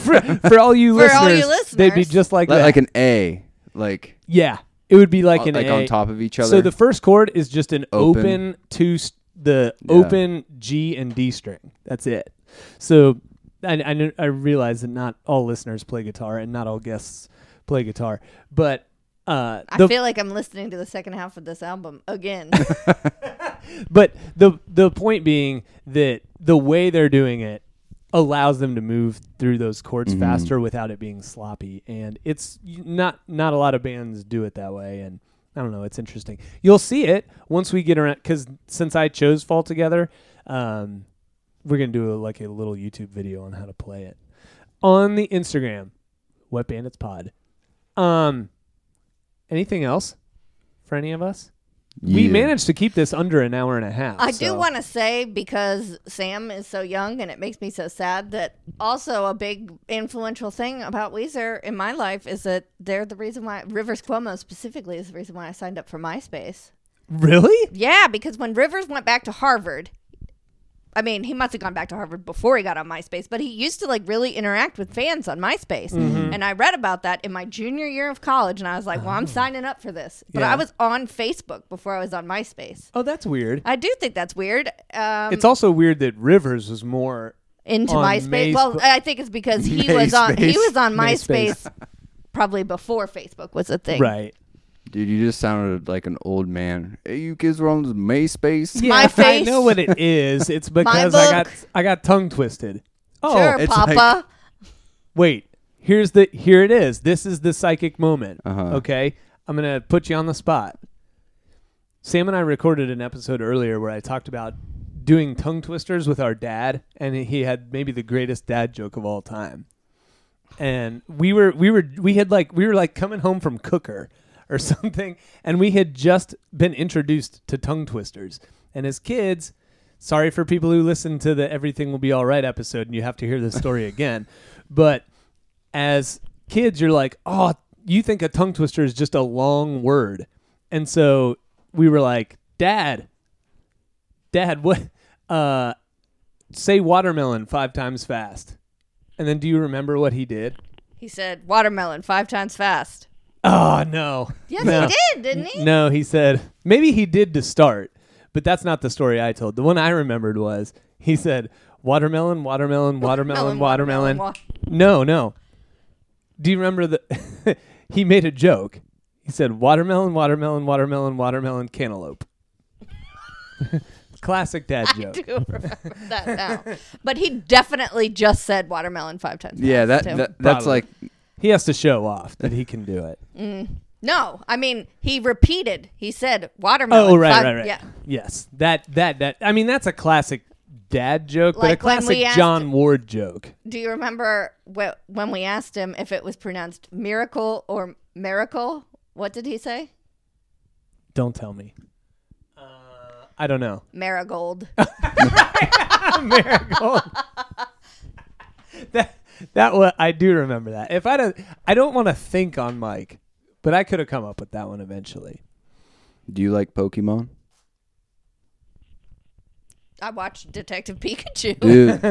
[SPEAKER 1] for, for all you
[SPEAKER 4] For
[SPEAKER 1] listeners,
[SPEAKER 4] all you
[SPEAKER 1] they'd be
[SPEAKER 4] listeners.
[SPEAKER 1] just like
[SPEAKER 3] like,
[SPEAKER 1] that.
[SPEAKER 3] like an A, like uh,
[SPEAKER 1] yeah, it would be like an
[SPEAKER 3] like
[SPEAKER 1] A.
[SPEAKER 3] on top of each other.
[SPEAKER 1] So the first chord is just an
[SPEAKER 3] Open.
[SPEAKER 1] open, two, st- the
[SPEAKER 3] Yeah.
[SPEAKER 1] open G and D string. That's it. So I, I, kn- I realize that not all listeners play guitar and not all guests play guitar, but uh,
[SPEAKER 4] I
[SPEAKER 1] the,
[SPEAKER 4] feel like I'm listening to the second half of this album again.
[SPEAKER 1] but the the point being that the way they're doing it allows them to move through those chords faster without it being sloppy. And it's y- not not a lot of bands do it that way. And I don't know, it's interesting. You'll see it once we get around because since I chose Fall Together, um, we're gonna do a, like a little YouTube video on how to play it on the Instagram, Wet Bandits Pod. Um, anything else for any of us? We
[SPEAKER 3] Yeah.
[SPEAKER 1] managed to keep this under an hour and a half.
[SPEAKER 4] I do
[SPEAKER 1] so-
[SPEAKER 4] want to say because Sam is so young and it makes me so sad that also a big influential thing about Weezer in my life is that they're the reason why Rivers Cuomo specifically is the reason why I signed up for MySpace.
[SPEAKER 1] really.
[SPEAKER 4] Yeah, because when Rivers went back to Harvard, I mean, he must have gone back to Harvard before he got on MySpace, but he used to like really interact with fans on MySpace.
[SPEAKER 1] Mm-hmm.
[SPEAKER 4] And I read about that in my junior year of college and I was like, well, I'm signing up for this. But
[SPEAKER 1] Oh. Yeah.
[SPEAKER 4] I was on Facebook before I was on MySpace.
[SPEAKER 1] Oh, that's weird.
[SPEAKER 4] I do think that's weird. Um,
[SPEAKER 1] it's also weird that Rivers was more.
[SPEAKER 4] into
[SPEAKER 1] on
[SPEAKER 4] MySpace. Well,
[SPEAKER 1] Mayspa-
[SPEAKER 4] I think it's
[SPEAKER 1] *laughs*
[SPEAKER 4] because he was on he
[SPEAKER 3] Mayspace.
[SPEAKER 4] was on MySpace,
[SPEAKER 1] MySpace.
[SPEAKER 4] probably before Facebook was a thing.
[SPEAKER 1] Right.
[SPEAKER 3] Dude, you just sounded like an old man. Hey, you kids were on this MySpace.
[SPEAKER 1] Yeah, *laughs* I
[SPEAKER 4] face.
[SPEAKER 1] know what it is.
[SPEAKER 4] *laughs*
[SPEAKER 1] It's because I got
[SPEAKER 4] book.
[SPEAKER 1] I got tongue twisted. Oh,
[SPEAKER 4] Sure,
[SPEAKER 3] it's
[SPEAKER 4] Papa.
[SPEAKER 3] like-
[SPEAKER 1] wait. Here's the here it is. This is the psychic moment.
[SPEAKER 3] Uh-huh.
[SPEAKER 1] Okay? I'm going to put you on the spot. Sam and I recorded an episode earlier where I talked about doing tongue twisters with our dad and he had maybe the greatest dad joke of all time. and we were we were we had like we were like coming home from cooker or *laughs* something and we had just been introduced to tongue twisters and as kids sorry for people who listen to the everything will be all right episode and you have to hear this story again but as kids you're like oh you think a tongue twister is just a long word and so we were like dad dad what uh say watermelon five times fast and then do you remember what he did?
[SPEAKER 4] He said watermelon five times fast.
[SPEAKER 1] Oh no.
[SPEAKER 4] Yes,
[SPEAKER 1] No.
[SPEAKER 4] he did, didn't he?
[SPEAKER 1] No, he said maybe he did to start, but that's not the story I told. The one I remembered was he said watermelon,
[SPEAKER 4] *laughs*
[SPEAKER 1] watermelon, watermelon,
[SPEAKER 4] Melon,
[SPEAKER 1] watermelon.
[SPEAKER 4] wa-
[SPEAKER 1] No, no. Do you remember the *laughs* he made a joke. He said watermelon, watermelon, watermelon, watermelon, cantaloupe. *laughs* Classic dad
[SPEAKER 4] *laughs* I
[SPEAKER 1] joke.
[SPEAKER 4] do remember
[SPEAKER 3] *laughs*
[SPEAKER 4] that now. But he definitely just said watermelon five
[SPEAKER 3] *laughs*
[SPEAKER 4] times.
[SPEAKER 3] Yeah, that,
[SPEAKER 4] fast, too.
[SPEAKER 3] that that's
[SPEAKER 1] Probably.
[SPEAKER 3] like
[SPEAKER 1] He has to show off that he can do it.
[SPEAKER 4] no, I mean he repeated. He said watermelon.
[SPEAKER 1] Oh right,
[SPEAKER 4] five,
[SPEAKER 1] right, right.
[SPEAKER 4] Yeah,
[SPEAKER 1] Yes, that that that. I mean, that's a classic dad joke, but a
[SPEAKER 4] Like when
[SPEAKER 1] classic
[SPEAKER 4] we asked-
[SPEAKER 1] John Ward joke.
[SPEAKER 4] Do you remember wh- when we asked him if it was pronounced miracle or miracle? What did he say?
[SPEAKER 1] Don't tell me. Uh, I don't know. *laughs*
[SPEAKER 3] *laughs*
[SPEAKER 4] Marigold.
[SPEAKER 1] That that was, I do remember that. If I don't, I don't want to think on Mike, but I could have come up with that one eventually.
[SPEAKER 3] Do you
[SPEAKER 1] *laughs*
[SPEAKER 3] like Pokemon?
[SPEAKER 4] I watched Detective Pikachu.
[SPEAKER 3] Dude.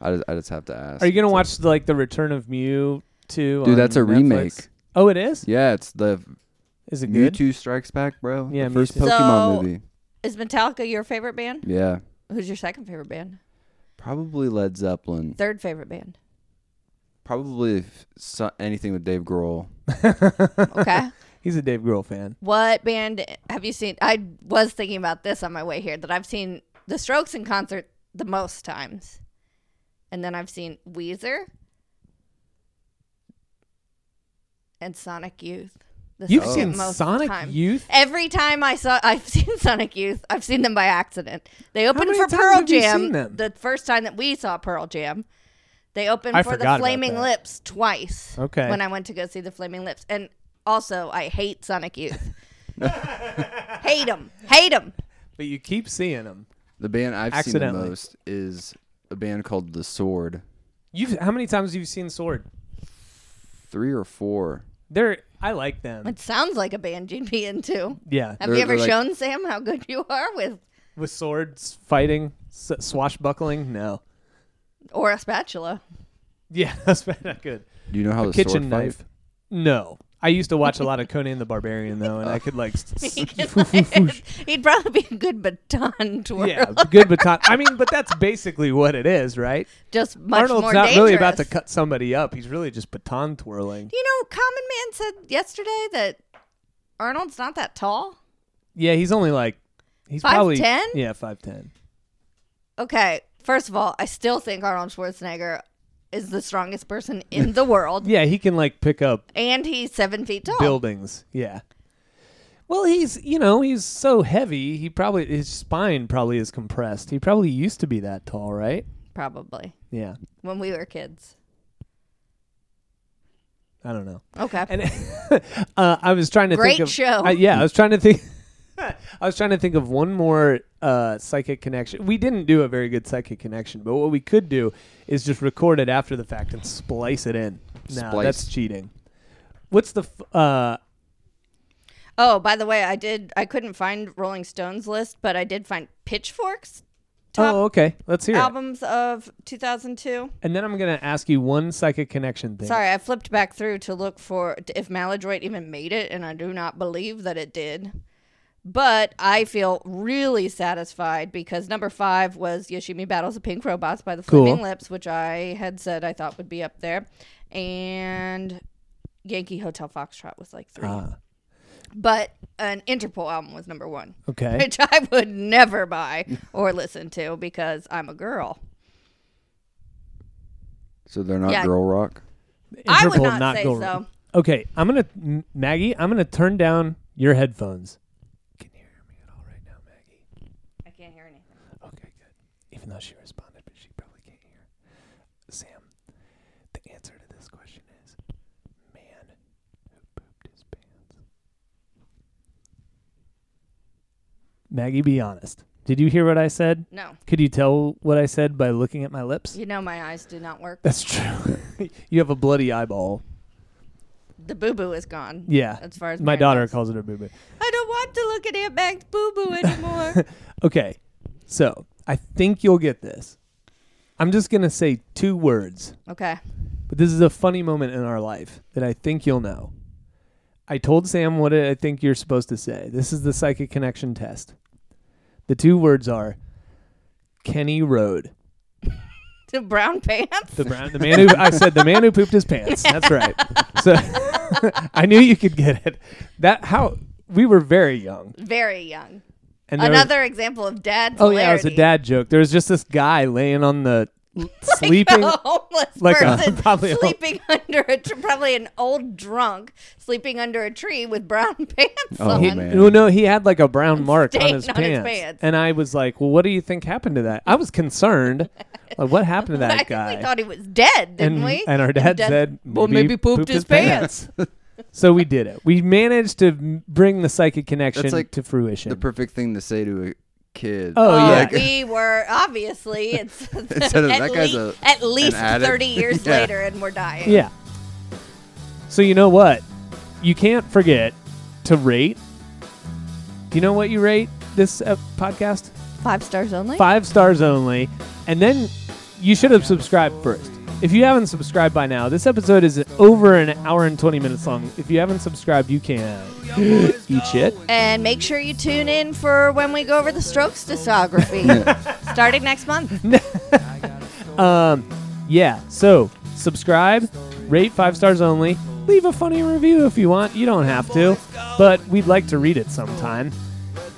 [SPEAKER 3] I just, I just have to ask.
[SPEAKER 1] Are you gonna watch like the Return of Mew two?
[SPEAKER 3] Dude, that's a remake.
[SPEAKER 1] Oh, it is.
[SPEAKER 3] Yeah, it's the
[SPEAKER 1] Is it good?
[SPEAKER 3] Mewtwo Strikes Back, bro.
[SPEAKER 1] Yeah,
[SPEAKER 3] the first
[SPEAKER 1] Mewtwo.
[SPEAKER 3] Pokemon
[SPEAKER 4] So-
[SPEAKER 3] movie.
[SPEAKER 4] Is Metallica your favorite band?
[SPEAKER 3] Yeah.
[SPEAKER 4] Who's your second favorite band?
[SPEAKER 3] Probably Led Zeppelin.
[SPEAKER 4] Third favorite band.
[SPEAKER 3] Probably if so- anything with Dave Grohl. *laughs*
[SPEAKER 4] Okay.
[SPEAKER 1] *laughs* He's a Dave Grohl fan.
[SPEAKER 4] what band have you seen? I was thinking about this on my way here that I've seen The Strokes in concert the most times. And then I've seen Weezer and Sonic Youth. The
[SPEAKER 1] You've
[SPEAKER 4] second
[SPEAKER 1] seen
[SPEAKER 4] Oh. most
[SPEAKER 1] Sonic
[SPEAKER 4] time.
[SPEAKER 1] Youth.
[SPEAKER 4] Every time I saw, *laughs* I've seen Sonic Youth. I've seen them by accident. They opened
[SPEAKER 1] many
[SPEAKER 4] for
[SPEAKER 1] times
[SPEAKER 4] Pearl
[SPEAKER 1] have you
[SPEAKER 4] Jam
[SPEAKER 1] seen them?
[SPEAKER 4] the first time that we saw Pearl Jam. They opened
[SPEAKER 1] I
[SPEAKER 4] for
[SPEAKER 1] forgot
[SPEAKER 4] the
[SPEAKER 1] about
[SPEAKER 4] Flaming
[SPEAKER 1] that.
[SPEAKER 4] Lips twice.
[SPEAKER 1] Okay.
[SPEAKER 4] When I went to go see the Flaming Lips, and also I hate
[SPEAKER 1] *laughs*
[SPEAKER 4] Sonic Youth. hate them. Hate them.
[SPEAKER 1] But you keep seeing him.
[SPEAKER 3] The band I've seen the
[SPEAKER 1] Accidentally.
[SPEAKER 3] most is a band called The Sword.
[SPEAKER 1] You've how many times have you seen Sword?
[SPEAKER 3] Three or four.
[SPEAKER 1] They're I like them.
[SPEAKER 4] It sounds like a band you'd be into.
[SPEAKER 1] Yeah,
[SPEAKER 4] Have
[SPEAKER 3] They're-
[SPEAKER 4] you ever
[SPEAKER 3] they're like-
[SPEAKER 4] shown Sam how good you are with
[SPEAKER 1] with swords, fighting, s- swashbuckling. No. *laughs*
[SPEAKER 4] or a spatula?
[SPEAKER 1] Yeah, that's bad. Not good.
[SPEAKER 3] Do you know how the sword
[SPEAKER 1] Kitchen
[SPEAKER 3] fight?
[SPEAKER 1] knife. No. I used to watch a lot of Conan the Barbarian though, and I could like, s- s-
[SPEAKER 4] *laughs*
[SPEAKER 1] *laughs*
[SPEAKER 4] He'd probably be a good baton twirl.
[SPEAKER 1] yeah, good baton. I mean, but that's basically what it is, right?
[SPEAKER 4] Just much
[SPEAKER 1] Arnold's
[SPEAKER 4] more
[SPEAKER 1] not
[SPEAKER 4] dangerous.
[SPEAKER 1] really about to cut somebody up. He's really just baton twirling.
[SPEAKER 4] You know, Common Man said yesterday that Arnold's not that tall.
[SPEAKER 1] Yeah, he's only like, he's probably
[SPEAKER 4] 5'10"?
[SPEAKER 1] yeah, five ten.
[SPEAKER 4] Okay, First of all, I still think Arnold Schwarzenegger is the strongest person in the world,
[SPEAKER 1] Yeah, he can like pick up
[SPEAKER 4] and he's seven feet tall.
[SPEAKER 1] *laughs* buildings. Yeah. Well, he's you know he's so heavy. He probably his spine probably is compressed. He probably used to be that tall, right?
[SPEAKER 4] Probably
[SPEAKER 1] Yeah.
[SPEAKER 4] when we were kids.
[SPEAKER 1] I don't know.
[SPEAKER 4] Okay.
[SPEAKER 1] And *laughs* uh, I was trying to
[SPEAKER 4] Great
[SPEAKER 1] think of
[SPEAKER 4] show.
[SPEAKER 1] I- yeah, I was trying to think. *laughs* I was trying to think of one more uh, psychic connection. We didn't do a very good psychic connection, but what we could do is just record it after the fact and splice it in. No,
[SPEAKER 3] Splice.
[SPEAKER 1] that's cheating. What's the f- uh,
[SPEAKER 4] oh, by the way, I did. I couldn't find Rolling Stones list, but I did find Pitchforks top
[SPEAKER 1] oh? Okay, let's hear it.
[SPEAKER 4] albums of 2002.
[SPEAKER 1] And then I'm gonna ask you one psychic connection thing.
[SPEAKER 4] Sorry, I flipped back through to look for if Maladroit even made it, and I do not believe that it did. But I feel really satisfied because number five was Yoshimi Battles of Pink Robots by the
[SPEAKER 1] Cool.
[SPEAKER 4] Flaming Lips, which I had said I thought would be up there. And Yankee Hotel Foxtrot was like three.
[SPEAKER 1] Ah.
[SPEAKER 4] But an Interpol album was number one,
[SPEAKER 1] Okay.
[SPEAKER 4] which I would never buy or listen to because I'm a girl.
[SPEAKER 3] So they're not
[SPEAKER 4] Yeah.
[SPEAKER 3] girl rock.
[SPEAKER 4] I would
[SPEAKER 1] Interpol
[SPEAKER 4] not say
[SPEAKER 1] go-
[SPEAKER 4] so.
[SPEAKER 1] Okay, I'm gonna M- Maggie. I'm gonna turn down your headphones. Can you hear me at all right now, Maggie?
[SPEAKER 4] I can't hear anything.
[SPEAKER 1] Okay, good. Even though she responded, but she probably can't hear. Sam, the answer to this question is man who pooped his pants. Maggie, be honest. Did you hear what I said?
[SPEAKER 4] No.
[SPEAKER 1] Could you tell what I said by looking at my lips?
[SPEAKER 4] You know my eyes do not work.
[SPEAKER 1] That's true. *laughs* you have a bloody eyeball.
[SPEAKER 4] The boo boo is gone.
[SPEAKER 1] Yeah.
[SPEAKER 4] As far as
[SPEAKER 1] my
[SPEAKER 4] mine
[SPEAKER 1] daughter
[SPEAKER 4] goes.
[SPEAKER 1] calls it a boo boo.
[SPEAKER 4] I don't want to look at Aunt Mag's boo boo anymore.
[SPEAKER 1] *laughs* Okay, so I think you'll get this. I'm just gonna say two words.
[SPEAKER 4] okay.
[SPEAKER 1] But this is a funny moment in our life that I think you'll know. I told Sam what I think you're supposed to say. This is the psychic connection test. The two words are Kenny Road.
[SPEAKER 4] The brown pants?
[SPEAKER 1] The brown the man who I said the man who pooped his pants. That's right. So *laughs* I knew you could get it. That how we were very young.
[SPEAKER 4] Very young.
[SPEAKER 1] And there was-
[SPEAKER 4] Another example of dad's
[SPEAKER 1] Oh yeah, it was a
[SPEAKER 4] hilarity.
[SPEAKER 1] dad joke. There was just this guy laying on
[SPEAKER 4] *laughs*
[SPEAKER 1] the sleeping
[SPEAKER 4] A homeless
[SPEAKER 1] Like a-
[SPEAKER 4] person
[SPEAKER 1] *laughs* probably a-
[SPEAKER 4] sleeping *laughs* under a tr- probably an old drunk sleeping under a tree with brown *laughs* pants
[SPEAKER 3] Oh,
[SPEAKER 4] on. *laughs*
[SPEAKER 3] man.
[SPEAKER 1] Well, no, he had like a brown mark on
[SPEAKER 4] stain
[SPEAKER 1] his,
[SPEAKER 4] on his
[SPEAKER 1] pants.
[SPEAKER 4] pants.
[SPEAKER 1] and I was like, "Well, what do you think happened to that?" I was
[SPEAKER 4] *laughs*
[SPEAKER 1] concerned. like, what happened to
[SPEAKER 4] I
[SPEAKER 1] that
[SPEAKER 4] think
[SPEAKER 1] guy?
[SPEAKER 4] we thought he was dead, didn't
[SPEAKER 1] and
[SPEAKER 4] we?
[SPEAKER 1] and our dad
[SPEAKER 4] *laughs*
[SPEAKER 1] said,
[SPEAKER 4] "Well, maybe
[SPEAKER 1] he
[SPEAKER 4] pooped his pants."
[SPEAKER 1] *laughs*
[SPEAKER 4] *laughs*
[SPEAKER 1] so we did it. We managed to m- bring the psychic connection
[SPEAKER 3] That's like
[SPEAKER 1] to fruition.
[SPEAKER 3] The perfect thing to say to a kid.
[SPEAKER 1] oh
[SPEAKER 4] Oh,
[SPEAKER 1] yeah,
[SPEAKER 4] we were
[SPEAKER 1] *laughs*
[SPEAKER 4] obviously it's
[SPEAKER 3] Instead of,
[SPEAKER 4] at,
[SPEAKER 3] "That guy's
[SPEAKER 4] lea-
[SPEAKER 3] a-
[SPEAKER 4] at least
[SPEAKER 3] addict."
[SPEAKER 4] 30
[SPEAKER 3] *laughs*
[SPEAKER 4] years
[SPEAKER 3] Yeah.
[SPEAKER 4] later and we're dying.
[SPEAKER 1] yeah. So you know what? You can't forget to rate. Do you know what you rate this uh, podcast?
[SPEAKER 4] Five stars only?
[SPEAKER 1] five stars only, and then you should have subscribed first. If you haven't subscribed by now, this episode is over an hour and 20 minutes long. If you haven't subscribed, you
[SPEAKER 3] *gasps*
[SPEAKER 1] can eat shit.
[SPEAKER 4] And make sure you tune in for when we go over the Strokes
[SPEAKER 1] *laughs*
[SPEAKER 4] discography starting next month.
[SPEAKER 1] Um, yeah, so subscribe, rate five stars only, leave a funny review if you want. You don't have to, but we'd like to read it sometime.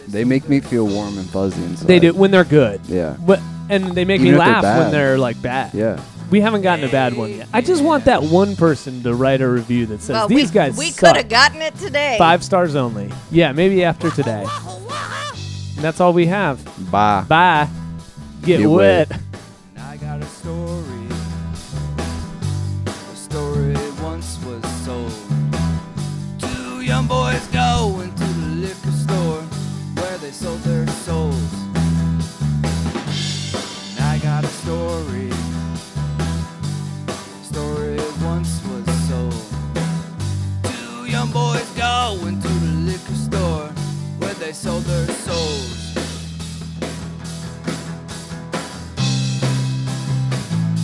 [SPEAKER 3] They make me feel warm and fuzzy inside.
[SPEAKER 1] They do when they're good.
[SPEAKER 3] Yeah.
[SPEAKER 1] But, and they make me
[SPEAKER 3] Even if they're
[SPEAKER 1] laugh when
[SPEAKER 3] bad.
[SPEAKER 1] they're like bad.
[SPEAKER 3] Yeah.
[SPEAKER 1] We haven't gotten a bad one yet. I just want that one person to write a review that says
[SPEAKER 4] Well,
[SPEAKER 1] these
[SPEAKER 4] we,
[SPEAKER 1] guys
[SPEAKER 4] we
[SPEAKER 1] suck.
[SPEAKER 4] could have gotten it today.
[SPEAKER 1] Five stars only. Yeah, maybe after today. And that's all we have.
[SPEAKER 3] Bye.
[SPEAKER 1] Bye. Get,
[SPEAKER 3] Get
[SPEAKER 1] wet.
[SPEAKER 3] wet.
[SPEAKER 2] And I got a story. A story once was sold. Two young boys go into the liquor store where they sold their souls. And I got a story. A story once was sold. Two young boys go into the liquor store where they sold their souls.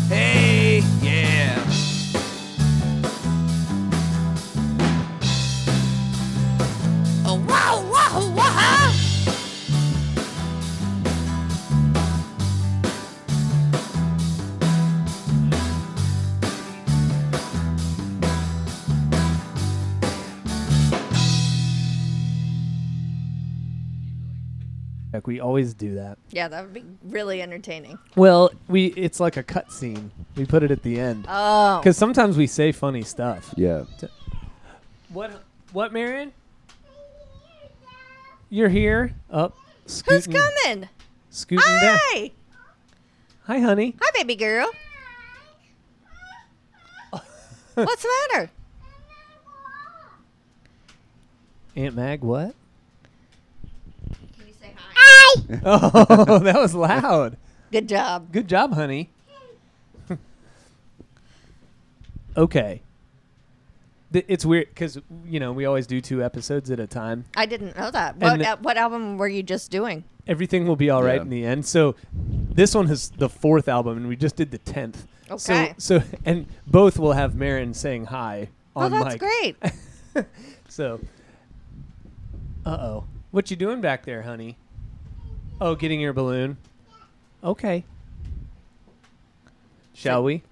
[SPEAKER 2] Hey, yeah. Oh, wow, wow, wow.
[SPEAKER 1] Like we always do that.
[SPEAKER 4] Yeah, that would be really entertaining.
[SPEAKER 1] Well, we it's like a cut scene. We put it at the end
[SPEAKER 4] Oh.
[SPEAKER 1] because sometimes we say funny stuff.
[SPEAKER 3] Yeah.
[SPEAKER 1] What? What, Marion? You're here. Up.
[SPEAKER 4] Who's
[SPEAKER 1] Scooting,
[SPEAKER 4] coming?
[SPEAKER 1] Scooting down.
[SPEAKER 4] Hi.
[SPEAKER 1] Hi, honey.
[SPEAKER 4] Hi,
[SPEAKER 1] *laughs*
[SPEAKER 4] baby girl. What's the matter?
[SPEAKER 1] Aunt Mag, what?
[SPEAKER 4] Can you say hi?
[SPEAKER 1] *laughs* Oh, that was loud.
[SPEAKER 4] Good job.
[SPEAKER 1] Good job, honey. okay. Th- It's weird because you know we always do two episodes at a time.
[SPEAKER 4] I didn't know that. What,
[SPEAKER 1] the-
[SPEAKER 4] uh, what album were you just doing?
[SPEAKER 1] Everything will be all right
[SPEAKER 3] Yeah.
[SPEAKER 1] in the end. So, this one is the fourth album, and we just did the tenth.
[SPEAKER 4] Okay.
[SPEAKER 1] So, so and both will have Marin saying hi
[SPEAKER 4] Oh,
[SPEAKER 1] on
[SPEAKER 4] that's
[SPEAKER 1] mic. *laughs*
[SPEAKER 4] great.
[SPEAKER 1] So, uh oh, what you doing back there, honey? Oh, getting your balloon. Okay. Shall we?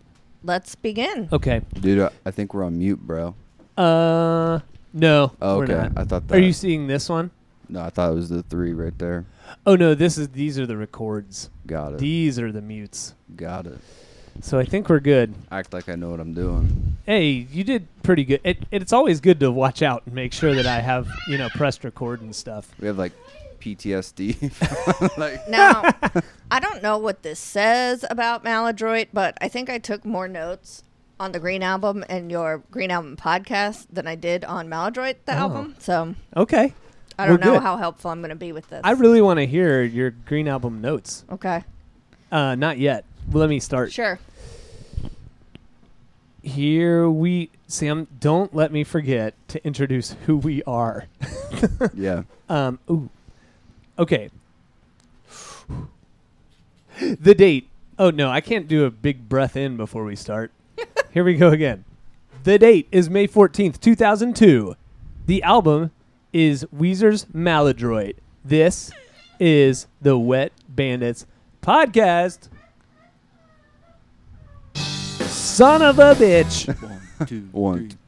[SPEAKER 4] Let's begin.
[SPEAKER 1] Okay.
[SPEAKER 3] Dude, I- I think we're on mute, bro.
[SPEAKER 1] Uh, no.
[SPEAKER 3] Oh,
[SPEAKER 1] we're
[SPEAKER 3] okay.
[SPEAKER 1] not.
[SPEAKER 3] I thought that.
[SPEAKER 1] Are you seeing this one?
[SPEAKER 3] No, I thought it was the three right there.
[SPEAKER 1] Oh no, this is these are the records.
[SPEAKER 3] Got it.
[SPEAKER 1] These are the mutes.
[SPEAKER 3] Got it.
[SPEAKER 1] So I think we're good.
[SPEAKER 3] Act like I know what I'm doing.
[SPEAKER 1] Hey, you did pretty good. It, it's always good to watch out and make sure that I have you know pressed record and stuff.
[SPEAKER 3] We have like PTSD. *laughs* like,
[SPEAKER 1] *laughs*
[SPEAKER 4] Now, I don't know what this says about Maladroit, but I think I took more notes on the Green Album and your Green Album podcast than I did on Maladroit, the
[SPEAKER 1] Oh.
[SPEAKER 4] album. So
[SPEAKER 1] Okay.
[SPEAKER 4] I don't
[SPEAKER 1] We're
[SPEAKER 4] know
[SPEAKER 1] good.
[SPEAKER 4] how helpful I'm going to be with this.
[SPEAKER 1] I really want to hear your Green Album notes.
[SPEAKER 4] okay.
[SPEAKER 1] Uh, not yet. Let me start.
[SPEAKER 4] Sure.
[SPEAKER 1] Here we Sam. Don't let me forget to introduce who we are.
[SPEAKER 3] yeah.
[SPEAKER 1] Um, ooh. Okay. The date. Oh, no, I can't do a big breath in before we start. Here we go again. The date is May 14th, 2002. The album is Weezer's Maladroit. This is the Wet Bandits podcast. Son of a bitch.
[SPEAKER 5] One, two,
[SPEAKER 3] One,
[SPEAKER 5] three,
[SPEAKER 3] two,